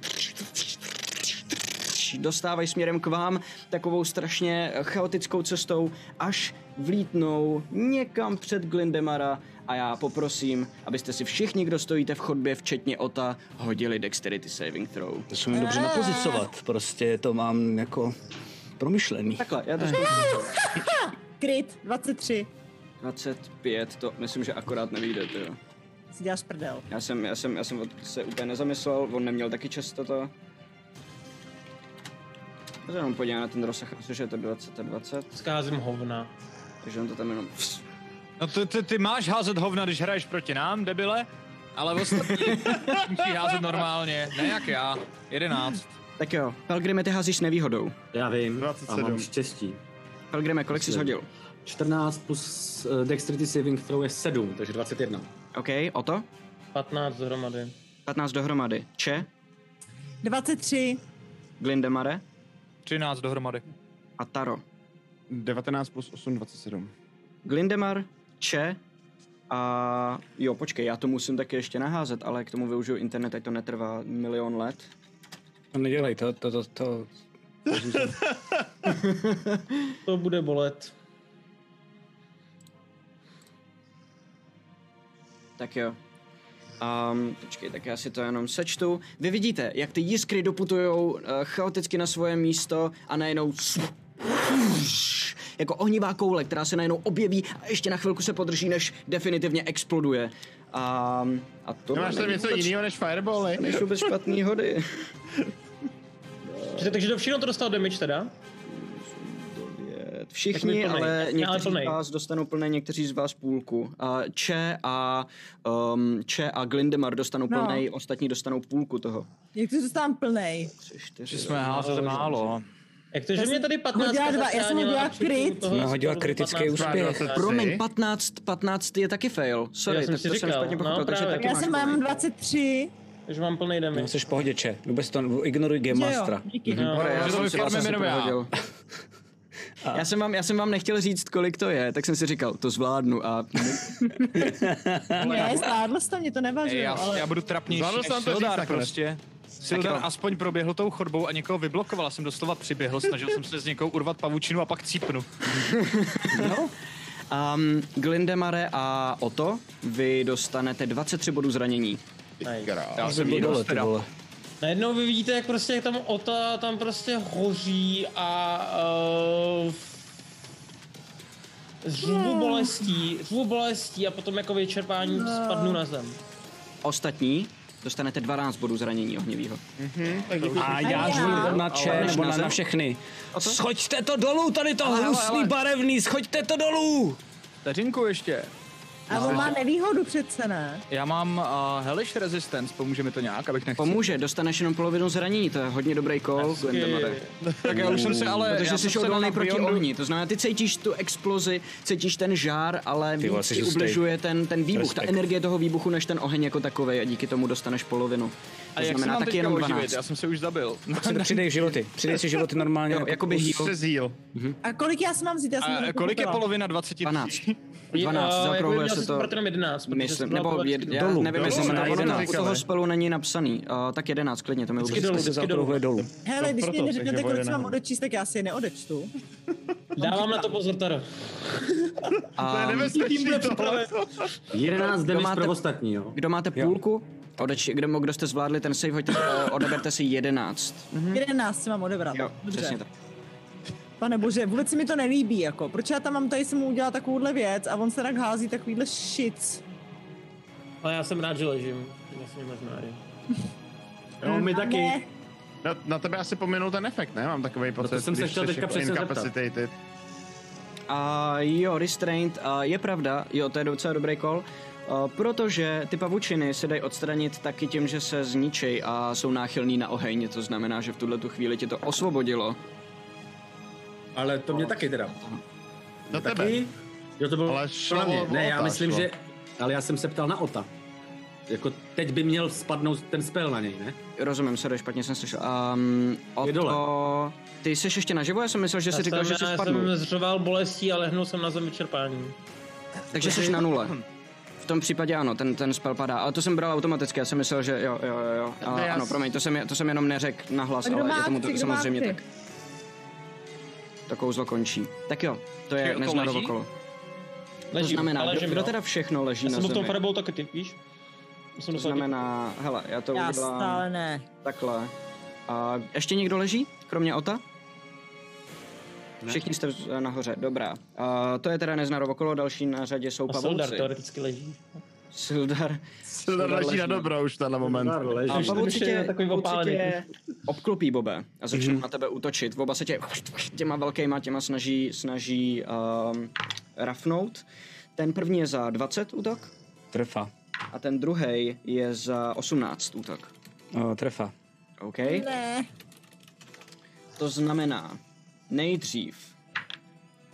B: dostávají směrem k vám takovou strašně chaotickou cestou, až vlítnou někam před Glindemara a já poprosím, abyste si všichni, kdo stojíte v chodbě, včetně Ota, hodili Dexterity Saving Throw.
C: To se mi dobře napozicovat, prostě to mám jako promyšlený. Eh.
B: Takhle, já to
H: Kryt, 23.
B: 25, to myslím, že akorát nevíde, jo.
H: Si děláš prdel.
B: Já jsem, já jsem, já jsem od- se úplně nezamyslel, on neměl taky často to. Já se jenom podívám na ten rozsah, myslím, že je to 20 a 20.
G: Zkázím hovna.
B: Takže on to tam jenom...
I: No ty, ty, ty máš házet hovna, když hraješ proti nám, debile, ale ostatní musí házet normálně, ne jak já. Jedenáct.
B: Tak jo, Pelgrime, ty házíš s nevýhodou.
D: Já vím, a
B: 27.
D: mám štěstí.
B: Pelgrime, kolik jsi shodil?
D: 14 plus eh, Dexterity Saving Throw je 7, takže 21.
B: OK, o to?
G: 15 dohromady.
B: 15 dohromady. Če?
H: 23.
B: Glindemare?
I: 13 dohromady.
B: A Taro?
E: 19 plus 8, 27.
B: Glindemar, Če a... Jo, počkej, já to musím taky ještě naházet, ale k tomu využiju internet, ať to netrvá milion let.
C: To nedělej, to, to, to, to...
G: To bude bolet.
B: Tak jo. Um, počkej, tak já si to jenom sečtu. Vy vidíte, jak ty jiskry doputujou uh, chaoticky na svoje místo a najednou jako ohnivá koule, která se najednou objeví a ještě na chvilku se podrží, než definitivně exploduje. Um, a to
E: Nemáš tam něco jiného než firebally?
B: Než vůbec špatný hody.
G: Takže, takže to všechno to dostal damage teda? Tak mi
B: Všichni,
G: plnej.
B: ale
G: Já
B: někteří
G: plnej.
B: z vás dostanou plné, někteří z vás půlku. A Če a, um, Če a Glindemar dostanou
H: No.
B: plnej, ostatní dostanou půlku toho.
H: Jak to dostávám plnej?
B: Že
I: jsme házeli málo. no.
G: Jak to, že
H: Já
G: mě
H: jsem
G: tady 15
H: hodila dva, já jsem
G: zachránila
H: hodila
G: a přitom
H: kryt.
G: toho
C: No, hodila
G: spadlo
C: kritický
G: 15.
C: úspěch.
B: Promiň, 15, 15 je taky fail. Sorry,
G: Já jsem
B: tak
G: si
B: to jsem
G: říkal,
B: špatně
G: no,
B: pochopil. takže
G: právě.
B: taky
H: Já
B: máš
H: jsem
B: plnej.
H: mám 23.
G: Takže mám plný damage.
C: No, jsi v pohodě, če. Vůbec to ignoruj Game
H: Jo, jo,
C: Mastera.
H: díky.
C: Mhm.
B: Dobré, No, já
C: Že
B: jsem
C: to
B: si
C: firmy
B: vlastně
C: jmenuji já.
B: prohodil. Já jsem, vám, já jsem vám nechtěl říct, kolik to je, tak jsem si říkal, to zvládnu a... [LAUGHS]
H: Ne, zvládl jsi to, mě to
I: Ej,
H: nevadí.
I: já,
H: ale...
I: já budu trapnější
E: Zvládl
I: než
E: jsem to říct
I: Sildar
E: nakonec.
I: prostě. Sildar aspoň proběhl tou chodbou a někoho vyblokoval. Já jsem doslova přiběhl, snažil jsem se z někoho urvat pavučinu a pak cípnu.
B: Um, Glindemare a Oto, vy dostanete 23 bodů zranění.
I: Já jsem minus teda.
G: Najednou vy vidíte, jak prostě jak tam Ota tam prostě hoří a uh, řvu bolestí, řvu bolestí a potom jako
B: No.
G: vyčerpání spadnu na zem.
B: Ostatní dostanete 12 bodů zranění ohnivýho. Mhm.
C: A já žvu na če, nebo na, na všechny. Schoďte to dolů, tady to
B: Ale, ale,
C: hnusný
B: ale.
C: barevný, schoďte to dolů!
I: Vteřinku ještě.
H: A on má nevýhodu přece, ne?
I: Já mám uh, Hellish Resistance, pomůže mi to nějak, abych nechci.
B: Pomůže, dostaneš jenom polovinu zranění, to je hodně dobrý call, Glendemare.
I: Tak já už jsem se ale... já
B: Protože
I: jsem
B: jsi
I: se
B: odolný
I: na
B: proti
I: Beyondu-
B: ohni, to znamená, ty cítíš tu explozi, cítíš ten žár, ale
C: Ty vole,
B: víc
C: jsi
B: ti
C: hustej.
B: ubližuje ten, ten výbuch, ta
C: Respekt.
B: energie toho výbuchu, než ten oheň jako takový a díky tomu dostaneš polovinu.
I: A
B: To
I: jak se
B: znamená
I: mám
B: taky
I: teďka
B: jenom
I: oživit?
B: 12.
I: Já jsem se už zabil. [LAUGHS]
C: Přidej životy, přidej si životy normálně.
B: Jo, jakoby heal.
E: Zíl.
B: Mhm.
H: A kolik já si mám vzít? Já jsem
I: A
E: jako-
H: to
I: kolik je
H: nekoupila.
I: polovina 20
B: 12.
G: Je,
B: 12,
G: a,
B: zaokrouhluje
G: jako
B: se
G: jsem
B: to-
G: proto jenom 11, protože jsem
B: Myslím,
G: byla
B: nebo
G: byla
B: je,
G: vždycky
B: já
G: dolů.
B: nevím, jestli
E: Dolů,
B: jsem
E: ne,
B: to u
E: jedenáct,
B: toho
E: ale.
B: spelu není napsaný. Uh, tak 11, klidně, to mi
G: Vždycky dolů,
B: vůbec
G: vždycky dolů.
C: dolů.
H: Hele, když mi
E: proto,
H: neřeknete,
E: takže
H: kolik
E: bude
H: si mám
G: no.
E: na-
H: odečíst, tak já si je neodečtu.
G: Dávám na to pozor, Taro.
E: To je
B: A
E: nebezpečný tohle.
D: 11
B: Kdo
D: damage
B: máte-
D: pro ostatní, jo.
B: kdo máte půlku, odeč, kdo, kdo jste zvládli ten save, hoďte, eh, odeberte si 11.
H: 11 si mám odebrat.
B: Jo,
H: Dobře.
B: přesně tak.
H: Pane bože, vůbec se mi to nelíbí, jako. Proč já tam mám tady, jsem mu udělal takovouhle věc a on se tak hází takovýhle shit.
G: Ale já jsem rád, že ležím. Myslím, možná i.
E: Jo, my
H: A taky. ne.
E: Na, na tebe asi pominul ten efekt, ne? Mám takový pocit,
B: No jsem se
E: když
B: chtěl
E: jsi
B: teďka přesně zeptat.
E: incapacitated.
B: A jo, restraint, a je pravda, jo, to je docela dobrý kol, protože ty pavučiny se dají odstranit taky tím, že se zničej a jsou náchylní na oheň, to znamená, že v tuhle tu chvíli tě to osvobodilo.
M: Ale to mě taky teda.
E: Na
M: Taky? Jo, to bylo ale
E: šlo
M: mě.
E: o- o
M: Ne, já
E: Ota,
M: myslím,
E: šlo.
M: že... Ale já jsem se ptal na Ota. Jako teď by měl spadnout ten spell na něj, ne?
B: Rozumím, sorry, špatně jsem slyšel. Um, o to... Ty jsi ještě naživo? Já jsem myslel, že jsi říkal, že jsi
G: já
B: spadnul.
G: jsem zřval bolestí a lehnul jsem na zem vyčerpání.
B: Takže jsi na nule.
H: jako-
B: V tom případě ano, ten, ten spell padá. Ale to jsem bral automaticky, já jsem myslel, že jo, jo, jo, jo. A,
G: Ne, já
B: ano,
G: s-
B: promiň, to jsem, je- to jsem jenom neřekl nahlas,
H: A kdo
B: ale
H: má
B: je tomu to
H: akci, kdo má
B: samozřejmě
H: akci?
B: tak. To kouzlo končí. Tak jo, to je
G: Čili to
B: neznárovo
G: jako leží?
B: kolo.
G: Ležím,
B: to znamená,
G: ležím,
B: kdo, kdo
G: no.
B: teda všechno leží
G: Já
B: na
G: jsem mu v tom
B: zemi?
G: fireball taky ty, víš? Já jsem
B: To
G: dostal taky-
B: znamená, hele, já to
G: Já
B: udělám
G: stále
H: ne.
B: takhle. A ještě někdo leží, kromě Ota? Všichni jste vz- nahoře, dobrá. A to je teda neznárovo kolo, další na řadě jsou
G: A
B: pavouci.
G: Soldar teoreticky leží.
B: Sildar.
E: Sildar leží na dobro už ten moment.
B: A
E: Už to
B: pavouci
E: už je
B: tě,
E: takový
B: pavouci
E: opálený.
B: tě obklopí, Bobe, a začnou
E: Mhm.
B: na tebe útočit. Oba se tě těma velkýma těma snaží, snaží um, rafnout. Ten první je za 20 útok
L: Trefa.
B: a ten druhý je za 18 útok.
L: O, trefa.
B: OK?
H: Ne.
B: To znamená, nejdřív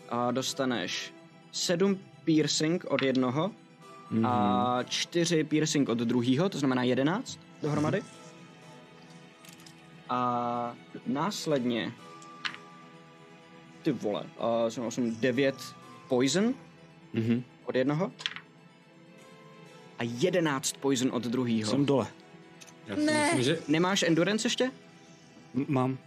B: a dostaneš 7 piercing od jednoho a 4 piercing od druhého, to znamená 11 dohromady. A následně ty vole, a jsem 8, 9 poison
L: Mhm.
B: od jednoho a 11 poison od druhého.
L: Jsem dole.
M: Já
L: si Ne. myslím,
B: že... Nemáš endurance ještě?
L: M- mám.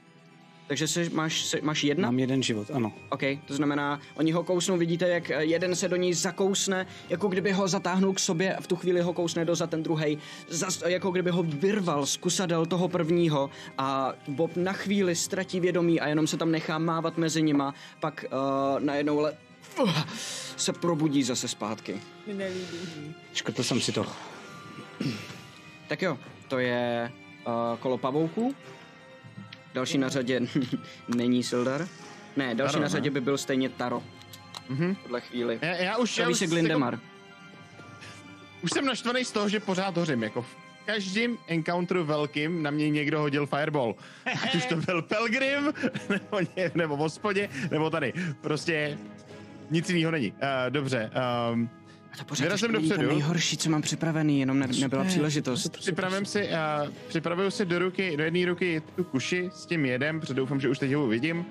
B: Takže jsi, máš, jsi, máš jedna?
L: Mám jeden život, ano.
B: OK, to znamená, oni ho kousnou, vidíte, jak eh, jeden se do ní zakousne, jako kdyby ho zatáhnul k sobě a v tu chvíli ho kousne doza ten druhý, jako kdyby ho vyrval z kusadel toho prvního a Bob na chvíli ztratí vědomí a jenom se tam nechá mávat mezi nima, pak uh, najednou ale uh, se probudí zase zpátky.
H: Mi nelíbí. [LAUGHS]
L: Škrtl jsem si to.
B: Tak jo, to je uh, kolo pavouků. Další na řadě [LAUGHS] není Sildar. Ne, další
E: Taro,
B: na
E: ne?
B: řadě by byl stejně Taro.
E: Mhm.
B: Podle chvíli.
E: Já, já už- já
B: Staví
E: už
B: se
E: jako-
B: Glindemar.
E: Už jsem naštvaný z toho, že pořád hořím, jako v každém encounteru velkým na mě někdo hodil fireball. Ať už to byl Pelgrim, [LAUGHS] nebo, ně, nebo v hospodě, nebo tady. Prostě nic jiného není. Uh, dobře. Um,
B: Pořád jsem
E: vyrazím dopředu.
B: nejhorší, co mám připravený, jenom ne, nebyla
E: Super.
B: příležitost.
E: Připravím si, uh, připravuju si do ruky, do jedné ruky tu kuši s tím jedem, protože doufám, že už teď ho vidím.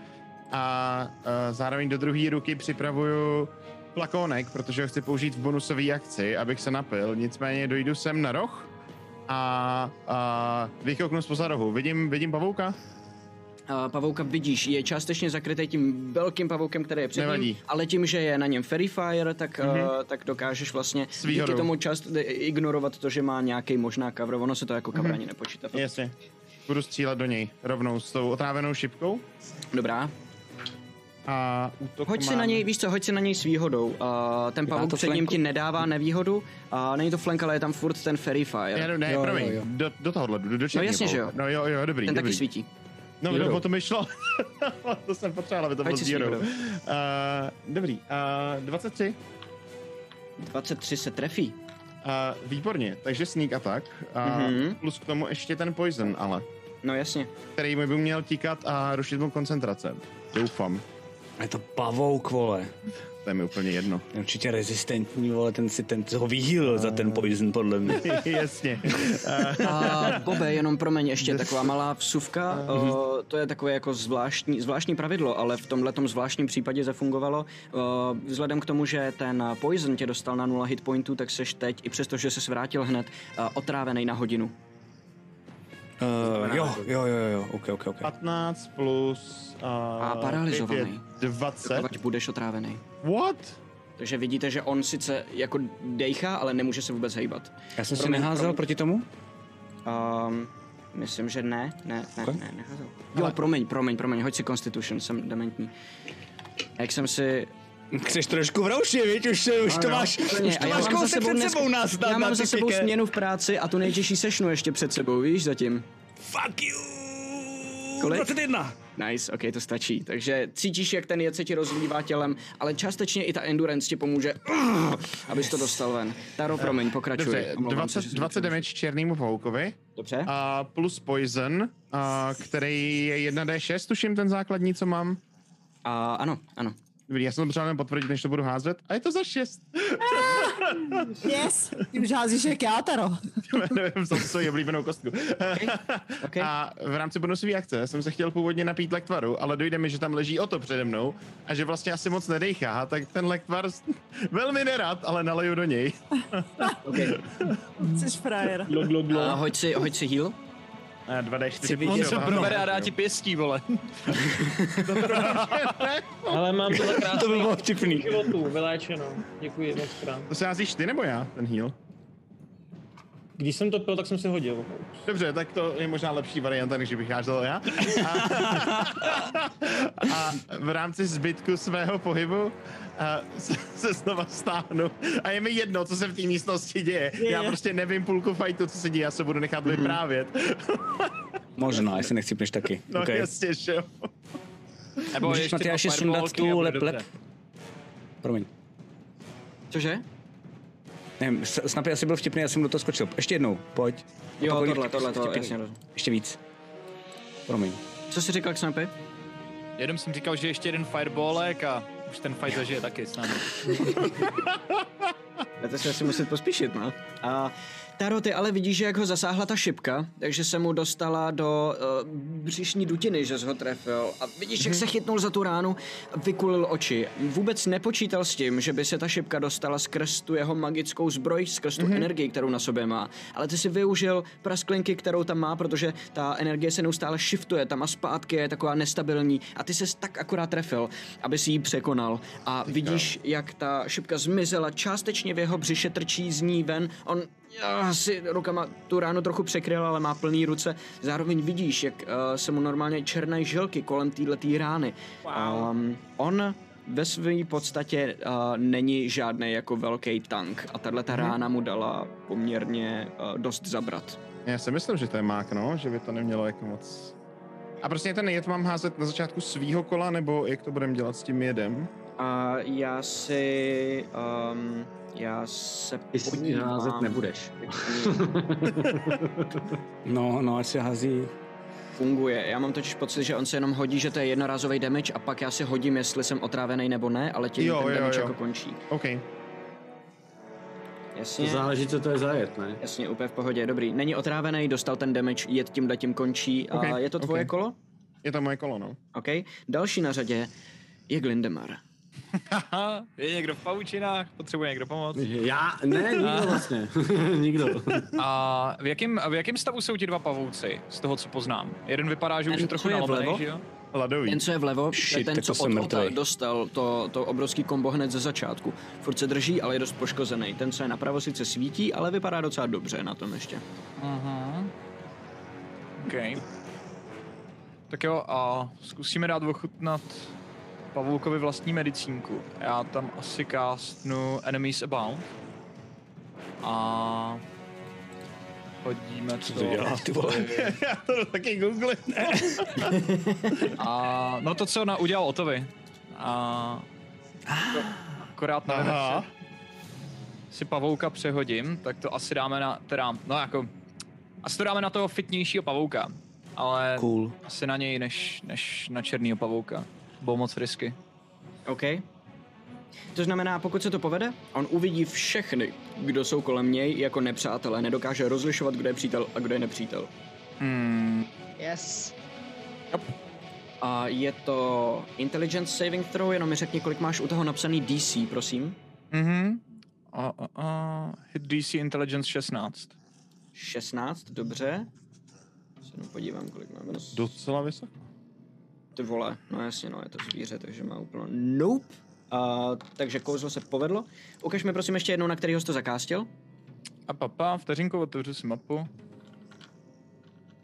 E: A uh, zároveň do druhé ruky připravuju plakonek, protože ho chci použít v bonusové akci, abych se napil. Nicméně dojdu sem na roh a uh, vykouknu spoza rohu. Vidím, vidím pavouka?
B: A Eh, pavouka vidíš, je částečně zakrytý tím velkým pavoukem, který je před ním,
E: Nevadí. Mhm.
B: ale tím, že je na něm Fairy Fire, tak, mm-hmm. uh, tak dokážeš vlastně díky
E: výhodou.
B: tomu část ignorovat to, že má nějaký možná cover. Ono se to jako cover mm-hmm. ani nepočítá.
E: Mhm. Jasně. Budu střílet do něj rovnou s tou otrávenou šipkou.
B: Dobrá.
E: A útok
B: Hoď si
E: mám-
B: na něj, víš co, hoď si na něj s výhodou. Uh, ten
E: Já
B: pavouk
E: to
B: před ním
E: flanku.
B: ti nedává nevýhodu. Uh, není to flank, ale je tam furt ten Fairy Fire.
E: Já jdu, ne, jo, promiň, jo, jo. do, do tohohle, do, do
B: No
E: černého
B: jasně, že jo.
E: pavouka. No jo, jo, dobrý,
B: Ten
E: dobrý.
B: taky svítí.
E: No,
B: Jo,
E: no,
B: jo.
E: o to mi šlo. [LAUGHS] to jsem potřeboval, aby to
B: Hoď
E: bylo
B: si
E: s
B: s
E: dírou.
B: výhodou.
E: Uh, dobrý, uh, 23.
B: 23 se trefí.
E: Uh, výborně, takže sneak attack. Uh,
B: Mhm.
E: mm-hmm. Plus k tomu ještě ten poison, ale.
B: No jasně.
E: Který mi by měl tíkat a rušit mu koncentrace. Doufám.
L: Je to pavouk, vole.
E: To je mi úplně jedno.
L: Je určitě rezistentní, vole, ten si ten ho vyhýlil za
E: Eh.
L: ten poison, podle
E: [LAUGHS]
L: mě.
E: Jasně.
B: A Bobe, jenom promiň, ještě taková malá vsuvka.
E: Mhm.
B: O, to je takové jako zvláštní, zvláštní pravidlo, ale v tomhle zvláštním případě zafungovalo. O, vzhledem k tomu, že ten Poison tě dostal na 0 hit pointů, tak seš teď, i přesto, že se vrátil hned, a, otrávený na hodinu.
L: Uh, jo, jo, jo, jo, ok, ok, ok.
E: 15 plus... Uh,
B: A paralizovaný.
E: 20.
B: Pokud budeš otrávený.
E: What?
B: Takže vidíte, že on sice jako dejchá, ale nemůže se vůbec hejbat.
L: Já jsem si neházel proti tomu?
B: Um, Myslím, že ne, ne, ne,
L: Ok.
B: ne, nehazou. Jo, promiň, promiň, promiň, hoď si Constitution, jsem dementní. A Jak jsem si... No,
L: Chceš trošku v rouši, viď? Už, už to máš- už to máš kousek před sebou nás, na-
B: Já
L: na
B: mám za
L: ty
B: sebou
L: pike.
B: směnu v práci a tu nejtěžší sešnu ještě před sebou, víš, zatím.
L: Fuck you!
B: Kolik?
L: 21.
B: Nice, ok, to stačí. Takže cítíš, jak ten jed se ti rozlívá tělem, ale částečně i ta endurance ti pomůže, abys to dostal ven.
L: Eh,
B: Taro, promiň, pokračuj.
E: Dobře,
B: Omlouvám
E: 20,
B: se, že jsem
E: 20 damage černému pavoukovi.
B: Dobře.
E: A plus poison, a který je 1d6, tuším ten základní, co mám.
B: A ano, ano.
E: Dobrý, já jsem to potřeboval jenom potvrdit, než to budu házet. A je to za 6.
H: Yes, ty už házíš jak já, Taro.
E: [LAUGHS] Nevím, co svoji oblíbenou kostku. [LAUGHS] A v rámci bonusové akce jsem se chtěl původně napít lektvaru, ale dojde mi, že tam leží o to přede mnou a že vlastně asi moc nedejchá, tak ten lektvar s- [LAUGHS] velmi nerad, ale naleju do něj.
H: Jsi frajer.
B: A hoď si, hoď si heal.
E: 2D4.
I: On se probere a dá ti pěstí, vole.
G: Ale mám
B: [LAUGHS]
G: to za krásný
E: To by bylo
G: vtipný. životu, vyléčeno. Děkuji moc krát.
E: To se házíš ty nebo já, ten heal?
G: Když jsem to pil, tak jsem si hodil.
E: Dobře, tak to je možná lepší varianta, než bych házel já. A, [LAUGHS] a v rámci zbytku svého pohybu a, se, se znova stáhnu. A je mi jedno, co se v té místnosti děje.
H: Je,
E: já
H: je.
E: prostě nevím půlku fajtu, co se děje, já se budu nechat
B: Mhm.
E: vyprávět.
L: Možná, jestli nechcipneš taky. okay.
E: No okay. jasně, že jo.
L: Nebo Můžeš, ještě Matyáši, fireball, sundat tu kniha bude leplep? dobře. Promiň.
B: Cože?
L: Nevím, s- snapy asi byl vtipný, já jsem do toho skočil. Ještě jednou, pojď.
B: Jo,
L: Opakujný
B: tohle,
L: vtip,
B: tohle, tohle,
L: vtipný.
B: jasně, rozumím.
L: Ještě víc. Promiň.
B: Co jsi říkal k snapy?
I: Jenom jsem říkal, že ještě jeden fireballek a už ten fight zažije
M: [LAUGHS]
I: taky s námi.
B: Budete se asi muset pospíšit, no. A Taro, ty ale vidíš, že jak ho zasáhla ta šipka, takže se mu dostala do uh, břišní dutiny, že jsi ho trefil. A vidíš, jak se chytnul za tu ránu, a vykulil oči. Vůbec nepočítal s tím, že by se ta šipka dostala skrz tu jeho magickou zbroj, skrz tu energii, kterou na sobě má. Ale ty si využil prasklinky, kterou tam má, protože ta energie se neustále shiftuje tam a zpátky, je taková nestabilní. A ty se tak akorát trefil, aby si ji překonal. A vidíš, jak ta šipka zmizela, částečně v jeho břiše trčí z ní ven. On ah, si rukama tu ránu trochu překryl, ale má plný ruce. Zároveň vidíš, jak eh, se mu normálně černé žilky kolem této rány. Wow. Um, on ve své podstatě uh, není žádný jako velký tank a tahle
M: Mhm.
B: ta rána mu dala poměrně uh, dost zabrat.
E: Já si myslím, že to je mák, no, že by to nemělo jako moc. A prostě ten jed mám házet na začátku svýho kola, nebo jak to budeme dělat s tím jedem?
B: A já si... Um, já se
M: Ty si házet
B: Ehm,
M: nebudeš.
L: No, no, ať se hází.
B: Funguje. Já mám totiž pocit, že on se jenom hodí, že to je jednorázový damage a pak já si hodím, jestli jsem otrávený nebo ne, ale tím
E: Jo,
B: ten
E: jo,
B: damage
E: jo.
B: jako končí.
E: OK.
B: Jasně.
M: To záleží, co to je za jed, ne?
B: Jasně, úplně v pohodě, dobrý. Není otrávený, dostal ten damage, jed tím tím končí.
E: Ok,
B: a je to tvoje
E: ok.
B: kolo?
E: Je to moje kolo, no.
B: OK. Další na řadě je Glindemar.
I: Haha, je někdo v pavučinách? Potřebuje někdo pomoc?
M: Já? Ne,
I: [LAUGHS]
M: nikdo vlastně. [LAUGHS] nikdo.
I: A v jakém, v jakém stavu jsou ti dva pavouci, z toho, co poznám? Jeden vypadá, že už je
B: Ten,
I: trochu
B: co je
I: nalomený,
B: vlevo?
I: že jo?
E: Ladový.
B: Ten, co je vlevo, to je
I: Shit,
B: ten,
I: tak
B: co
I: to jsem
B: od Ota
I: mrtvej.
B: dostal to, to obrovský kombo hned ze začátku. Furt se drží, ale je dost poškozený. Ten, co je napravo, sice svítí, ale vypadá docela dobře na tom ještě.
I: Aha. OK. Tak jo, a zkusíme dát ochutnat Pavoukovi vlastní medicínku. Já tam asi kástnu Enemies Abound. A... Hodíme to...
L: to dělá, ty vole?
E: [LAUGHS] Já to taky Google.
I: A no to, co na, udělal Otovi. A... Akorát nevím,
E: Aha.
I: jak se- si pavouka přehodím, tak to asi dáme na, teda, no jako, asi to dáme na toho fitnějšího pavouka, ale
L: cool.
I: asi na něj než, než na černýho pavouka. Bylo moc risky.
B: OK. To znamená, pokud se to povede, on uvidí všechny, kdo jsou kolem něj jako nepřátelé. Nedokáže rozlišovat, kdo je přítel a kdo je nepřítel.
I: Hmm.
F: Yes.
B: A je to Intelligence Saving Throw, jenom mi řekni, kolik máš u toho napsaný DC, prosím.
I: Mhm. A, a, a, hit DC Intelligence 16.
B: 16, dobře. Se jenom podívám, kolik máme. na
E: Docela vysoko.
B: Ty vole, no jasně, no, je to zvíře, takže má úplno nope. A, takže kouzlo se povedlo. Ukaž mi prosím ještě jednou, na kterýho jsi to zakástil.
I: A papa, vteřinku otevřu si mapu.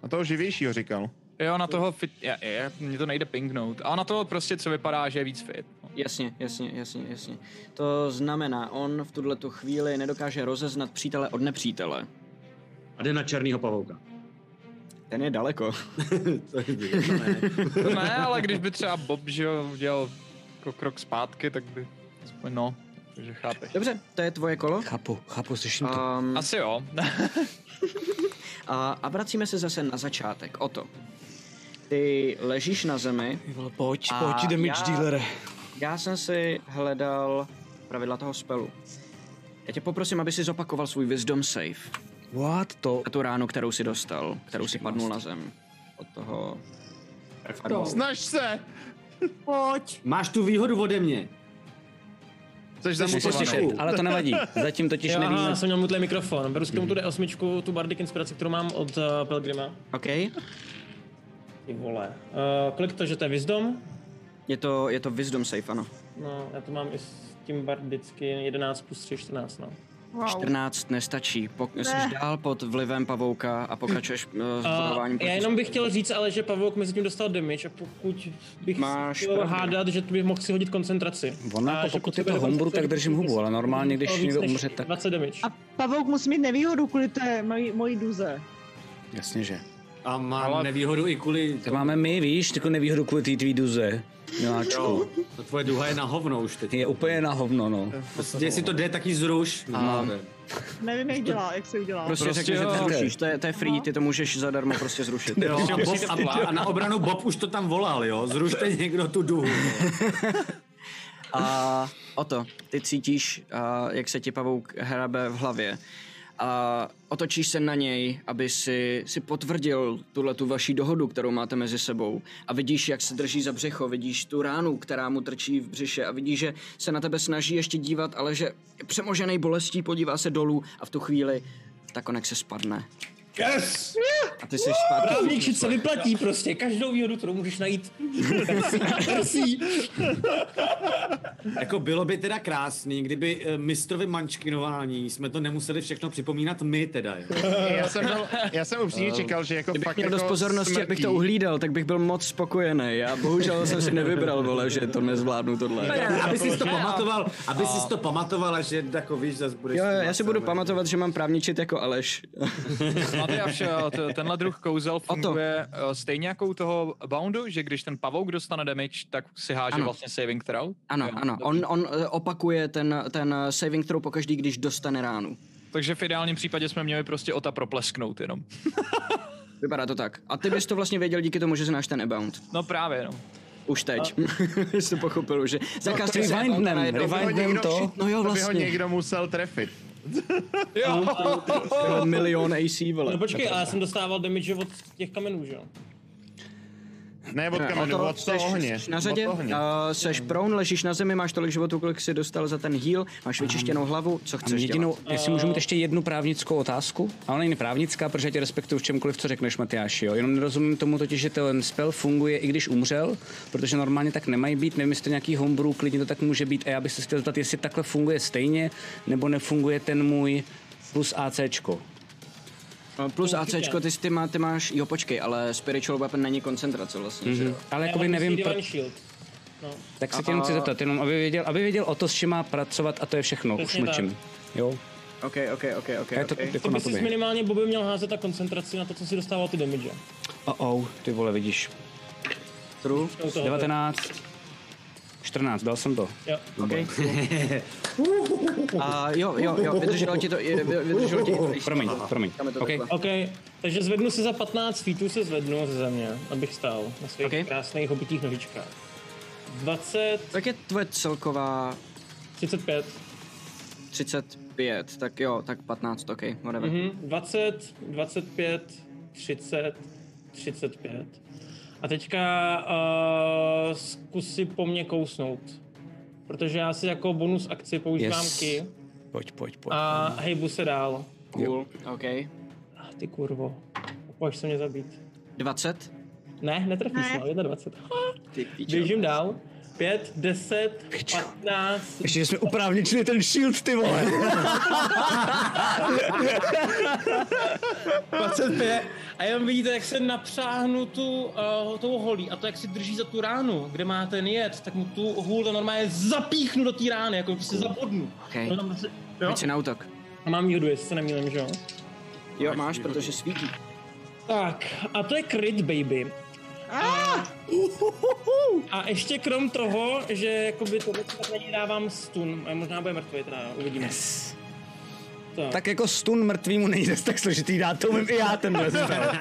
E: Na toho živějšího říkal.
I: Jo, na toho fit, je, je, mně to nejde pingnout. A na toho prostě, co vypadá, že je víc fit.
B: Jasně, jasně, jasně, jasně. To znamená, on v tuhle tu chvíli nedokáže rozeznat přítele od nepřítele.
D: A jde na černýho pavouka.
B: Ten je daleko.
I: [LAUGHS] ne, ale když by třeba Bob, že jo, udělal jako krok zpátky, tak by, aspoň no, takže chápeš.
B: Dobře, to je tvoje kolo.
C: Chápu, chápu, slyším to.
B: Um,
I: Asi jo.
B: [LAUGHS] a, a vracíme se zase na začátek, o to. Ty ležíš na zemi.
C: Pojď,
B: a
C: pojď, damage
B: já-
C: dealere.
B: Já jsem si hledal pravidla toho spelu. Já tě poprosím, aby si zopakoval svůj wisdom save.
C: What? To...
B: A tu ránu, kterou si dostal, kterou si padnul na zem. Od toho... fireballu.
E: Snaž se!
N: Pojď!
D: Máš tu výhodu ode mě.
E: Což
G: jo, Aha, já jsem měl mutlý mikrofon. Beru si k tomu tu D8, tu bardic inspiraci, kterou mám od uh, Pelgrima.
B: OK.
G: Ty vole. Uh, kolik to, že to je Wisdom?
B: Je to, je to wisdom save, ano.
G: No, já to mám i s tím bardicky 11 plus 3, 14, no.
N: Wow.
B: 14 nestačí. Pok-
G: Ne.
B: Jsi dál pod vlivem pavouka a pokračuješ eh, s bojováním
G: já
B: proti
G: jenom bych chtěl říct, ale že Pavouk mezi tím dostal damage a pokud bych
B: Máš
G: chtěl
B: pravdu.
G: hádat, že to bych mohl si hodit koncentraci.
C: Ono, jako pokud je to homebrew, tak držím hubu, ale normálně, když někdo umře, tak...
G: 20 damage.
F: A pavouk musí mít nevýhodu kvůli té mojí, mojí duze.
C: Jasně, že.
D: A má Ale... nevýhodu i kvůli...
C: To máme my, víš,
L: jako
C: takovou nevýhodu kvůli té tvý duze. Miláčku.
D: To tvoje duha je na hovno už teď.
C: Je úplně na hovno, no.
D: Prostě, jestli to jde, tak ji zruš. No.
C: A-
F: Nevím, jak dělá, jak se udělá.
B: Prostě, prostě řekne, že to zrušíš, to je, to je free, ty to můžeš zadarmo prostě zrušit.
D: Jo, a, Bob, a, a, na obranu Bob už to tam volal, jo? Zrušte někdo tu duhu.
B: A o to, ty cítíš, a, jak se ti pavouk hrabe v hlavě. A otočíš se na něj, aby si, si potvrdil tuhle tu vaši dohodu, kterou máte mezi sebou. A vidíš, jak se drží za břicho, vidíš tu ránu, která mu trčí v břiše a vidíš, že se na tebe snaží ještě dívat, ale že je přemožený bolestí podívá se dolů a v tu chvíli ta konek se spadne.
G: Yes!
B: A ty jsi zpátky.
G: Právníčit se vyplatí prostě, každou výhodu, kterou můžeš najít. Prsí.
D: Jako bylo by teda krásný, kdyby eh, mistrovi mančkinování jsme to nemuseli všechno připomínat my teda, jo? Eh,
E: Já jsem, byl, já jsem upřímně čekal, že jako
D: Kdybych
E: fakt
B: Měl
E: jako
B: dost pozornosti,
E: smrtí.
B: abych to uhlídal, tak bych byl moc spokojený. Já bohužel jsem si nevybral, vole, že to nezvládnu
E: No
B: tohle.
D: Aby jsi to
B: Ne,
D: pamatoval, aby jsi
B: a-
D: to pamatovala, že jako víš, zase budeš...
B: Jo, jo, já si budu pamatovat, že mám právničit jako Aleš.
I: Matyáš, eh, t- tenhle druh kouzel funguje eh, stejně jako u toho boundu, že když ten pavouk dostane damage, tak si háže
B: Ano.
I: vlastně saving throw.
B: [LAUGHS] Ano,
I: Jo,
B: ano. On, on eh, opakuje ten, ten eh, saving throw pokaždý, když dostane ránu.
I: Takže v ideálním případě jsme měli prostě ota proplesknout jenom.
B: Vypadá to tak. A ty bys to vlastně věděl díky tomu, že znáš ten abound.
I: No právě, no.
D: [LAUGHS]
B: Už teď. Jsi to pochopil, že zakaz
E: to
B: se
E: rewindnem,
B: abound a najednou-
E: rewindnem to.
B: No jo,
E: To by ho
B: vlastně.
E: někdo musel trefit.
I: Jo.
B: Tyhle Milion AC, vole.
G: No počkej, ale já jsem dostával damage od těch kamenů, že jo?
E: Ne, od
B: Ne,
E: kamenů,
B: o to
E: od toho
B: seš-
E: ohně.
B: seš Na řadě,
E: Od ohně.
B: a seš prone, ležíš na zemi, máš tolik životů, kolik jsi dostal za ten heal, máš vyčištěnou hlavu, co
C: A
B: chceš
C: jedinou,
B: dělat? Eh.
C: jestli můžu mít ještě jednu právnickou otázku, a ona není právnická, protože já tě respektuju v čemkoliv, co řekneš, Matyáši. Jo? Jenom nerozumím tomu totiž, že ten spell funguje, i když umřel, protože normálně tak nemají být, nevím, jestli to je nějaký homebrew, klidně to tak může být. A já bych se chtěl zeptat, jestli takhle funguje stejně, nebo nefunguje ten můj plus ACčko.
B: A Eh, Plus ACčko, ty, ty, má, ty máš, jo počkej, ale spiritual weapon není koncentrace vlastně, že
C: Mhm.
B: jo?
C: Ale jakoby nevím, pro-
G: Divine Shield. No.
C: tak se tě jenom chci zeptat, jenom aby věděl, aby věděl o to, s čím má pracovat a to je všechno, už
G: Přesně tak.
C: mlčím. Jo,
B: OK, OK, OK, OK.
C: Já to
B: OK.
C: jako
G: Ty
C: na
G: bys
C: tobě.
G: si minimálně Bobby měl házet na koncentraci na to, co si dostával ty damage.
C: Oh, oh, ty vole, vidíš.
B: True.
C: 19. 14, dal jsem to.
G: Jo.
C: Okay.
B: [LAUGHS] A jo, jo, jo, vydrželo ti to, je- vydrželo ti to.
C: Promiň, promiň.
B: Dáme to
C: Okay.
B: takhle.
G: OK, takže zvednu se za 15 feetů, se zvednu ze země, abych stál na svých krásných hobitých nožičkách. 20...
B: Tak je tvoje celková...
G: 35.
B: 35, tak jo, tak 15, OK, whatever.
G: Mhm. 20, 25, 30, 35. A teďka uh, zkusy po mně kousnout. Protože já si jako bonus akci používám
C: Yes.
G: ki
C: Pojď, pojď, pojď.
G: a hejbu se dál.
B: Cool, OK.
G: Ah, ty kurvo, pojď se mě zabít.
B: 20?
G: Ne, netrefíš, ne. no, 21.
B: Ty
G: Běžím dál. 5, 10, 15.
C: [LAUGHS] Ještě, že jsme uprávničili ten shield, ty
B: [LAUGHS]
C: vole.
G: 25. A jenom vidíte, jak se napřáhnu tu, uh, tou holí a to, jak si drží za tu ránu, kde má ten jed, tak mu tu hůl normálně zapíchnu do té rány, jako prostě zabodnu.
B: Okay.
G: No, tam prostě, jo?
B: Pojď si na útok.
G: A mám výhodu, jestli se nemýlím, že jo?
B: Jo, máš, protože svítí.
G: Tak, a to je crit, baby. A ještě krom toho, že jakoby to tak na ní dávám stun, a možná bude mrtvý, teda uvidíme. Yes. Tak.
C: tak jako stun mrtvýmu není zase tak složitý dát, to umím i [LAUGHS] já tenhle spell.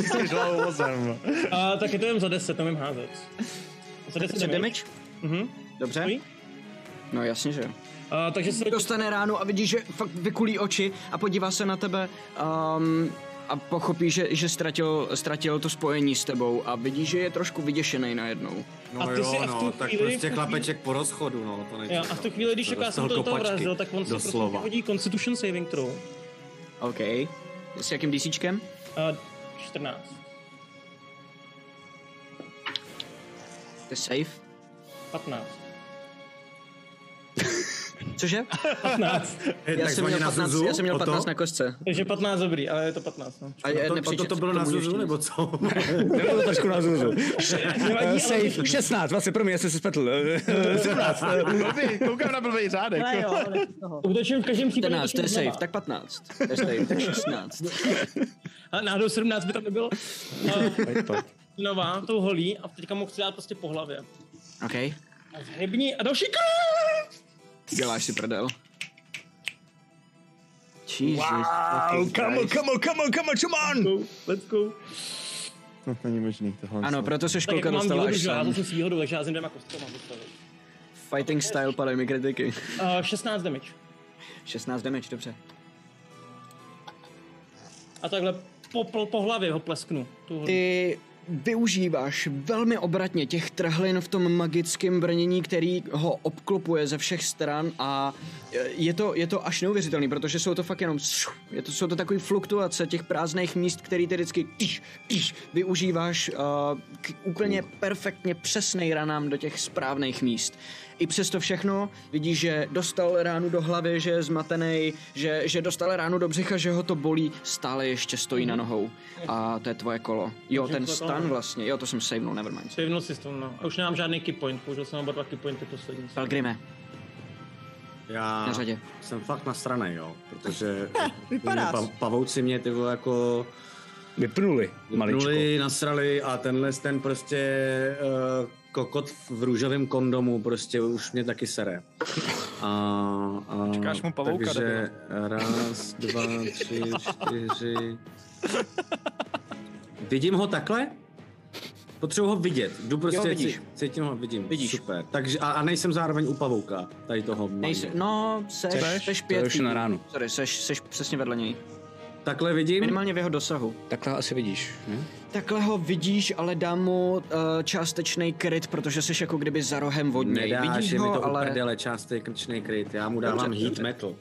G: Jsi vozem. A, tak je to jen za 10, to umím házet. Za 10
B: Co, damage?
G: Mhm.
B: Dobře. No jasně, že jo.
G: A, takže se
B: dostane ránu a vidí, že fakt vykulí oči a podívá se na tebe um, a pochopí, že, že ztratil, ztratil to spojení s tebou a vidí, že je trošku vyděšený najednou.
D: No a jo, no, tak prostě chlapeček po rozchodu, no, to nejde.
G: Jo, a v tu chvíli, když jako já jsem to do toho vrazil, tak on se prostě
D: doslova.
G: hodí Constitution Saving Throw. Uh,
B: OK. S jakým DCčkem?
G: 14.
B: To je safe.
G: 15.
B: Cože?
G: 15.
B: já, jsem měl 15 já jsem měl 15 na
G: kost.
B: kostce.
G: Takže 15 dobrý, ale je to 15. No.
B: A je, nepřičet, tomu ještě nic.
D: co?
C: [LAUGHS] Bylo to trošku na zuzu.
G: Nevadí, ale-
C: Eh, Safe, 16, vlastně, promiň, já jsem se [LAUGHS] spletl. Eh, [LAUGHS] 17.
J: Blbý, koukám na blbý řádek.
G: Ale jo, ale- Utočím v každém případě.
B: 14, to je
G: utočím
B: safe,
G: znova.
B: tak 15. To je safe, tak 16.
G: [LAUGHS] Ale náhodou 17 by tam nebylo.
B: to.
G: A, nová, tou holí a teďka mu chci dát prostě po hlavě.
B: OK.
G: A Hybni a další krát!
B: Děláš si prdel.
C: Wow, come on, come on, come on, come on, come on!
G: Let's go.
J: To není možný tohle.
B: Ano, proto se školka
G: mám
B: dostala
G: výhodu,
B: až
G: že já
B: sem.
G: jsem s výhodou, takže já jako s dvěma kostkama postavit.
B: Fighting style, padají mi kritiky.
G: Uh, 16 damage.
B: 16 damage, dobře.
G: A takhle po, po, po hlavě ho plesknu. Tu holu.
B: Ty využíváš velmi obratně těch trhlin v tom magickém brnění, který ho obklopuje ze všech stran a eh, je to, je to až neuvěřitelný, protože jsou to fakt jenom šup, je to, jsou to takový fluktuace těch prázdných míst, který ty vždycky tyš, tyš, využíváš eh, k úplně perfektně přesnej ranám do těch správných míst. I přes to všechno vidíš, že dostal ránu do hlavy, že je zmatený, že, že dostal ránu do břicha, že ho to bolí, stále ještě stojí na nohou. A to je tvoje kolo. Jo,
G: Takže
B: ten
G: to je tohle.
B: stan vlastně, jo, to jsem savenul, nevermind.
G: Pivnul si s tom, no. A už nemám žádný key point, použil jsem oba dva key pointy poslední.
B: Pelgrime.
D: Já
B: Na řadě.
D: jsem fakt nasranej, jo, protože
F: Vypadáš.
D: pa, pavouci mě ty vole jako...
C: Vypnuli,
D: Vypnuli, nasrali a tenhle ten prostě uh, kokot v růžovém kondomu prostě už mě taky sere. A, a,
O: Čekáš mu pavouka,
D: Takže
O: debilo.
D: raz, dva, tři, čtyři... Vidím ho takhle? Potřebuji ho vidět. Jdu prostě,
B: Jo, vidíš.
D: cí- cítím ho, vidím. Vidíš. Super. Takže, a, a nejsem zároveň u pavouka, tady toho.
B: Nejsi,
D: malého.
B: no, seš,
D: Seš?
B: seš,
D: To je
B: pět.
D: už na ránu.
B: Sorry, seš, seš přesně vedle něj.
D: Takhle vidím?
B: Minimálně v jeho dosahu.
C: Takhle asi vidíš, ne?
B: Takhle ho vidíš, ale dám mu uh, částečný kryt, protože jsi jako kdyby za rohem od něj.
D: Nedáš,
B: vidíš
D: je mi
B: ho,
D: to
B: ale...
D: ale... uprdele, částej krčnej kryt. Já mu
B: Dobře,
D: dávám
B: dobře.
D: heat metal.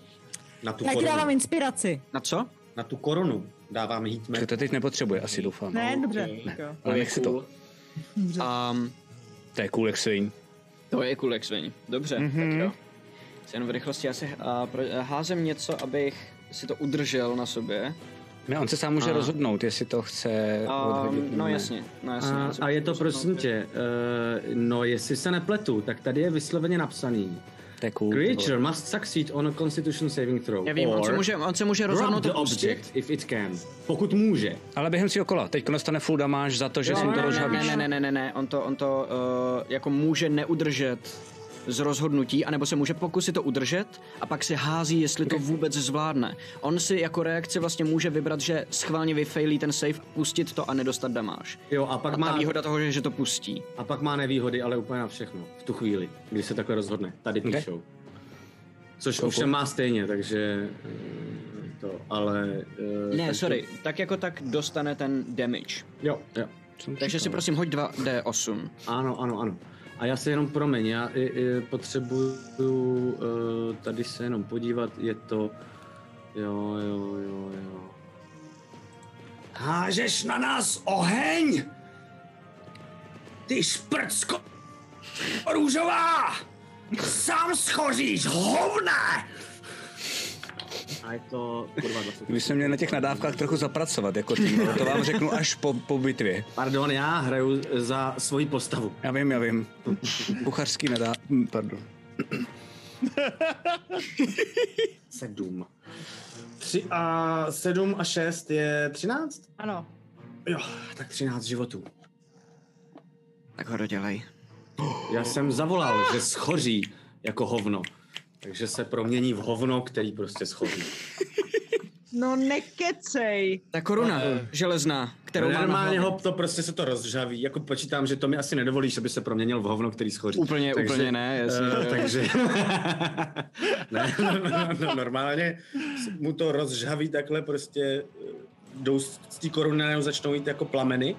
D: Na tu
F: Já ti
D: korunu.
F: dávám inspiraci.
B: Na co?
D: Na tu korunu dávám heat metal.
C: To teď nepotřebuje, asi doufám.
F: Ne, dobře.
C: Ale nech si to.
B: Um,
C: to je cool jak svin.
B: To je cool jak svin. Dobře, mm-hmm. tak jo. Se jenom v rychlosti, já se uh, pro, házem něco, abych si to udržel na sobě.
C: Ne, on se sám může
B: A-
C: rozhodnout, jestli to chce odhodit. nebo
B: no
C: ne.
B: jasně, no jasně.
D: A, a je to prosím tě, uh, no jestli se nepletu, tak tady je vysloveně napsaný.
C: To je cool,
D: Creature must succeed on a constitution saving throw.
B: Já vím, on se
D: or
B: může- on se může
D: drop
B: rozhodnout
D: the
B: to pustit.
D: object if it can. Pokud může.
C: Ale během svého kola. Teď dostane full damage za to, že
B: Jo,
C: jsem to
B: No, ne, ne,
C: rozhavíš.
B: ne, ne, ne, ne, ne, on to, on to uh, jako může neudržet z rozhodnutí, anebo se může pokusit to udržet a pak si hází, jestli to vůbec zvládne. On si jako reakci vlastně může vybrat, že schválně vyfailí ten save, pustit to a nedostat damáž.
D: Jo, a pak
B: A ta
D: má...
B: výhoda toho, že, že to pustí.
D: A pak má nevýhody, ale úplně na všechno. V tu chvíli, kdy se takhle rozhodne. Tady
B: Ok.
D: píšou. Což
B: Cool,
D: ovšem
B: cool.
D: má stejně, takže... eh, To, ale... eh,
B: Ne,
D: takže-
B: sorry, tak jako tak dostane ten damage.
D: Jo, jo.
B: Takže si prosím hoď 2D8.
D: Ano, ano, ano. A já se jenom promiň, já i, i potřebuju eh, tady se jenom podívat, je to... Jo, jo, jo, jo. Hážeš na nás oheň? Ty šprcko!
J: Růžová! Sám schoříš, hovne!
D: A je to kurva 20.
C: Vy jsme měli na těch nadávkách trochu zapracovat, jako tým, ale to vám řeknu až po, po bitvě.
D: Pardon, já hraju za svoji postavu.
C: Já vím, já vím. Kuchařský nadá... hm, Pardon.
D: Sedm. Tři a sedm a šest je třináct?
F: Ano.
D: Jo, tak třináct životů.
B: Tak ho dodělej.
D: Já jsem zavolal, že schoří jako hovno. Takže se promění v hovno, který prostě schoří.
F: No nekecej.
B: Ta koruna železná, kterou má na
D: No, eh, Normálně
B: hlavě.
D: ho to prostě se to rozžaví. Jako počítám, že to mi asi nedovolíš, aby se proměnil v hovno, který schoří.
B: Úplně, úplně ne, jasně,
D: eh,
B: jo.
D: takže [LAUGHS] ne, no, no, no, normálně mu to rozžaví takhle prostě eh, jdou z z té koruny najednou začnou jít jako plameny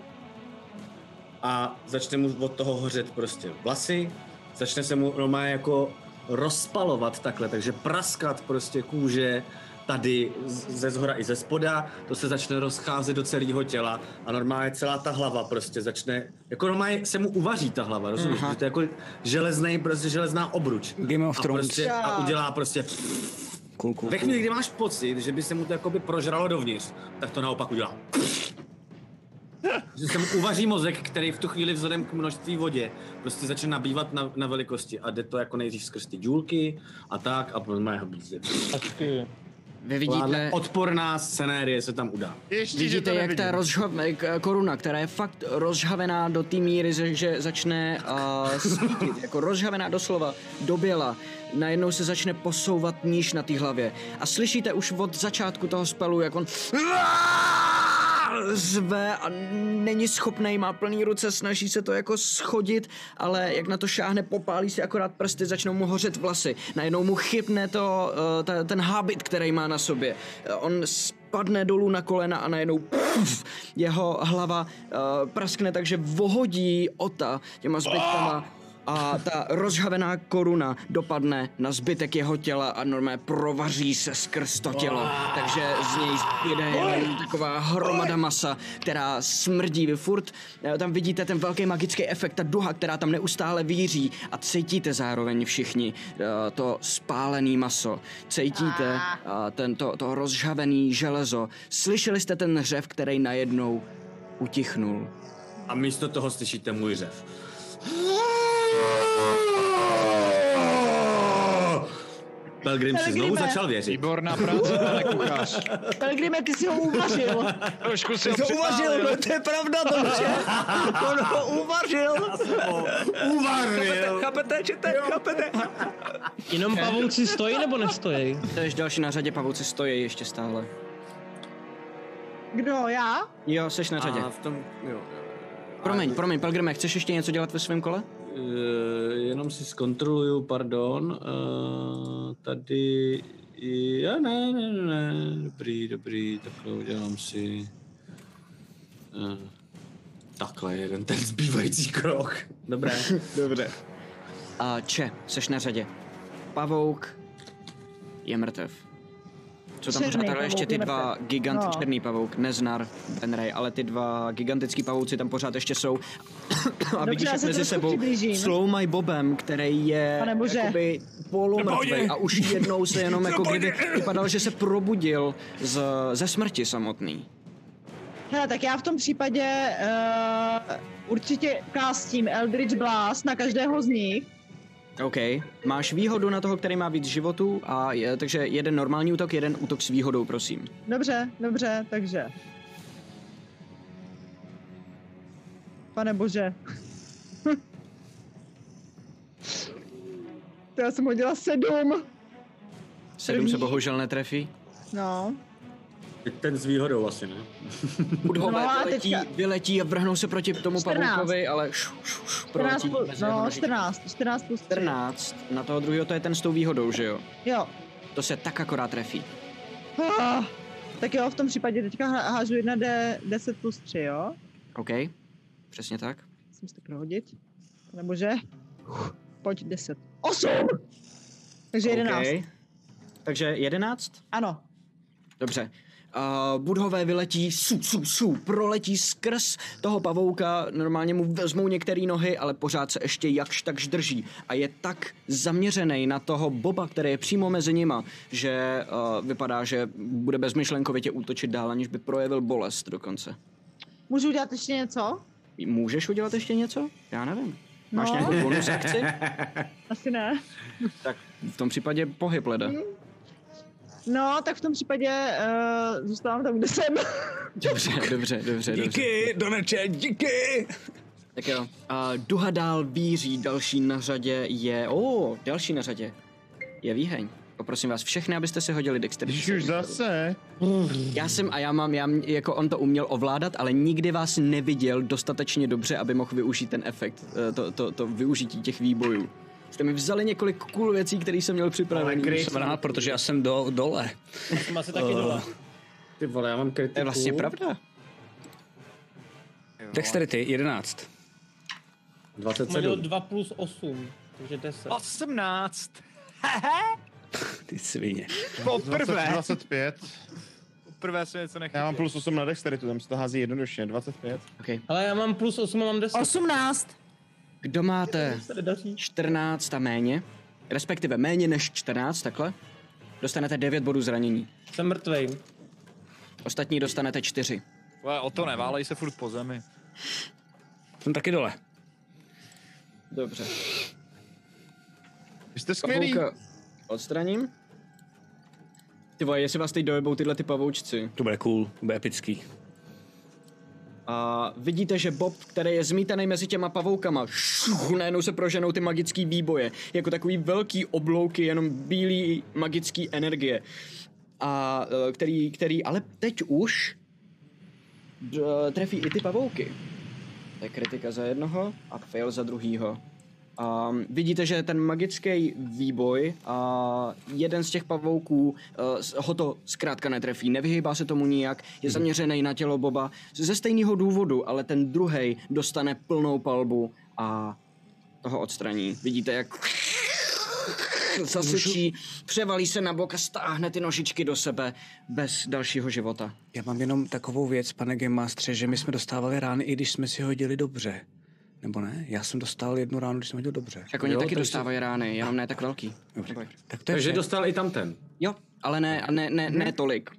D: a začne mu od toho hořet prostě vlasy, začne se mu normálně jako rozpalovat takhle, takže praskat prostě kůže tady z- ze zhora i ze spoda, to se začne rozcházet do celého těla a normálně celá ta hlava prostě začne, jako normálně se mu uvaří ta hlava, rozumíš?
C: Aha.
D: Že To je jako železný, prostě železná obruč.
C: Game of
D: a,
C: Thrones.
D: prostě, a udělá prostě...
C: Cool, cool,
D: Ve chvíli, kdy máš pocit, že by se mu to jakoby prožralo dovnitř, tak to naopak udělá. Že se mu uvaří mozek, který v tu chvíli vzhledem k množství vodě prostě začne nabývat na, na velikosti a jde to jako nejdřív skrz ty důlky a tak a potom má jeho bízy.
B: Vy vidíte,
D: Odporná scenérie se tam udá.
B: vidíte jak ta rozžhav- k- koruna, která je fakt rozžhavená do té míry, že- že začne uh, svítit, jako rozžhavená doslova, doběla, najednou se začne posouvat níž na té hlavě. A slyšíte už od začátku toho spelu, jak on zve a není schopný, má plný ruce, snaží se to jako schodit, ale jak na to šáhne, popálí si akorát prsty, začnou mu hořet vlasy. Najednou mu chytne to, eh, ta, ten hábit, který má na sobě. Eh, On spadne dolů na kolena a najednou puf, jeho hlava eh, praskne, takže vohodí ota těma zbytkama a ta rozhavená koruna dopadne na zbytek jeho těla a normálně provaří se skrz to tělo. Takže z něj jde jenom taková hromada masa, která smrdí. Vy furt eh, tam vidíte ten velký magický efekt, ta duha, která tam neustále víří a cítíte zároveň všichni eh, to spálený maso. Cítíte eh, tento, to rozžhavený železo. Slyšeli jste ten řev, který najednou utichnul.
D: A místo toho slyšíte můj řev. Pelgrim si znovu
F: Pelgrime.
D: začal věřit.
I: Výborná
B: [LAUGHS]
I: práce, pane kuchař.
F: Pelgrime, ty si ho uvařil.
I: Trošku si
F: Ty jsi ho uvařil, no
I: to je
F: pravda, to
E: [LAUGHS]
F: už je.
J: On ho
F: uvařil.
J: Uvařil.
C: Chápete, čete, chápete.
B: Jenom pavouci stojí nebo nestojí? To je další na řadě, pavouci stojí ještě stále.
F: Kdo, já?
B: Jo, seš na řadě.
D: A v tom, jo.
B: Promiň, promiň, Pelgrime, chceš ještě něco dělat ve svém kole?
D: Eh, jenom si zkontroluju, pardon. Eh, tady... Ja, ne, ne, ne, ne, dobrý, dobrý, takhle udělám si... Eh, takhle jeden ten zbývající krok. [LAUGHS] Dobré.
B: Dobře. A Če, seš na řadě. Pavouk je mrtev. Co tam
F: Černý
B: pořád ale
F: pavouk
B: ještě
F: je
B: ty dva
F: mrtev.
B: gigant,
F: No.
B: černý pavouk, Neznar, Benray, ale ty dva gigantický pavouci tam pořád ještě jsou. [COUGHS] A
F: Dobře,
B: vidíš,
F: já
B: jak
F: se
B: mezi
F: trošku
B: sebou
F: přiblížím.
B: sloumaj Bobem, který je jako
F: Panebože.
B: jakoby polomrtvej a už
C: [LAUGHS]
B: jednou se jenom jako kdyby vypadal, že se probudil z, ze smrti samotný.
F: Hele, tak já v tom případě uh, určitě kástím Eldritch Blast na každého z nich.
B: OK. Máš výhodu na toho, který má víc životů, a je, takže jeden normální útok, jeden útok s výhodou, prosím.
F: Dobře, dobře, takže. Pane bože. [LAUGHS] to já jsem hodila sedm.
B: Sedm se bohužel netrefí.
F: No.
D: Ten s výhodou asi, ne?
B: Budhové
F: No a
B: vyletí,
F: teďka-
B: vyletí a vrhnou se proti tomu
F: 14.
B: pavoukovi, ale šu, šu, šu,
F: 14
B: proletí
F: plus,
B: mezi jeho
F: no,
B: nožičky.
F: 14, 14 plus 3.
B: 14. Na toho druhého to je ten s tou výhodou, že jo?
F: Jo.
B: To se tak akorát trefí.
F: Ah, tak jo, v tom případě teďka há- hážu 1 D, 10 plus 3, jo?
B: OK. Přesně tak.
F: Musím si to prohodit. Nebo že? Pojď 10. 8! Takže 11.
B: OK. Takže jedenáct?
F: Ano.
B: Dobře. A budhové vyletí, su, su, su, proletí skrz toho pavouka, normálně mu vezmou některé nohy, ale pořád se ještě jakž takž drží. A je tak zaměřený na toho boba, který je přímo mezi nima, že uh, vypadá, že bude bezmyšlenkovitě útočit dál, aniž by projevil bolest dokonce.
F: Můžu udělat ještě něco?
B: Můžeš udělat ještě něco? Já nevím. Máš
F: No.
B: nějakou bonus akci?
F: Asi ne.
B: Tak v tom případě pohyb leda.
F: Mhm. No, tak v tom případě uh, zůstávám tam, kde jsem. [LAUGHS]
B: Dobře, dobře, dobře.
J: Díky, Doneče, díky!
B: Tak jo. A duha dál víří, další na řadě je... O, oh, další na řadě je výheň. Poprosím vás všechny, abyste si hodili dexterity. Už
E: zase?
B: Já jsem a já mám, já m- jako on to uměl ovládat, ale nikdy vás neviděl dostatečně dobře, aby mohl využít ten efekt, eh, to, to, to využití těch výbojů. Jste mi vzali několik cool věcí, které jsem měl připravený.
C: kryt. Jsem rád, protože já jsem do, dole.
G: Jsem asi
B: taky dole.
D: Ty vole, já mám kritiku.
C: To je vlastně pravda.
B: no.
C: Dexterity, 11.
G: 27. 2 plus 8, takže 10.
I: 18.
C: Ty svině.
E: No,
I: Poprvé.
E: 25.
I: Prvé se něco nechal.
E: Já mám plus 8 na dexteritu, tam se to hází jednoduše. 25.
B: Okay.
G: Ale já mám plus 8 a mám 10.
P: 18.
B: Kdo máte 14 a méně, respektive méně než 14, takhle, dostanete 9 bodů zranění.
G: Jsem mrtvej.
B: Ostatní dostanete 4.
I: Vole, o to neválej se furt po zemi.
C: Jsem taky dole.
B: Dobře.
E: Vy jste
C: skvělý.
B: odstraním. Ty vole, jestli vás teď dojebou tyhle ty pavoučci.
C: To bude cool, to bude epický.
B: A vidíte, že Bob, který je zmítaný mezi těma pavoukama, šuch, najednou se proženou ty magické výboje, jako takový velký oblouky, jenom bílý magický energie. A eh, který, který, ale teď už d- trefí i ty pavouky. To je kritika za jednoho a fail za druhýho. Um, vidíte, že ten magický výboj a jeden z těch pavouků uh, ho to zkrátka netrefí, nevyhýbá se tomu nijak, je zaměřený na tělo Boba ze stejného důvodu, ale ten druhý dostane plnou palbu a toho odstraní. Vidíte, jak zasučí, převalí se na bok a stáhne ty nožičky do sebe bez dalšího života.
C: Já mám jenom takovou věc, pane Game Mastře, že my jsme dostávali rány, i když jsme si hodili dobře. Nebo ne? Já jsem dostal jednu ránu, když jsem hodil dobře.
B: Tak oni
C: Jo,
B: taky
C: takže-
B: dostávají rány, jenom ne tak velký.
C: Tak
B: to je
D: Takže
B: vše.
D: dostal i tam ten.
B: Jo, ale ne, ne, ne, ne tolik.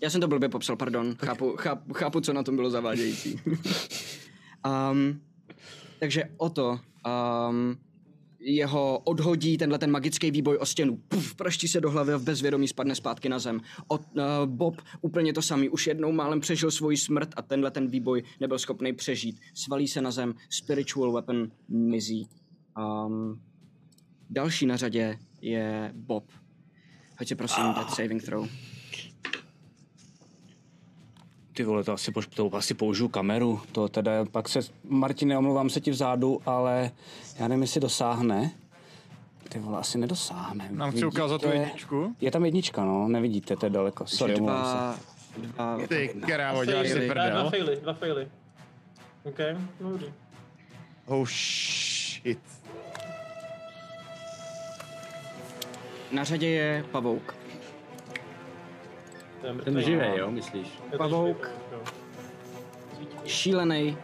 B: Já jsem to blbě popsal, pardon. Chápu, chápu, chápu co na tom bylo zavádějící. um, takže o to um, jeho odhodí tenhle ten magický výboj o stěnu. Puf, praští se do hlavy a v bezvědomí spadne zpátky na zem. Od, uh, Bob úplně to samý. Už jednou málem přežil svoji smrt a tenhle ten výboj nebyl schopný přežít. Svalí se na zem. Spiritual weapon mizí. Um, další na řadě je Bob. Hoďte prosím, ah. death saving throw.
C: Ty vole, to asi, poš- to asi použiju kameru. To teda pak se, Martine, omlouvám se ti vzadu, ale já nevím, jestli dosáhne. Ty vole, asi nedosáhne.
I: Nám chci
C: Vidíte?
I: ukázat tu jedničku.
C: Je tam jednička, no, nevidíte, to je daleko. Sorry,
I: Dva-
C: omlouvám se.
B: dva-
C: Ty krávo,
G: Faily.
C: děláš si
G: Dva- Dva
C: prdel.
G: faily, dva faily. OK, no dobrý.
E: Oh shit.
B: Na řadě je pavouk.
D: Ten živej, jo, myslíš?
B: Pavouk, šílený,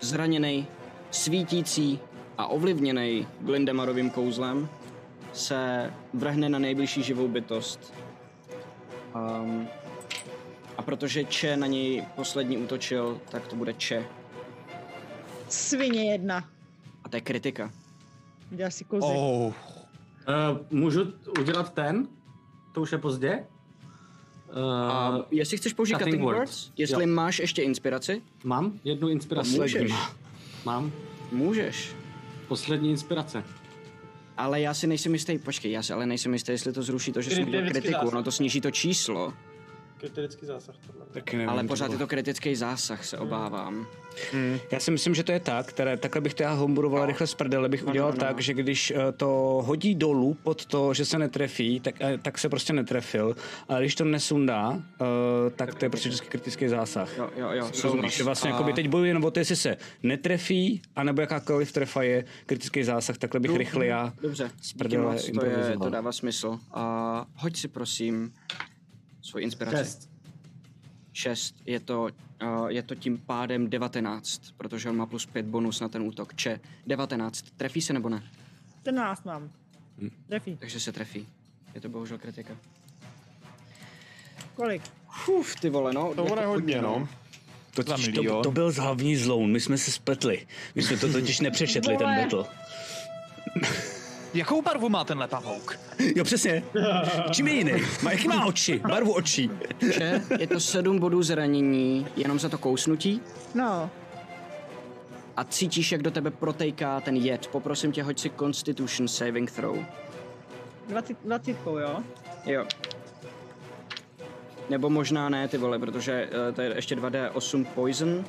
B: zraněný, svítící a ovlivněný Glindemarovým kouzlem, se vrhne na nejbližší živou bytost. Um, a protože Če na něj poslední útočil, tak to bude Če.
F: Svině jedna.
B: A to je kritika.
F: Udělal si kozy.
D: Oh. Uh, můžu t- udělat ten? To už je pozdě? Uh,
B: jestli chceš použít cutting words, jestli
D: jo.
B: máš ještě inspiraci? No,
D: Mám jednu inspiraci.
B: Můžeš.
D: Mám.
B: Můžeš.
D: Poslední inspirace.
B: Ale já si nejsem jistý, počkej, já si ale nejsem jistý, jestli to zruší to, že
G: Kdy-
B: jsem udělal
G: vždycky
B: kritiku,
G: zásah.
B: ono to sníží to číslo,
G: Kritický zásah tohle.
C: Taky nevím,
B: ale
C: to
B: pořád
C: bylo.
B: je to kritický zásah, se obávám. Mm.
C: Já si myslím, že to je tak, které, takhle bych to já homburoval
B: No.
C: rychle z prdele, bych udělal tak, že když eh, to hodí dolů pod to, že se netrefí, tak, eh, tak se prostě netrefil, ale když to nesundá, eh, tak to je prostě vždycky kritický zásah.
B: Jo, jo, jo.
C: Rozumíš,
B: souhlas.
C: že vlastně
B: A-
C: jakoby teď bojuje, nebo to, jestli se netrefí, anebo jakákoliv trefa je kritický zásah, takhle bych
B: No,
C: rychle já
B: Dobře,
C: z
B: díky
C: prdele
B: moc, to, je,
C: improvizoval.
B: to dává smysl. A hoď si prosím svoji inspiraci.
D: Šest.
B: 6, je to, uh, je to tím pádem 19, protože on má plus 5 bonus na ten útok. Če, 19, trefí se nebo ne?
F: 14 mám. Trefí.
B: Takže se trefí. Je to bohužel kritika.
F: Kolik?
B: Uf, ty vole, no.
E: To bude hodně, no.
C: Totiž to, to byl hlavní zloun, my jsme se spletli. My jsme to totiž nepřečetli, ten
I: Vole.
C: battle.
I: Jakou barvu má ten letavouk?
F: [LAUGHS]
C: Jo, přesně. Čím je jiný? Má, jaký má oči? Barvu očí.
B: Če, je to 7 bodů zranění jenom za to kousnutí
F: No.
B: a cítíš, jak do tebe protejká ten jed. Poprosím tě, hoď si Constitution Saving Throw.
F: 20, 20 jo?
B: Jo. Nebo možná ne, ty vole, protože eh, to je ještě 2D8 Poison.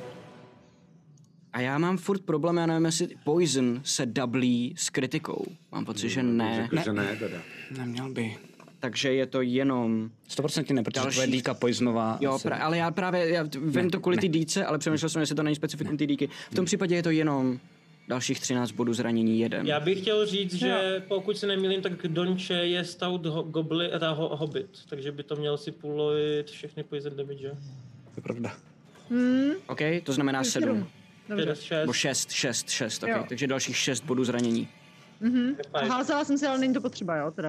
B: A já mám furt problém, já nevím, jestli Poison se dublí s kritikou. Mám pocit, že ne.
C: Hmm, řekl, že ne
B: teda.
C: Neměl by.
B: Takže je to jenom...
C: 100% ne, protože
B: Další-
C: tvoje dýka poiznová.
B: Jo, pra, ale já právě, já t- vím
C: Ne,
B: to kvůli
C: ne. Hmm.
B: té dýce, ale přemýšlel jsem, jestli to není specifikum té dýky. V tom případě je to jenom dalších 13 bodů zranění jeden.
G: Já bych chtěl říct, že pokud se nemýlím, tak Donče je stout ho- gobli, eh, ta ho, hobbit, takže by to měl si půlojit všechny poison damage.
C: To je pravda.
F: Hmm.
B: OK, to znamená 7.
F: Dobře.
B: Nebo 6, 6, 6,
F: Jo.
B: okay. takže dalších 6 bodů zranění.
F: Mhm.
B: fajn.
F: Házela jsem se, ale není to potřeba, jo, teda.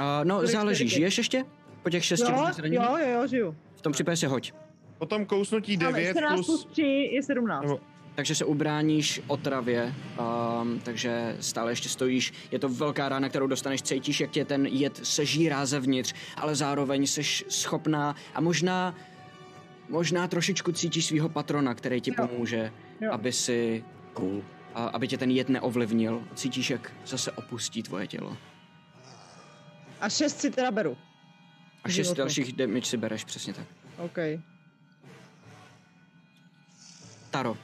B: Uh, no,
F: Kolik
B: záleží,
F: čtyřky?
B: žiješ ještě? Po těch 6
F: jo,
B: bodů zranění?
F: jo, jo, jo, žiju.
B: V tom případě se hoď.
E: Potom kousnutí
F: Ale 14 plus 3 je 17.
B: Takže se ubráníš otravě, um, takže stále ještě stojíš. Je to velká rána, kterou dostaneš, cítíš, jak tě ten jed sežírá zevnitř, ale zároveň jsi schopná a možná, možná trošičku cítíš svého patrona, který ti pomůže,
F: Jo.
B: aby si...
C: Cool.
B: A, aby tě ten jed neovlivnil. Cítíš, jak zase opustí tvoje tělo.
F: A 6 si teda beru.
B: A šest
F: Životu.
B: dalších damage si bereš, přesně tak.
F: OK.
B: Taro.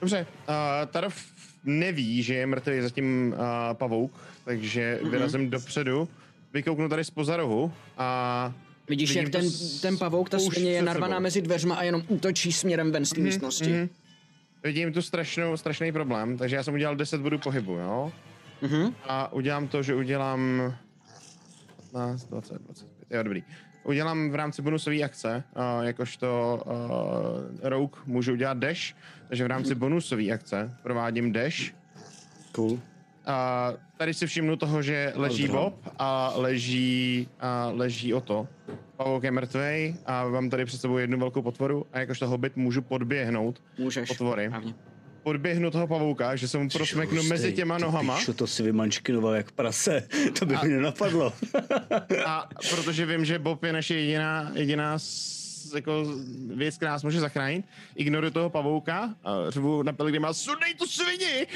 E: Dobře, uh, Tarov neví, že je mrtvý zatím uh, pavouk, takže
B: Mhm.
E: vyrazím dopředu, vykouknu tady spoza rohu a...
B: Vidíš,
E: vidím
B: jak
E: to
B: ten,
E: s-
B: ten pavouk, ta
E: poušť
B: svině je
E: před
B: narvaná
E: sebou.
B: mezi dveřma a jenom útočí směrem ven z té
E: Mhm,
B: místnosti.
E: mhm. Vidím tu strašnou, strašný problém, takže já jsem udělal 10 bodů pohybu, jo?
B: Mm-hmm.
E: A udělám to, že udělám 15, 20, 25, jo dobrý. Udělám v rámci bonusové akce, uh, jakožto uh, rogue můžu udělat dash, takže v rámci
B: Mhm.
E: bonusové akce provádím dash.
C: Cool.
E: A tady si všimnu toho, že leží
C: Pozdravím.
E: Bob a leží, a leží Oto. Pavouk je mrtvej a mám tady před sebou jednu velkou potvoru a jakožto hobbit můžu podběhnout
B: Můžeš,
E: potvory. Podběhnu toho pavouka, že se mu prosmeknu mezi těma nohama.
C: Píšu, to si vymančkinoval jak prase. [LAUGHS] To by mi nenapadlo.
E: A protože vím, že Bob je naše jediná, jediná s- jako věc, která nás může zachránit, ignoruju toho pavouka a řvu na Pelgrima, sundej tu svini!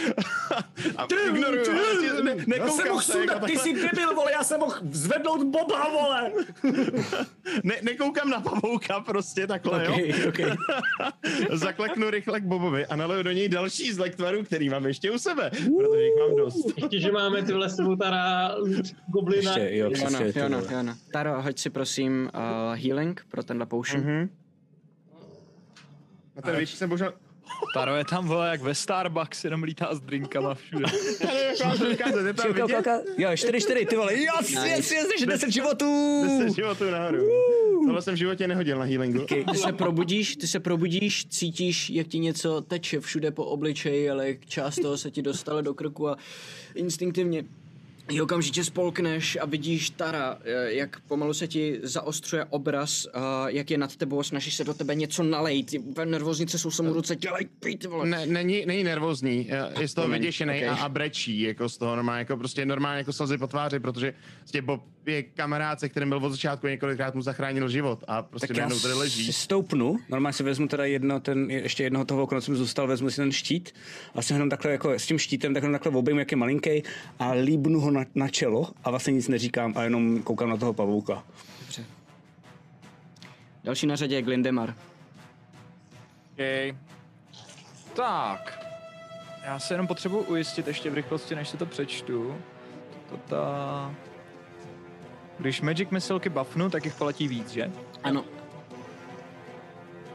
E: [LAUGHS] a ignoruju ho, prostě ne,
J: já
E: nekoukám
J: jsem mohl
E: se, jako
J: sundat, ty
E: takhle.
J: jsi debil, vole, já jsem mohl zvednout Boba, vole.
E: ne, nekoukám na pavouka prostě takhle,
J: Okej,
E: [LAUGHS] jo.
J: okej.
E: Zakleknu rychle k Bobovi a naleju do něj další z lektvarů, který mám ještě u sebe, protože jich mám dost.
G: Ještě, že máme tyhle svutara, goblina.
B: Jana, Jana, Jana. Taro, hoď si prosím uh, healing pro tenhle potion.
E: Mm-hmm. A ten jsem bohužel...
I: Taro je tam, vole, jak ve Starbucks, jenom lítá s drinkama všude.
E: Já nevím, jak vám to ukázat, je tam
I: Šipka,
E: vidět?
I: koka-
C: jo, 4-4, ty vole, jas,
E: Nice.
C: jas, jas, takže 10 životů!
E: 10 životů nahoru. Tohle jsem v životě nehodil na healingu.
B: Ty se probudíš, ty se probudíš, cítíš, jak ti něco teče všude po obličeji, ale jak část toho se ti dostala do krku a instinktivně ji okamžitě spolkneš a vidíš Tara, eh, jak pomalu se ti zaostřuje obraz, eh, jak je nad tebou a snažíš se do tebe něco nalejt. Ty úplně Nervóznice jsou se mu ruce, dělej, pít, ty vole.
E: Ne, není, není nervózní, eh, je z toho
B: Promiň,
E: vyděšený
B: okej.
E: a, a brečí jako z toho normálně, jako prostě normálně jako slzy po tváři, protože prostě Bob je kamarád, se kterým byl od začátku několikrát mu zachránil život a prostě
C: Tak já
E: najednou tady
C: si
E: leží.
C: stoupnu, normálně si vezmu teda jedno, ten, ještě jednoho toho okna, co mi zůstal, vezmu si ten štít a si jenom takhle jako s tím štítem takhle, takhle obejmu, jak je malinký a líbnu ho na, na, čelo a vlastně nic neříkám a jenom koukám na toho pavouka.
B: Dobře. Další na řadě je Glindemar.
I: Okay. Tak. Já se jenom potřebuji ujistit ještě v rychlosti, než se to přečtu. Tata. Když Magic misilky buffnu, tak jich poletí víc, že?
B: Ano.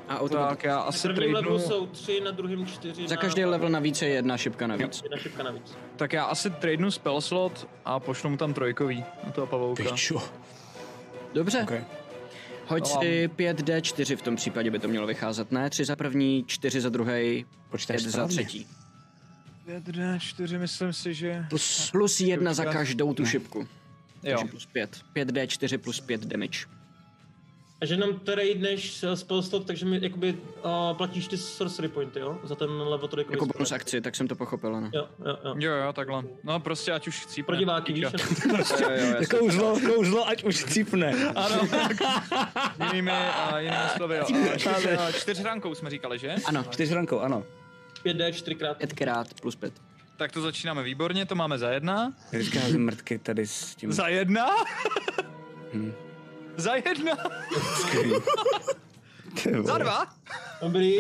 B: A
I: tak já asi
G: Na prvním levelu
I: tradenu,
G: jsou tři, na druhém čtyři.
B: Za
G: na-
B: každý level navíc je jedna šipka navíc.
G: Jedna šipka navíc.
I: tak já asi tradenu spell slot a pošlu mu tam trojkový na toho pavouka.
C: Pičo.
B: Dobře.
C: Okay.
B: Hoď
Q: No a-
B: si 5D4 v tom případě by to mělo vycházet, ne? 3 za první, 4 za druhý, 5 za
I: správně.
B: třetí.
I: 5D, 4, myslím si, že...
B: Plus, plus 1 za
I: Počkat.
B: každou tu
I: Ne.
B: šipku.
I: Jo.
B: Takže plus 5. 5D4 plus 5 damage.
G: A že nám tady jdeš spell stop, takže mi jakoby uh, platíš ty sorcery pointy, jo? Za ten level trojkový
B: Jako
G: spell.
B: bonus akci, tak jsem to pochopil, ano.
G: Jo, jo, jo.
I: Jo, jo, takhle. No prostě, ať už chcípne. Prostě,
G: Pro diváky, víš? [LAUGHS]
I: Jo, jo,
C: Jako
I: jasně.
C: kouzlo, kouzlo, ať už cipne.
I: Ano, jinými, a jinými slovy, jo. A- a- a čtyřhrankou jsme říkali, že?
C: Ano, čtyřhrankou, ano.
G: 5D, 4x.
B: 5x plus 5.
I: Tak to začínáme výborně, to máme za jedna.
C: Vždycky házím mrtky tady s tím.
I: Za jedna?
C: Hm.
I: Za jedna?
C: Ty
I: [LAUGHS]
C: vole.
I: za dva?
G: Dobrý.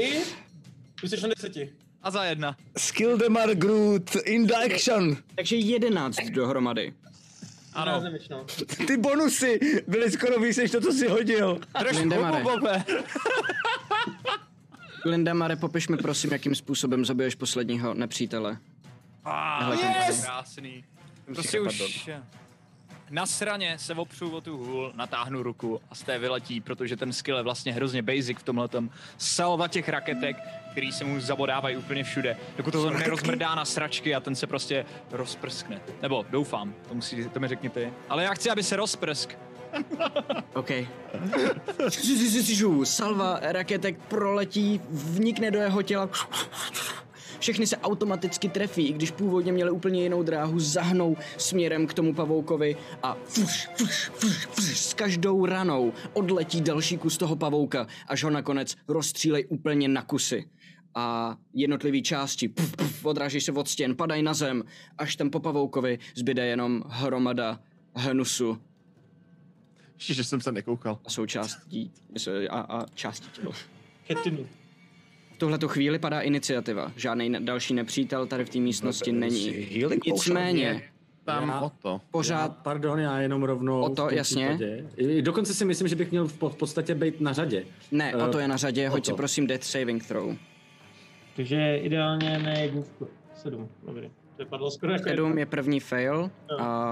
G: Už jsi na deseti.
I: A za jedna.
C: Skill Demar Groot, induction.
B: Takže 11 dohromady.
I: Ano.
G: no.
C: Ty bonusy byly skoro víc, než to, co si hodil.
B: Lindemare. Linda Mare, popiš mi prosím, jakým způsobem zabiješ posledního nepřítele.
I: Ah,
B: Hele, ten
I: yes!
B: tady.
I: Krásný.
B: Jsem si
I: Prostě
B: napadl.
I: už na sraně se opřu o tu hůl, natáhnu ruku a z té vyletí, protože ten skill je vlastně hrozně basic v tomhletom. Salva těch raketek, který se mu zabodávají úplně všude, dokud to
C: Raketky?
I: nerozmrdá na sračky a ten se prostě rozprskne. Nebo doufám, to, musí, to mi řekni ty. Ale já chci, aby se rozprsk.
B: OK. Žu, Salva raketek proletí, vnikne do jeho těla. Všechny se automaticky trefí, i když původně měli úplně jinou dráhu, zahnou směrem k tomu pavoukovi a fuš, fuš, fuš, fuš, s každou ranou odletí další kus toho pavouka, až ho nakonec rozstřílej úplně na kusy. A jednotlivé části puf, puf, odráží se od stěn, padají na zem, až tam po pavoukovi zbyde jenom hromada hnusu
E: Ještě, že jsem se nekoukal.
B: A součástí mysl- a, a částí tělo.
G: Chytinu.
B: V tuhleto chvíli padá iniciativa. Žádný ne- další nepřítel tady v té místnosti
D: No, to
B: není.
D: si healing potion
B: Nicméně,
D: je. Tam
B: Já-
D: o
E: to.
B: Pořád-
D: Já, pardon, já jenom rovnou.
B: O to,
D: v tom
B: jasně.
D: případě. I- Dokonce si myslím, že bych měl v po- v podstatě být na řadě. Eh,
B: ne, o to je na řadě,
D: o
B: hoď si
D: to.
B: prosím death saving throw.
G: Takže ideálně na jedničku. Sedm, dobrý. To vypadlo skoro jako
B: Sedm je první fail.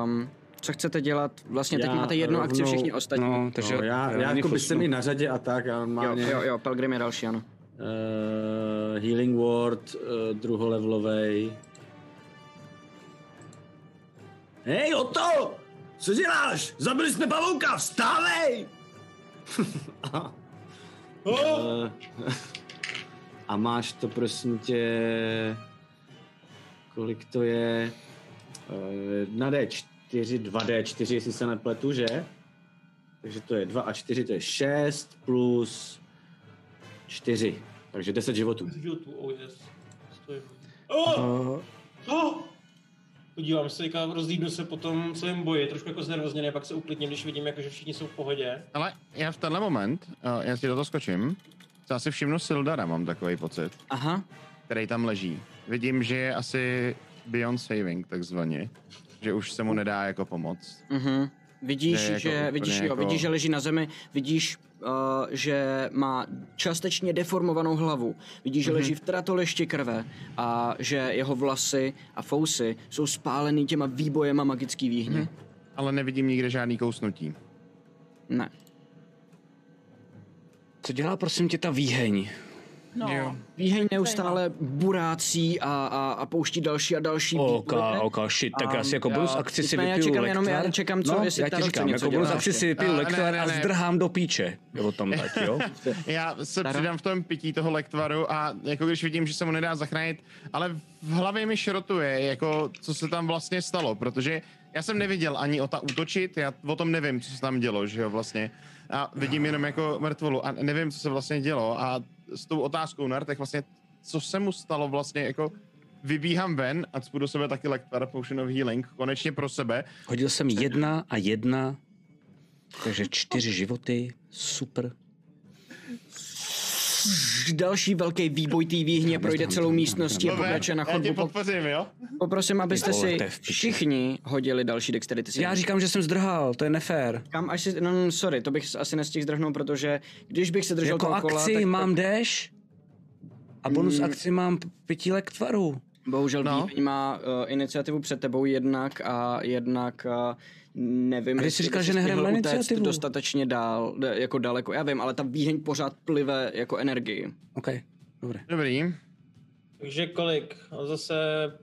B: Um, co chcete dělat? Vlastně teď
D: Já
B: máte jednu akci
D: rovnou-
B: všichni ostatní.
D: No, takže- No, já- já jako by jsem i na řadě a tak, já normálně-
B: Jo, jo, jo, Pelgrim je další, ano.
D: Uh, healing Ward, uh, druholevelovej. Hej, Oto! Co děláš? Zabili jsme pavouka, vstávej!
M: Oh!
D: Eh, A máš to prosím tě... Kolik to je? Eh, Na D4, 2D4, jestli se nepletu, že? Takže to je 2 a 4, to je 6 plus 4. Takže 10 životů.
G: tu, oh yes. Stojím. Oh! Oh! Podívám se, teďka rozlídnu se po tom celém boji, trošku jako znervozněný, pak se uklidním, když vidím, jako, že všichni jsou v pohodě.
E: Ale já v tenhle moment, uh, já si do toho skočím, já si všimnu Sildara, mám takový pocit.
B: Aha.
E: Který tam leží. Vidím, že je asi beyond saving, takzvaně. Že už se mu nedá jako pomoc.
B: Mhm. Vidíš,
E: Že je
B: že,
E: jako
B: že
E: úplně
B: vidíš, jo,
E: jako-
B: vidíš, že leží na zemi, vidíš, uh, že má částečně deformovanou hlavu, vidíš, že
C: Mhm.
B: leží v tratolešti krve a že jeho vlasy a fousy jsou spálený těma výbojema magický výhně.
E: Mhm. Ale nevidím nikde žádný kousnutí.
B: Ne.
C: Co dělá prosím tě ta výheň?
R: No.
C: Jo.
B: Výheň neustále burácí a, a, a pouští další a další
C: Ok, ok, shit, tak já si jako bonus akci si
B: nicméně
C: vypiju
B: já čekám
C: lektvar.
B: jenom, já čekám, co,
C: no,
B: jestli
C: já ti
B: Taroci
C: říkám,
B: něco
C: jako bonus
B: dělá.
C: akci si vypiju
E: A, ne,
C: lektvar
E: ne,
C: a
E: ne.
C: zdrhám do píče. Nebo tam tak,
B: [LAUGHS]
C: jo?
E: [LAUGHS] Já se
C: Taro?
E: přidám v tom pití toho lektvaru a jako když vidím, že se mu nedá zachránit, ale v hlavě mi šrotuje, jako co se tam vlastně stalo, protože já jsem neviděl ani o ta útočit, já o tom nevím, co se tam dělo, že jo, vlastně. A vidím jenom jako mrtvolu a nevím, co se vlastně dělo a s tou otázkou na rtech vlastně, co se mu stalo vlastně, jako vybíhám ven a cpu do sebe taky lektvar Potion of Healing, konečně pro sebe.
C: Hodil jsem jedna a jedna, takže čtyři životy, super.
B: Další velký výboj té výhně projde celou místností a
C: Lové,
B: pokračuje na
C: já
B: chodbu.
C: tě
E: podpořím, jo?
B: Poprosím, abyste
C: Ty vole,
B: si
C: to je v
B: všichni hodili další dexterity. saving.
C: Já říkám, že jsem zdrhal, to je nefér.
B: Kam až si, no, no, sorry, to bych asi nestihl zdrhnout, protože když bych se držel
C: Jako
B: toho kola,
C: akci
B: tak, Mm,
C: mám deš a bonus akci mám p- pitílek tvaru.
B: Bohužel eh,
C: No.
B: no. má uh, iniciativu před tebou jednak a jednak uh, Nevím,
C: A ty jsi říkal, že nehrajeme
B: stihl
C: na
B: utéct
C: iniciativu.
B: dostatečně dál, d- jako daleko, já vím, ale ta výheň pořád plive jako energii.
C: OK, dobré.
E: Dobrý.
G: Takže kolik? A Zase...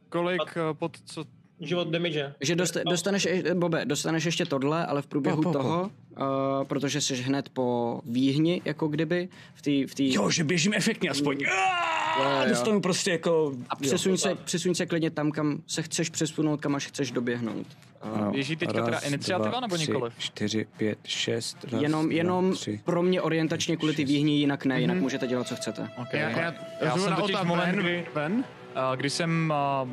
I: Kolik eh, pod co?
G: Život damage.
B: Že dost,
C: No.
B: dostaneš, e- Bobe, dostaneš ještě tohle, ale v průběhu
G: Po, po, po.
B: toho, Uh, protože jsi hned po výhni, jako kdyby, v té... V tý... Mm.
C: Jo, že běžím efektně aspoň.
J: Ah!
B: jo.
C: A dostanu prostě jako...
B: A přesuň se, přesuň se klidně tam, kam se chceš přesunout, kam až chceš doběhnout.
C: Ano.
I: Běží teďka teda
C: Raz,
I: iniciativa
C: dva,
I: nebo
C: tři,
I: nikoliv?
C: čtyři, pět, šest, raz,
B: jenom
C: dva,
B: jenom
C: tři.
B: pro mě orientačně kvůli ty výhni, jinak ne, jinak
I: Mhm.
B: můžete dělat, co chcete.
I: Já, já, já jsem totiž moment, kdy, a, když jsem a,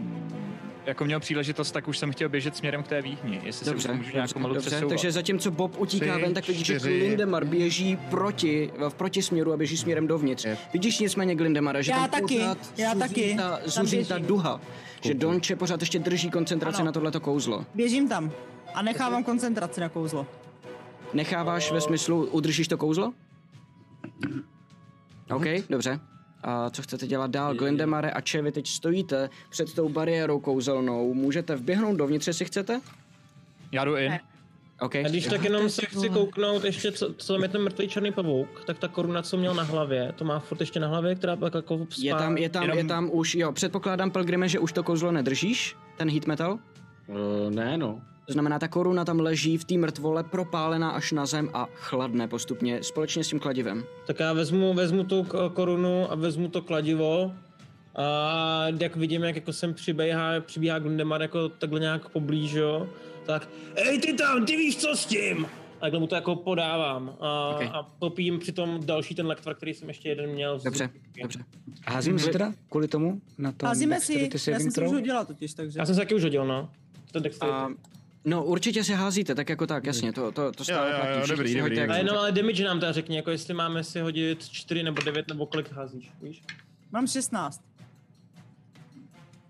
I: jako měl příležitost, tak už jsem chtěl běžet směrem k té výhni, jestli se už můžu nějakou malou
B: dobře,
I: přesouvat.
B: takže zatímco Bob utíká
I: Tři,
B: ven, tak vidíš, že
I: čtyři.
B: Glindemar běží proti, v protisměru a běží směrem dovnitř. Vidíš nicméně Glindemara, že
F: Já
B: tam
F: taky,
B: pořád
F: já
B: zuří
F: taky.
B: ta,
F: Tam
B: zuří ta
F: běžím.
B: duha, že Donče pořád ještě drží koncentraci
F: Ano.
B: na tohleto kouzlo.
F: Běžím tam a nechávám koncentraci na kouzlo.
B: Necháváš ve smyslu, udržíš to kouzlo?
S: No.
B: OK, dobře. A co chcete dělat dál? Glindemare a Če, vy teď stojíte před tou bariérou kouzelnou. Můžete vběhnout dovnitř, jestli chcete?
I: Já jdu in.
B: Okay.
G: A když tak jenom se chci kouknout ještě, co, co tam je ten mrtvý černý pavouk, tak ta koruna, co měl na hlavě, to má furt ještě na hlavě, která pak jako spá.
B: Je tam, je tam, je tam už, jo, předpokládám, Pelgrime, že už to kouzlo nedržíš, ten heat metal?
S: Uh, ne, no.
B: To znamená, ta koruna tam leží v té mrtvole, propálená až na zem a chladne postupně, společně s tím kladivem.
G: Tak já vezmu, vezmu tu k- korunu a vezmu to kladivo a jak vidím, jak jako sem přibíhá, přibíhá Gundemar jako takhle nějak poblíž, jo, tak Ej ty tam, ty víš co s tím! A takhle mu to jako podávám a, okay. a popijím přitom další ten lektvar, který jsem ještě jeden měl. z-
B: Dobře, dobře.
C: A házíme si teda kvůli tomu na to?
F: Házíme si, já jsem si už
B: throw?
F: hodila totiž, takže...
G: Já jsem se taky už hodil, no. To dexterity.
B: A, no určitě si házíte, tak jako tak, jasně, to, to, to stále platí. prostě všichni si hoďte, jak
G: A jenom
B: chcete.
G: ale damage nám teda řekni, jako jestli máme si hodit 4 nebo 9 nebo kolik házíš, víš?
F: Mám 16.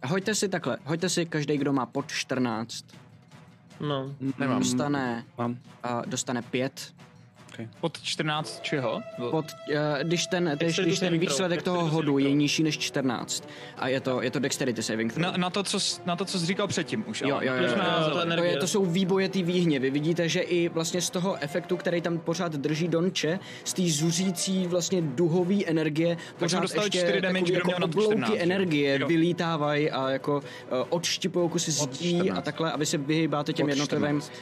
B: Hoďte si takhle, hoďte si každý, kdo má pod 14.
G: No,
I: nemám.
B: [LAUGHS] Dostane,
C: Mám.
B: A dostane 5.
I: Pod 14 čeho?
B: Pod, eh, když ten, když,
I: Dexterity
B: když ten
I: saving throw,
B: výsledek toho hodu je nižší než 14 a je to, je to dexterity saving throw.
I: Na, na, to, co, s- na to, co jsi říkal předtím už.
B: Jo,
I: ale.
B: jo, jo,
I: Protože na-
B: jo, jo. To, je, to jsou výboje té výhně. Vy vidíte, že i vlastně z toho efektu, který tam pořád drží Donče, z té zuřící vlastně duhové energie, pořád
I: dostal
B: ještě
I: čtyři damage,
B: takový
I: kdo měl
B: jako
I: nad 14,
B: oblouky
I: jo.
B: energie vylítávají a jako uh, odštipují kusy zdí a takhle, a vy se vyhýbáte těm
I: Od
B: jednotlivým
I: 14.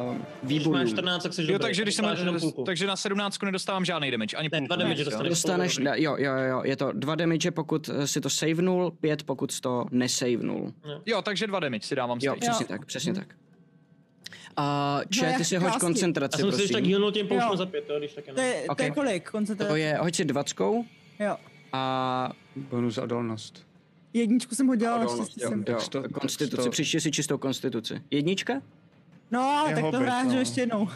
B: uh, výbojům.
I: Jo, takže, když jsem, takže na 17 nedostávám žádný damage, ani půlku. jo?
B: Dostaneš, ne, jo, jo, jo, je to dva damage, pokud eh, si to savenul, pět, pokud si to nesavenul.
I: Jo, takže dva damage si dávám
B: Jo,
I: stejně.
B: přesně tak, přesně tak. A
F: No,
B: Če,
F: jak
B: ty si hoď
F: krásný.
B: koncentraci,
G: Já jsem si
B: prosím.
G: když tak healnul tím pouštím
F: Jo.
G: za pět, jo, když tak
F: To
G: jenom.
F: je, to je
B: Ok.
F: kolik koncentrace?
B: To je, hoď si dvackou
F: Jo.
B: a...
C: Bonus odolnost.
F: Jedničku jsem hodila, ale štěstí jsem.
B: konstituci, příště si čistou konstituci. Jednička?
F: No,
B: Je
F: tak to
B: hobit,
F: hráš
B: no.
F: že ještě jednou.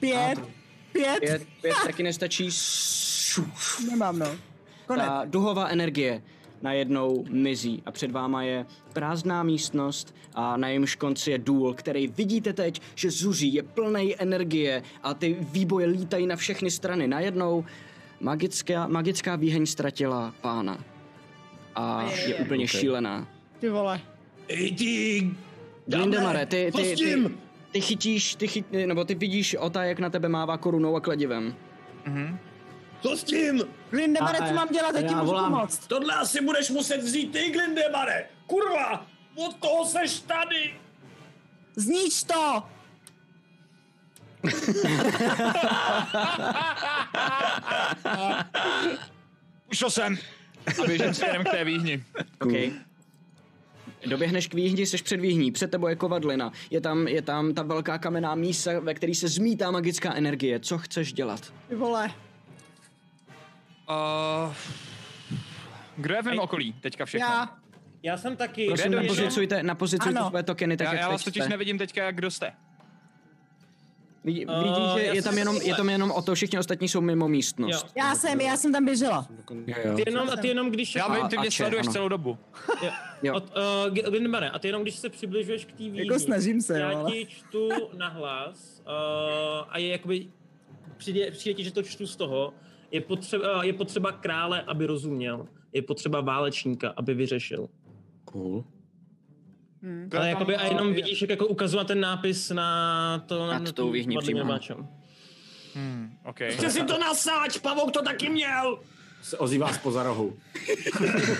F: [LAUGHS] Pět, pět,
B: Pět, pět taky nestačí.
F: nemám no. Konec.
B: Ta duhová energie najednou mizí a před váma je prázdná místnost a na jejímž konci je důl, který vidíte teď, že zuří, je plnej energie a ty výboje lítají na všechny strany. Najednou magická, magická výheň ztratila pána a je úplně
F: Ok.
B: šílená.
F: Ty vole.
B: Ej ty... Lindemare, ty, ty, ty, ty chytíš, ty chyt, nebo ty vidíš Ota, jak na tebe mává korunou a kladivem.
G: Mhm.
J: Co s tím?
F: Glindemare, co mám dělat? Já ti můžu pomoct.
J: Tohle asi budeš muset vzít ty, Glindemare! Kurva! Od toho seš tady!
F: Znič to!
I: Ušel jsem. A běžím směrem k té výhni.
B: OK. Doběhneš k výhni, jsi před výhní, před tebou je kovadlina, je tam, je tam ta velká kamenná mísa, ve které se zmítá magická energie. Co chceš dělat?
F: Ty vole.
I: Uh, kdo je v mém okolí teďka všechno?
F: Já.
G: Já jsem taky.
B: Prosím, napozicujte, napozicujte své tokeny tak,
I: já,
B: jak
I: já
B: teď
I: vás totiž
B: jste.
I: nevidím teďka, jak kdo jste.
B: Vidí,
I: Eh,
B: vidí, že
I: já
B: je
I: jsem
B: tam, jenom, je tam jenom o to, všichni ostatní jsou mimo místnost.
F: Já jsem, já jsem tam běžela.
G: Ty jenom, a ty jenom když...
B: Já vím, ty
G: A-
B: mě
G: a če,
B: sleduješ
G: ano.
B: celou
I: dobu.
B: Jo.
G: Od, uh, G- Lindemane, a ty jenom když se přibližuješ k té výhni,
F: Jako snažím se,
G: já
F: jo, ale-
G: ti čtu nahlas uh, a je jakoby, přijde, přijde ti, že to čtu z toho, je potřeba, eh, je potřeba krále, aby rozuměl, je potřeba válečníka, aby vyřešil.
S: Cool.
T: Hmm. Ale jakoby a jenom vidíš, jak jako ukazuje ten nápis na to...
B: Nad
T: na
B: tou
T: tu
B: vihní
T: barvinu
B: přímo.
T: máčem.
I: Hmm, OK.
G: Prostě
J: Chce si to nasáč, pavouk to taky měl.
D: Se ozývá spoza rohu.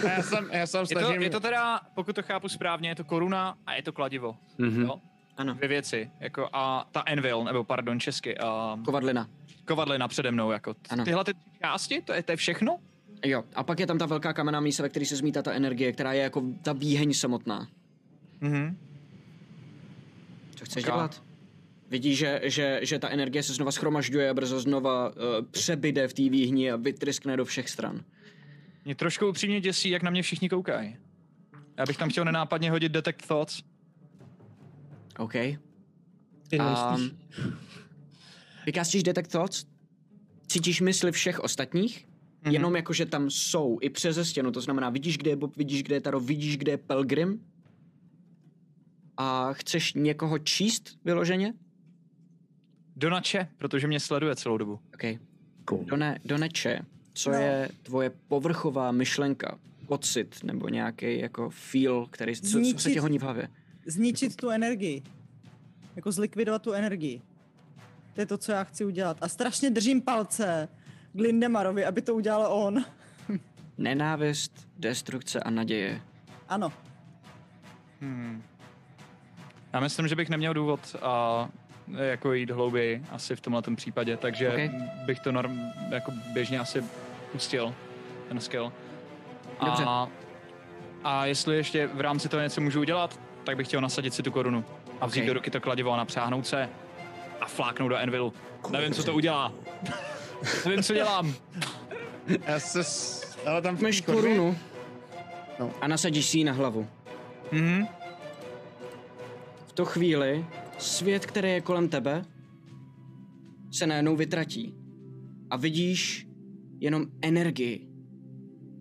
I: já jsem, já jsem je,
D: snažím-
I: to, je to teda, pokud to chápu správně, je to koruna a je to kladivo.
D: Mhm.
I: Jo? Ano. Dvě věci. Jako, a ta anvil, nebo pardon, česky. Um,
B: kovadlina.
I: Kovadlina přede mnou. Jako. Ano. Tyhle ty části, to je, to je všechno?
B: Jo, a pak je tam ta velká kamenná mísa, ve které se zmítá ta energie, která je jako ta výheň samotná.
I: Mhm.
B: Co chceš
I: Ok.
B: dělat? Vidíš, že, že, že ta energie se znova schromažďuje a brzo znova uh, přebyde v té výhni a vytryskne do všech stran.
I: Mě trošku upřímně děsí, jak na mě všichni koukají. Já bych tam chtěl nenápadně hodit Detect Thoughts.
B: OK.
I: Jenom
B: Um, Vykázíš Detect Thoughts? Cítíš mysli všech ostatních? Mm-hmm. Jenom jako, že tam jsou i přeze stěnu, to znamená, vidíš, kde je Bob, vidíš, kde je Taro, vidíš, kde je Pelgrim? A chceš někoho číst vyloženě?
I: Donače, protože mě sleduje celou dobu.
B: OK. Done, Doneče,
E: No.
B: co je tvoje povrchová myšlenka, pocit nebo nějaký jako feel, který co, co se
H: Zničit-
B: tě honí v hlavě?
H: Zničit tu energii. Jako zlikvidovat tu energii. To je to, co já chci udělat. A strašně držím palce Glindemarovi, aby to udělal on.
B: Nenávist, destrukce a naděje.
H: Ano.
I: Hmm. Já myslím, že bych neměl důvod a jako jít hlouběji asi v tomhle případě, takže
B: Ok.
I: bych to norm, jako běžně asi pustil, ten skill.
B: Dobře.
I: A, a jestli ještě v rámci toho něco můžu udělat, tak bych chtěl nasadit si tu korunu a vzít
B: Ok.
I: do ruky to kladivo a napřáhnout se a fláknout do Envilu. Nevím, co to
B: [LAUGHS]
I: udělá. Nevím, co dělám.
E: Já se... s- Ale tam...
B: Máš
E: korby?
B: korunu no. a nasadíš si ji na hlavu.
I: Mhm.
B: V tu chvíli svět, který je kolem tebe, se najednou vytratí. A vidíš jenom energii.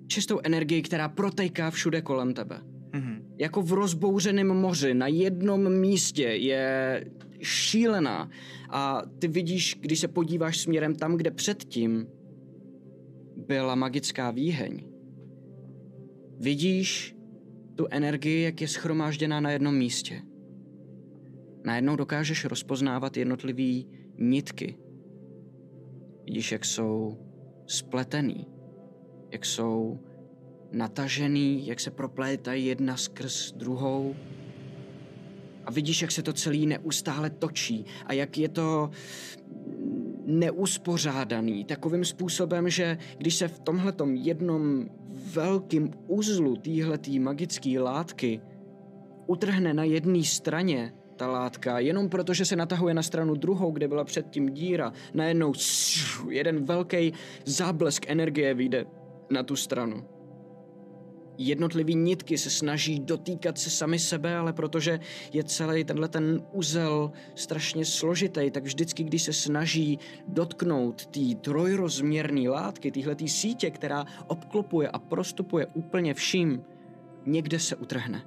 B: Čistou energii, která protejká všude kolem tebe.
I: Mhm.
B: jako v rozbouřeném moři na jednom místě je šílená. A ty vidíš, když se podíváš směrem tam, kde předtím byla magická výheň, vidíš tu energii, jak je schromážděná na jednom místě. Najednou dokážeš rozpoznávat jednotlivé nitky. Vidíš, jak jsou spletený, jak jsou natažený, jak se proplétají jedna skrz druhou. A vidíš, jak se to celý neustále točí a jak je to neuspořádaný takovým způsobem, že když se v tomhletom jednom velkým uzlu téhletý magické látky utrhne na jedné straně ta látka, jenom protože se natahuje na stranu druhou, kde byla předtím díra, najednou siu, jeden velký záblesk energie vyjde na tu stranu jednotlivý nitky se snaží dotýkat se sami sebe, ale protože je celý tenhle ten uzel strašně složitý, tak vždycky, když se snaží dotknout té trojrozměrné látky, téhle sítě, která obklopuje a prostupuje úplně vším, někde se utrhne.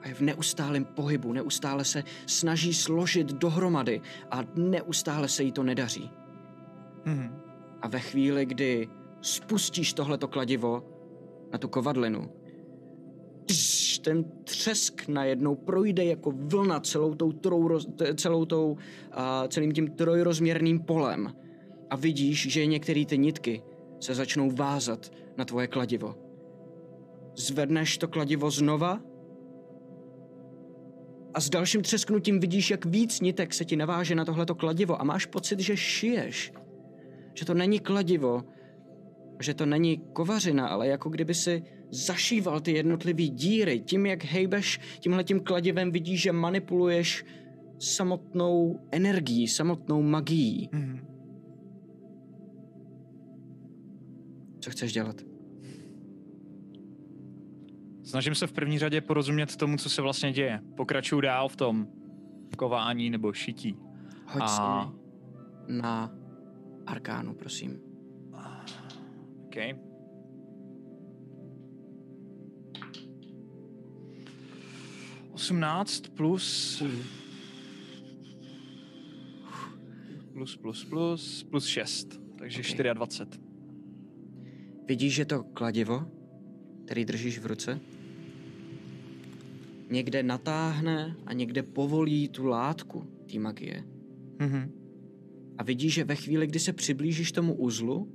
B: A je v neustálém pohybu, neustále se snaží složit dohromady a neustále se jí to nedaří.
I: Mhm.
B: A ve chvíli, kdy spustíš tohleto kladivo na tu kovadlinu, tš, ten třesk najednou projde jako vlna celou tou, trou, celou tou a celým tím trojrozměrným polem. A vidíš, že některé ty nitky se začnou vázat na tvoje kladivo. Zvedneš to kladivo znova a s dalším třesknutím vidíš, jak víc nitek se ti naváže na tohleto kladivo a máš pocit, že šiješ že to není kladivo, že to není kovařina, ale jako kdyby si zašíval ty jednotlivý díry. Tím, jak hejbeš tímhletím kladivem, vidíš, že manipuluješ samotnou energií, samotnou magií. Co chceš dělat?
I: Snažím se v první řadě porozumět tomu, co se vlastně děje. Pokračuju dál v tom kování nebo šití.
B: Hoď si na arkánu, prosím.
I: Okay. Osmnáct plus... Plus, plus, plus, plus 6. Takže okay. 24.
B: Vidíš, že to kladivo, který držíš v ruce, někde natáhne a někde povolí tu látku té magie.
I: Mhm.
B: A vidíš, že ve chvíli, kdy se přiblížíš tomu uzlu,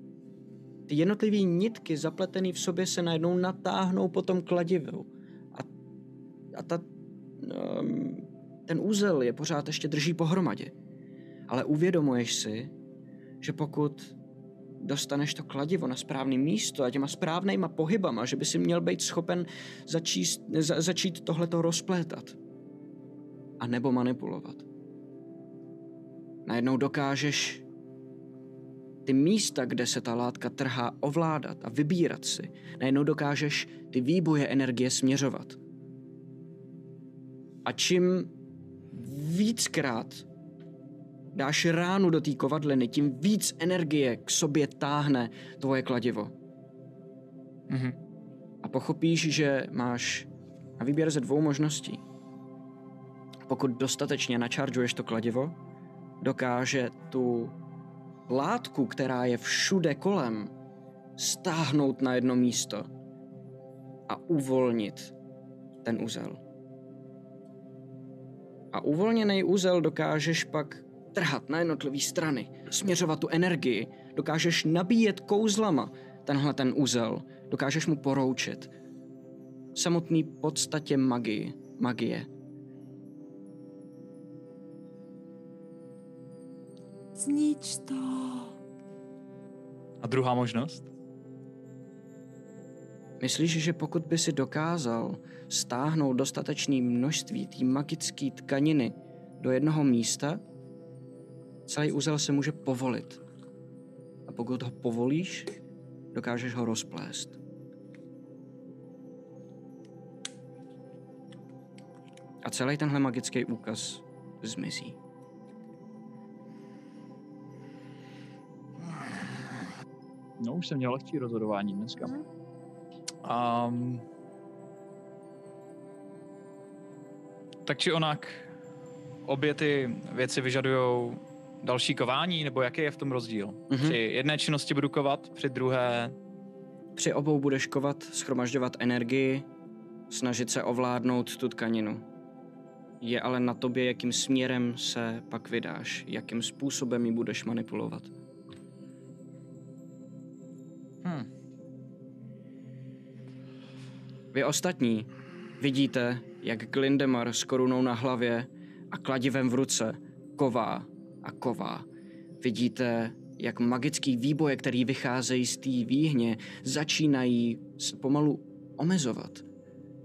B: ty jednotlivé nitky zapletené v sobě se najednou natáhnou po tom kladivu. A, a ta, um, ten úzel je pořád ještě drží pohromadě. Ale uvědomuješ si, že pokud dostaneš to kladivo na správné místo a těma správnýma pohybama, že by si měl být schopen začíst, za, začít tohleto rozplétat. A nebo manipulovat. Najednou dokážeš ty místa, kde se ta látka trhá, ovládat a vybírat si. Najednou dokážeš ty výboje energie směřovat. A čím víckrát dáš ránu do té kovadliny, tím víc energie k sobě táhne tvoje kladivo.
I: Mhm.
B: A pochopíš, že máš na výběr ze dvou možností. Pokud dostatečně načaržuješ to kladivo, dokáže tu látku, která je všude kolem, stáhnout na jedno místo a uvolnit ten úzel. A uvolněný úzel dokážeš pak trhat na jednotlivé strany, směřovat tu energii, dokážeš nabíjet kouzlama tenhle ten úzel, dokážeš mu poroučit. Samotný podstatě magii, magie.
K: Znič to.
I: A druhá možnost?
B: Myslíš, že pokud by si dokázal stáhnout dostatečné množství té magické tkaniny do jednoho místa, celý úzel se může povolit. A pokud ho povolíš, dokážeš ho rozplést. A celý tenhle magický úkaz zmizí.
I: No, už jsem měl lehčí rozhodování dneska. Um, tak či onak, obě ty věci vyžadují další kování, nebo jaký je v tom rozdíl? Mm-hmm. Při jedné činnosti budu kovat, při druhé...
B: Při obou budeš kovat, schromažďovat energii, snažit se ovládnout tu tkaninu. Je ale na tobě, jakým směrem se pak vydáš, jakým způsobem ji budeš manipulovat.
I: Hm.
B: Vy ostatní vidíte, jak Glindemar s korunou na hlavě a kladivem v ruce ková a ková. Vidíte, jak magický výboje, který vycházejí z té výhně, začínají se pomalu omezovat.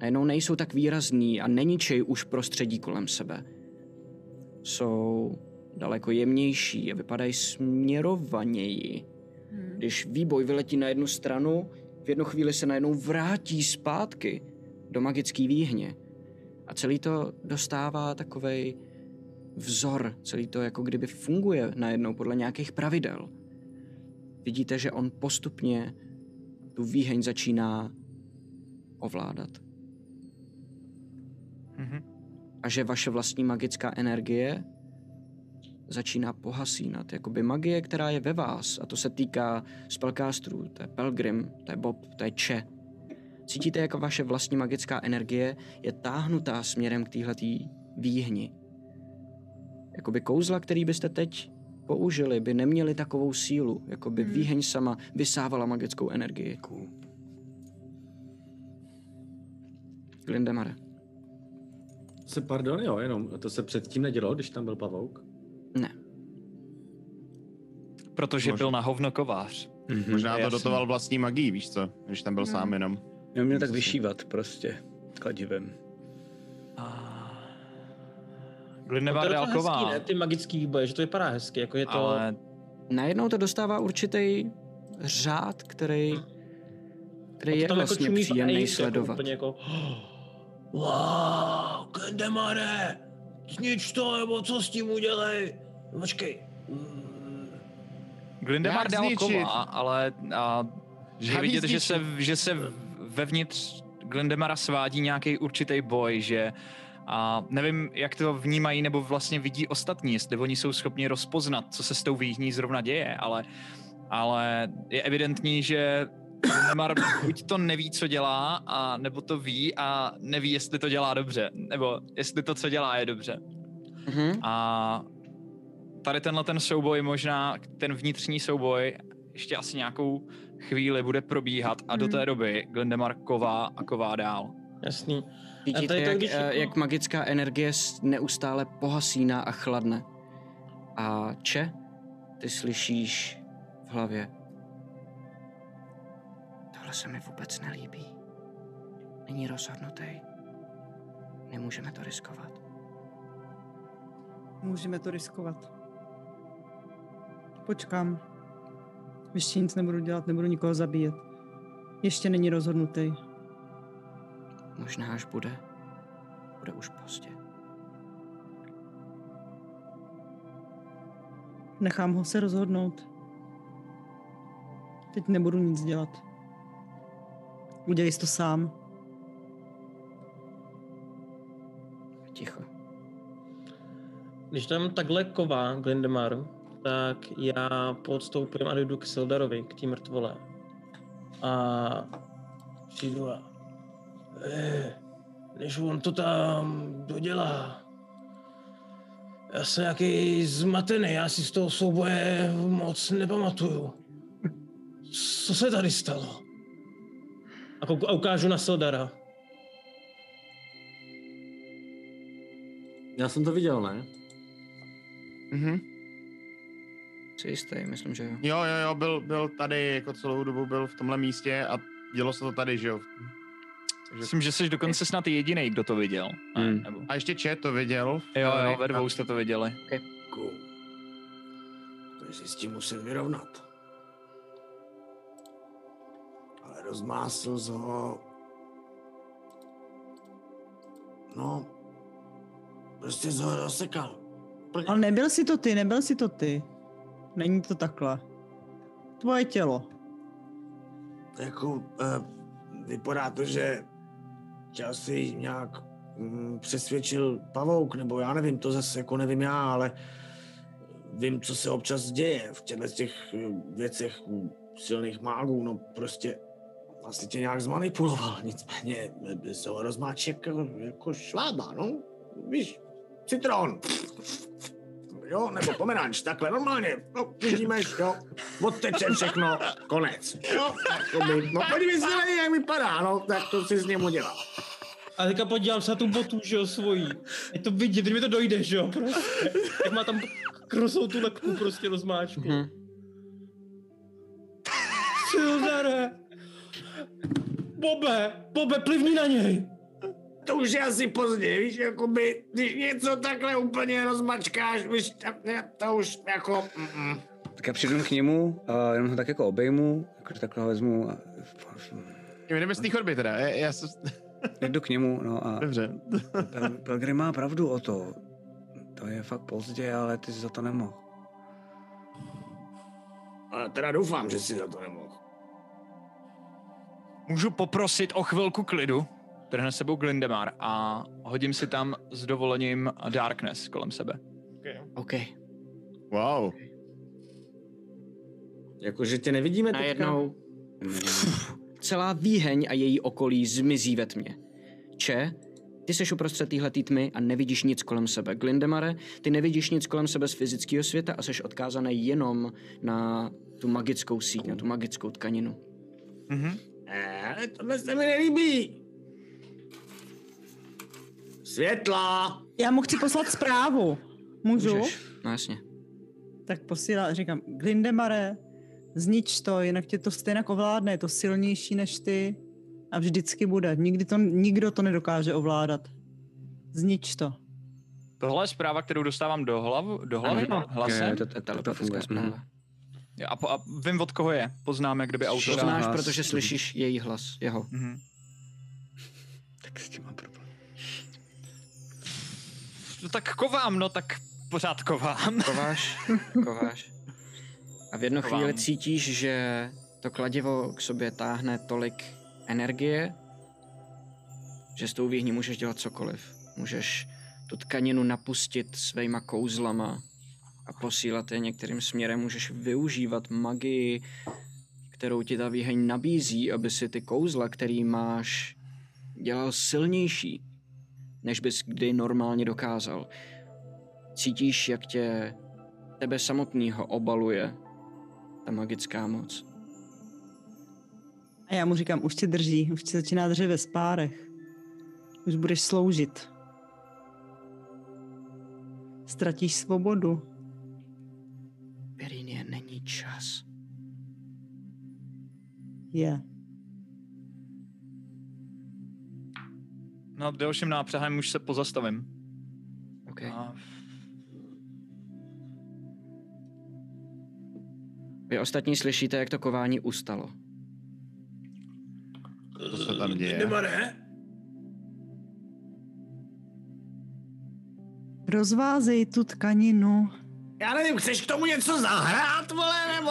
B: Najednou nejsou tak výrazný a neničej už prostředí kolem sebe. Jsou daleko jemnější a vypadají směrovaněji. Když výboj vyletí na jednu stranu, v jednu chvíli se najednou vrátí zpátky do magické výhně. A celý to dostává takovej vzor, celý to jako kdyby funguje najednou podle nějakých pravidel. Vidíte, že on postupně tu výheň začíná ovládat.
I: Mhm.
B: A že vaše vlastní magická energie začíná pohasínat. Jakoby magie, která je ve vás, a to se týká spellcasterů, to je Pelgrim, to je Bob, to je Če. Cítíte, jak vaše vlastní magická energie je táhnutá směrem k téhletý výhni. Jakoby kouzla, který byste teď použili, by neměly takovou sílu. Jakoby
K: Hmm.
B: výheň sama vysávala magickou energii. Cool. Glindemare.
M: Se, pardon, jo, jenom to se předtím nedělo, když tam byl pavouk.
B: Ne.
I: Protože
E: Možná.
I: byl na hovno kovář.
E: Mm-hmm.
L: No
E: Možná to
I: Jasný.
E: dotoval vlastní magii, víš co, když tam byl
I: Mhm.
E: sám jenom.
L: Jo, No. měl tak vyšívat prostě kladivem.
I: Glinnevar
T: To je
I: je
T: docela
I: alková.
T: hezký, ne? Ty magický výboje, že to vypadá hezky, jako je to...
I: Ale-
B: Najednou to dostává určitý řád, který, který
T: to
B: je
T: tam jako
B: vlastně
T: čumíš Hmm. a
B: příjemný
T: jíš, jako
B: sledovat.
T: úplně jako,
G: [GASPS] Wow, Kendemare, znič to, nebo co s tím udělej? Počkej,
I: Glindevar
G: Jak
I: dal
G: zničit?
I: kova, ale a, je
G: Žádný
I: vidět, že se,
G: zničit.
I: že se vevnitř Glindemara svádí nějaký určitý boj, že a nevím, jak to vnímají nebo vlastně vidí ostatní, jestli oni jsou schopni rozpoznat, co se s tou výhní zrovna děje, ale, ale je evidentní, že Mar buď to neví, co dělá, a nebo to ví a neví, jestli to dělá dobře, nebo jestli to, co dělá, je dobře.
B: Mhm.
I: A tady tenhle ten souboj možná, ten vnitřní souboj, ještě asi nějakou chvíli bude probíhat a do
B: Mhm.
I: té doby Glendemar ková a ková dál.
U: Jasný.
B: Vidíte, jak, když... jako-
T: jako-
B: jak magická energie s- neustále pohasíná a chladne. A Če, ty slyšíš v hlavě. Tohle se mi vůbec nelíbí. Není rozhodnutý. Nemůžeme to riskovat.
F: Můžeme to riskovat. Počkám. Ještě nic nebudu dělat, nebudu nikoho zabíjet. Ještě není rozhodnutý.
B: Možná až bude. Bude už pozdě.
F: Nechám ho se rozhodnout. Teď nebudu nic dělat. Udělej jsi to sám.
B: Ticho.
G: Když tam takhle ková Glindemar, tak já podstoupím a jdu k Sildarovi, k té mrtvole. A přijdu a... Eh, než on to tam dodělá, já jsem nějaký zmatený, já si z toho souboje moc nepamatuju. Co se tady stalo? A, kou- a ukážu na Sildara.
V: Já jsem to viděl, ne?
I: Mhm.
B: Jsi jistý, myslím, že jo.
E: Jo, jo, jo, byl, byl tady, jako celou dobu byl v tomhle místě a dělo se to tady, že jo.
I: Myslím, že jsi dokonce snad jediný, kdo to viděl. Hmm. Nebo...
E: Mm. A ještě Čet to viděl.
I: Jo, jo, ve dvou jste to viděli.
J: Ku. To si s tím musel vyrovnat. Ale rozmásl z ho. No, prostě z ho rozsekal.
F: Ale nebyl si to ty, nebyl si to ty. Není to takhle. Tvoje tělo.
J: Jako, uh, vypadá to, že tě asi nějak mm, přesvědčil pavouk, nebo já nevím, to zase jako nevím já, ale vím, co se občas děje v těchto těch eh, věcech u silných mágů, no prostě asi tě nějak zmanipuloval, [LAUGHS] nicméně eh, se ho rozmáčí jako, jako švába, no, víš, citron, jo, nebo pomeranč, takhle normálně, no, vidíme, jo, odteče všechno, konec, jo, jakoby, no, podívej se na něj, jak vypadá, no, tak to si s ním udělal.
G: A teďka podívám se na tu botu, že jo, svojí. Je to vidět, teď mi to dojde, že jo, prostě. Jak má tam krosou tu lekku prostě rozmáčku.
B: Mhm.
G: Silnare! Bobe, Bobe, plivni na něj!
J: To už je asi pozdě, víš, jakoby, když něco takhle úplně rozmačkáš, víš, tak ne, to už jako, mm,
C: Tak já přijdu k němu, a jenom ho tak jako obejmu, jako takhle ho vezmu a
E: Je nebesný chodby teda, já, já jsem...
C: Jdu k němu, no a...
E: Dobře.
C: Pel- Pelgrim má pravdu o to. To je fakt pozdě, ale ty jsi za to nemohl.
J: ale teda doufám, že si za to nemohl.
I: Můžu poprosit o chvilku klidu? Trhne sebou Glindemar a hodím si tam s dovolením Darkness kolem sebe.
B: OK.
E: Wow.
V: Jakože tě nevidíme teďka?
B: Najednou Celá výheň a její okolí zmizí ve tmě. Če, ty seš uprostřed téhle tmy a nevidíš nic kolem sebe. Glindemare, ty nevidíš nic kolem sebe z fyzického světa a seš odkázaný jenom na tu magickou síť, na tu magickou tkaninu.
J: Ne, Eh, tohle se mi nelíbí. Světla!
F: Já mu chci poslat zprávu. Můžu?
B: Můžeš. No jasně.
F: Tak posílá, říkám, Glindemare, znič to, jinak tě to stejně jako ovládne, je to silnější než ty a vždycky bude. Nikdy to, nikdo to nedokáže ovládat. Znič to.
I: Tohle je zpráva, kterou dostávám do, hlavu, do hlavy
C: Ano.
I: hlasem.
C: Jo, to- to- to- to funguje, mhm.
I: Jo, A, po, a vím, od koho je. Poznáme, kdo by autor.
B: Poznáš, protože slyšíš její hlas, jeho.
I: Mhm.
B: Tak s tím mám problém.
I: No tak kovám, no tak pořád kovám.
B: Kováš?
I: [LAUGHS]
B: Kováš. A v jednu
I: Chovám.
B: chvíli cítíš, že to kladivo k sobě táhne tolik energie, že s tou výhní můžeš dělat cokoliv. Můžeš tu tkaninu napustit svýma kouzlama a posílat je některým směrem. Můžeš využívat magii, kterou ti ta výheň nabízí, aby si ty kouzla, který máš, dělal silnější, než bys kdy normálně dokázal. Cítíš, jak tě tebe samotného obaluje ta magická moc.
F: A já mu říkám, už tě drží, už tě začíná držet ve spárech. Už budeš sloužit. Ztratíš svobodu.
B: Perinie, není čas.
F: Je.
I: Nad No, dalším nápřehem už se pozastavím.
B: Okay.
I: A
B: Vy ostatní slyšíte, jak to kování ustalo.
E: Co se tam děje?
T: Demare,
F: Rozvázej tu tkaninu.
J: Já nevím, chceš k tomu něco zahrát, vole, nebo...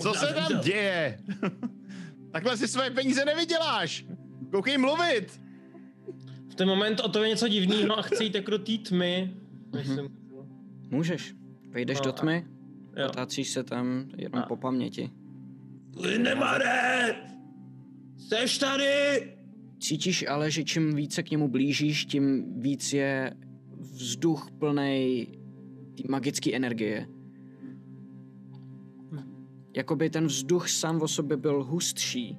E: Co se tam děje? Takhle si své peníze nevyděláš! Koukej mluvit!
G: V ten moment o to je něco divného a chce jít jako do té tmy. Myslím.
B: Můžeš. Vejdeš
G: No
B: no, do
G: a-
B: tmy, otáčíš se tam jenom po paměti.
T: Lindemare!
B: Seš tady! Cítíš ale, že čím více k němu blížíš, tím víc je vzduch plnej té magické energie. Jakoby ten vzduch sám o sobě byl hustší.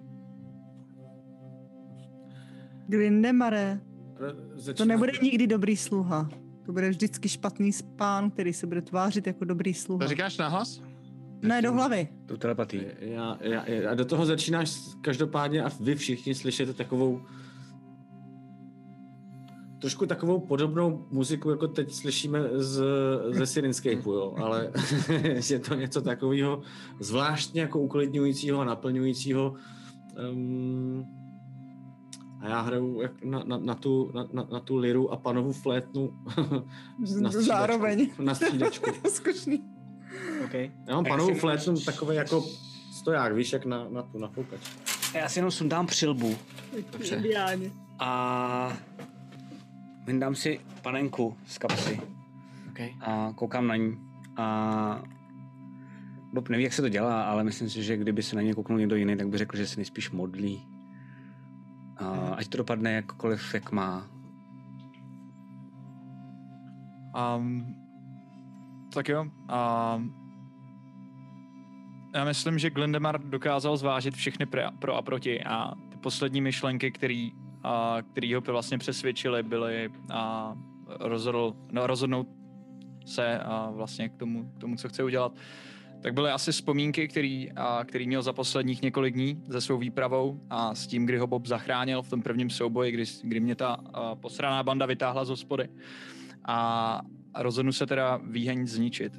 F: Grindemare, to
M: Eh,
D: Začíná-
F: nebude nikdy dobrý sluha. To bude vždycky špatný pán, který se bude tvářit jako dobrý sluha.
D: To říkáš
E: nahlas?
F: Ne, do hlavy.
C: Tu telepatii.
D: Já, já, já, a do toho začínáš s- každopádně a vy všichni slyšíte takovou trošku takovou podobnou muziku, jako teď slyšíme z, ze Sirenscapeu, jo, ale [LAUGHS] je to něco takového zvláštně jako uklidňujícího a naplňujícího. Um, a já hraju jak na, na, na, tu, na, na, na tu liru a panovu flétnu [LAUGHS]
F: Z-
D: na střídačku.
F: zároveň.
D: Na střídačku.
F: Zkušný.
B: Okay.
D: Já mám
C: A já
D: panovou
C: si-
D: flétnu takový jako stoják, víš, jak na, na tu nafoukač.
C: Já si jenom sundám přilbu Dobře.
F: Ideálně.
C: a vyndám si panenku z kapsy.
B: Okay.
C: A koukám na ní. A Bob neví, jak se to dělá, ale myslím si, že kdyby se na ně kouknul někdo jiný, tak by řekl, že se nejspíš modlí. A
B: Mhm.
C: ať to dopadne jakkoliv, jak má.
I: Um, tak jo. Um, já myslím, že Glendemar dokázal zvážit všechny pre- pro a proti a ty poslední myšlenky, který, a, který ho vlastně přesvědčily, byly a rozhodl, no, rozhodnout se a vlastně k tomu, k tomu, co chce udělat. Tak byly asi vzpomínky, který, a, který měl za posledních několik dní se svou výpravou a s tím, kdy ho Bob zachránil v tom prvním souboji, kdy, kdy mě ta a, posraná banda vytáhla z hospody. A rozhodnu se teda výheň zničit.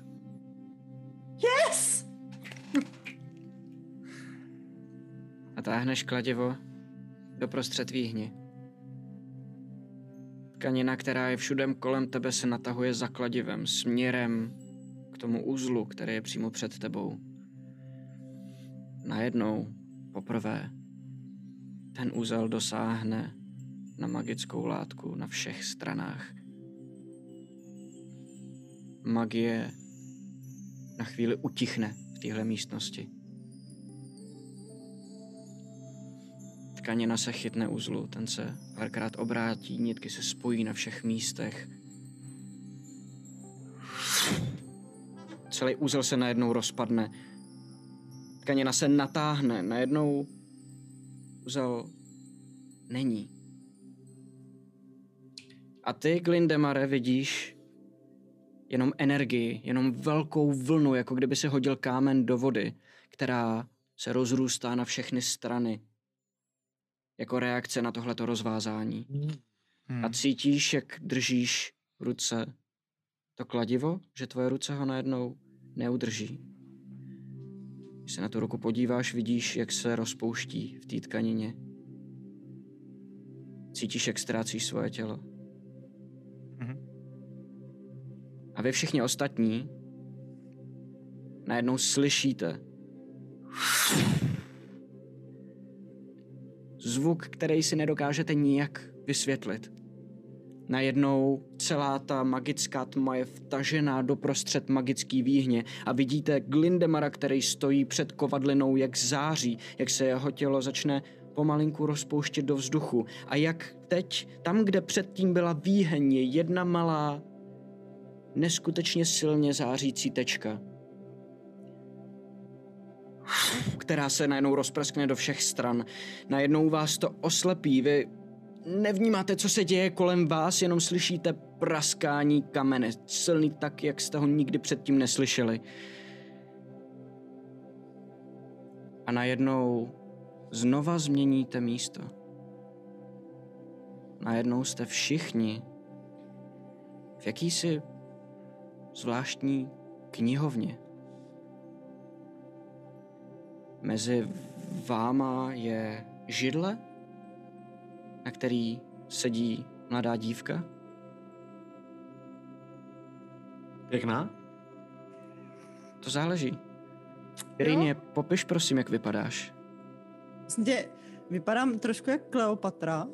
W: Yes!
B: A táhneš kladivo do prostřed výhni. Tkanina, která je všude kolem tebe, se natahuje za kladivem směrem k tomu uzlu, který je přímo před tebou. Najednou, poprvé, ten úzel dosáhne na magickou látku na všech stranách. Magie na chvíli utichne v téhle místnosti. Tkanina se chytne uzlu, ten se párkrát obrátí, nitky se spojí na všech místech. Celý úzel se najednou rozpadne. Tkanina se natáhne, najednou úzel není. A ty, Glindemare, vidíš jenom energii, jenom velkou vlnu, jako kdyby se hodil kámen do vody, která se rozrůstá na všechny strany jako reakce na tohleto rozvázání.
I: Hmm.
B: A cítíš, jak držíš v ruce to kladivo, že tvoje ruce ho najednou neudrží. Když se na tu ruku podíváš, vidíš, jak se rozpouští v té tkanině. Cítíš, jak ztrácíš svoje tělo. A vy všichni ostatní najednou slyšíte zvuk, který si nedokážete nijak vysvětlit. Najednou celá ta magická tma je vtažená doprostřed magický výhně a vidíte Glindemara, který stojí před kovadlinou, jak září, jak se jeho tělo začne pomalinku rozpouštět do vzduchu a jak teď, tam, kde předtím byla výheň, je jedna malá, neskutečně silně zářící tečka, která se najednou rozprskne do všech stran. Najednou vás to oslepí, vy nevnímáte, co se děje kolem vás, jenom slyšíte praskání kamene, silný tak, jak jste ho nikdy předtím neslyšeli. A najednou znova změníte místo. Najednou jste všichni v jakýsi zvláštní knihovně. Mezi váma je židle, na který sedí mladá dívka.
D: Pěkná?
B: To záleží. Rině, popiš prosím, jak vypadáš.
F: Vlastně vypadám trošku jak Kleopatra.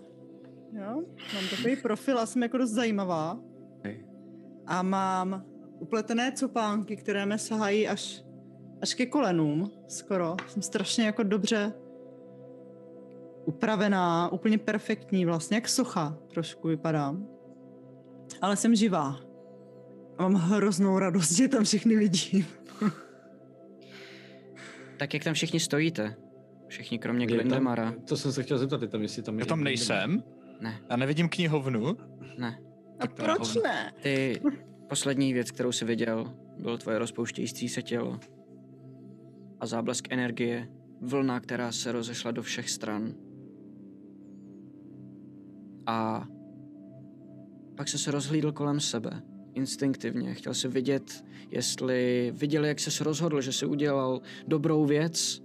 F: Jo? Mám takový profil a jsem jako dost zajímavá. A mám upletené copánky, které mě sahají až, až ke kolenům skoro. Jsem strašně jako dobře upravená, úplně perfektní vlastně, jak socha trošku vypadám. Ale jsem živá. A mám hroznou radost, že tam všechny vidím.
B: Tak jak tam všichni stojíte? Všichni kromě
D: Je tam-
B: Glindemara.
D: To jsem se chtěl zeptat, je tam, jestli tam je...
I: Já tam nejsem.
B: Ne.
I: Já nevidím knihovnu.
B: Ne.
I: A
F: proč ne?
B: Ty poslední věc, kterou jsi viděl, bylo tvoje rozpouštějící se tělo. A záblesk energie, vlna, která se rozešla do všech stran. A pak se se rozhlídl kolem sebe. Instinktivně. Chtěl si vidět, jestli viděl, jak se rozhodl, že si udělal dobrou věc.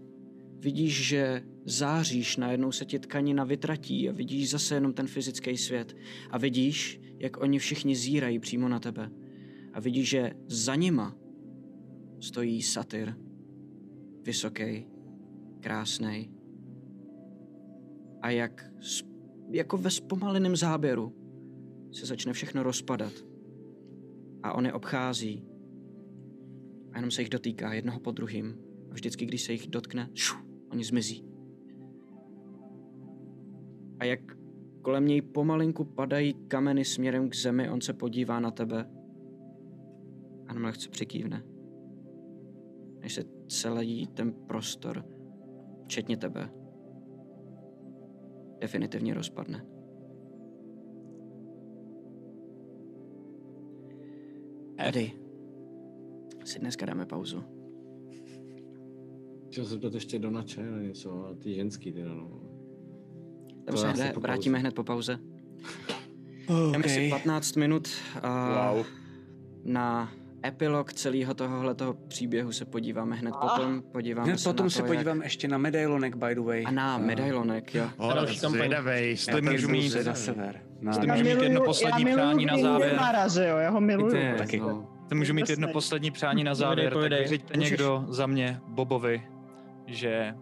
B: Vidíš, že záříš, najednou se ti tkanina vytratí a vidíš zase jenom ten fyzický svět. A vidíš, jak oni všichni zírají přímo na tebe. A vidíš, že za nima stojí satyr. Vysoký, krásný. A jak s- jako ve zpomaleném záběru se začne všechno rozpadat. A on je obchází. A jenom se jich dotýká jednoho po druhým. A vždycky, když se jich dotkne, šu, oni zmizí. A jak kolem něj pomalinku padají kameny směrem k zemi, on se podívá na tebe. A jenom lehce přikývne. Než se celý ten prostor, včetně tebe, definitivně rozpadne. Tady si dneska dáme pauzu.
D: Chtěl jsem se ptat ještě do nače, nebo něco, a ty ženský teda, no.
B: Tam
D: To
B: se
D: já si po
B: hned,
D: pauze.
B: vrátíme hned po pauze. Okay. Dáme si 15 minut a wow. na epilog celého tohohletoho příběhu se podíváme hned potom. Podíváme
C: Ah. Hned
B: se
C: potom
B: na
C: se
B: to,
C: podívám ještě na medailonek, by the way.
B: A na medailonek, jo.
C: A další kampaň.
E: zvědavej,
C: Já to můžu mít za sever. No.
I: Jste můžu mít jedno poslední přání na závěr.
F: Mara, že jo, já ho miluju.
I: Taky. To můžu mít jedno poslední přání na
G: Povídej,
I: závěr, tak
G: povídej.
I: vyřiďte
G: Můžeš.
I: někdo za mě Bobovi, že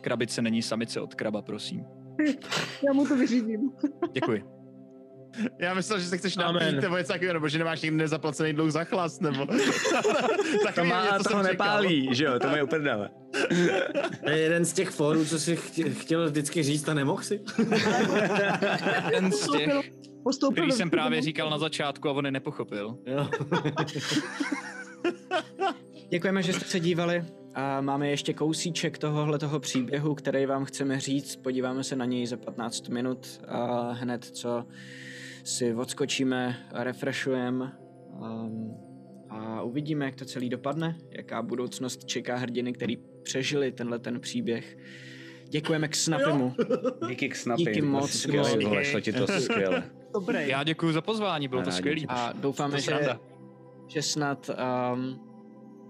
I: krabice není samice od kraba, prosím.
X: Já mu to vyřídím.
I: Děkuji.
E: Já myslel, že se chceš
I: Amen.
E: napít nebo něco takového, nebo že nemáš někde nezaplacený dluh za chlast,
I: [LAUGHS]
E: nebo... [LAUGHS] tak
C: To má,
E: něco
C: to
E: jsem čekal.
C: ho nepálí, že jo, to mají uprdele.
D: To je jeden z těch fórů, co jsi chtě- chtěl vždycky říct a nemohl si.
I: Ten z těch,
X: Postoupil
I: který
X: do-
I: jsem právě říkal na začátku a on je nepochopil.
B: Děkujeme, že jste se dívali. A máme ještě kousíček tohohle toho příběhu, který vám chceme říct. Podíváme se na něj za 15 minut a hned co si odskočíme, refreshujeme um, a uvidíme, jak to celý dopadne, jaká budoucnost čeká hrdiny, který přežili tenhle ten příběh. Děkujeme k Snapimu.
C: [LAUGHS] Díky k Snapy.
B: Díky
C: To
B: moc.
C: jsi skvělej,
B: moc.
C: vole, šlo ti to skvěle.
F: Dobrý.
I: Já děkuji za pozvání, bylo to
C: Rádi,
I: skvělý.
B: A doufáme,
I: To
B: že,
I: sranda.
B: [LAUGHS] že snad um,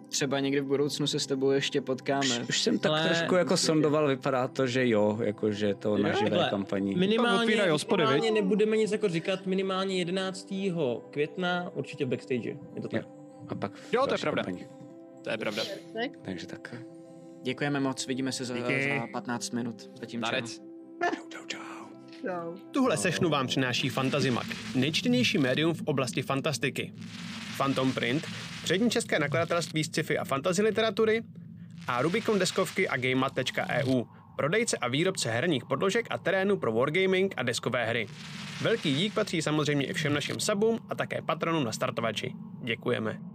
B: třeba někdy v budoucnu se s tebou ještě potkáme.
C: Už jsem tak trošku jako sondoval, vypadá to, že jo, jako že to na živé
G: Takhle,
C: kampaní.
G: Minimálně, minimálně nebudeme nic jako říkat, minimálně 11. května, určitě v backstage. Je to tak.
C: A pak
I: Jo, to je pravda. To je pravda.
C: Takže tak.
B: Děkujeme moc, vidíme se za,
I: Díky.
B: za 15 minut. Zatím čau.
F: Čau.
A: Tuhle sešnu vám přináší Fantazimak, nejčtenější médium v oblasti fantastiky. Phantom Print, přední české nakladatelství z sci-fi a fantasy literatury a Rubikon deskovky a gamema.eu, prodejce a výrobce herních podložek a terénu pro wargaming a deskové hry. Velký dík patří samozřejmě i všem našim sabům a také patronům na startovači. Děkujeme.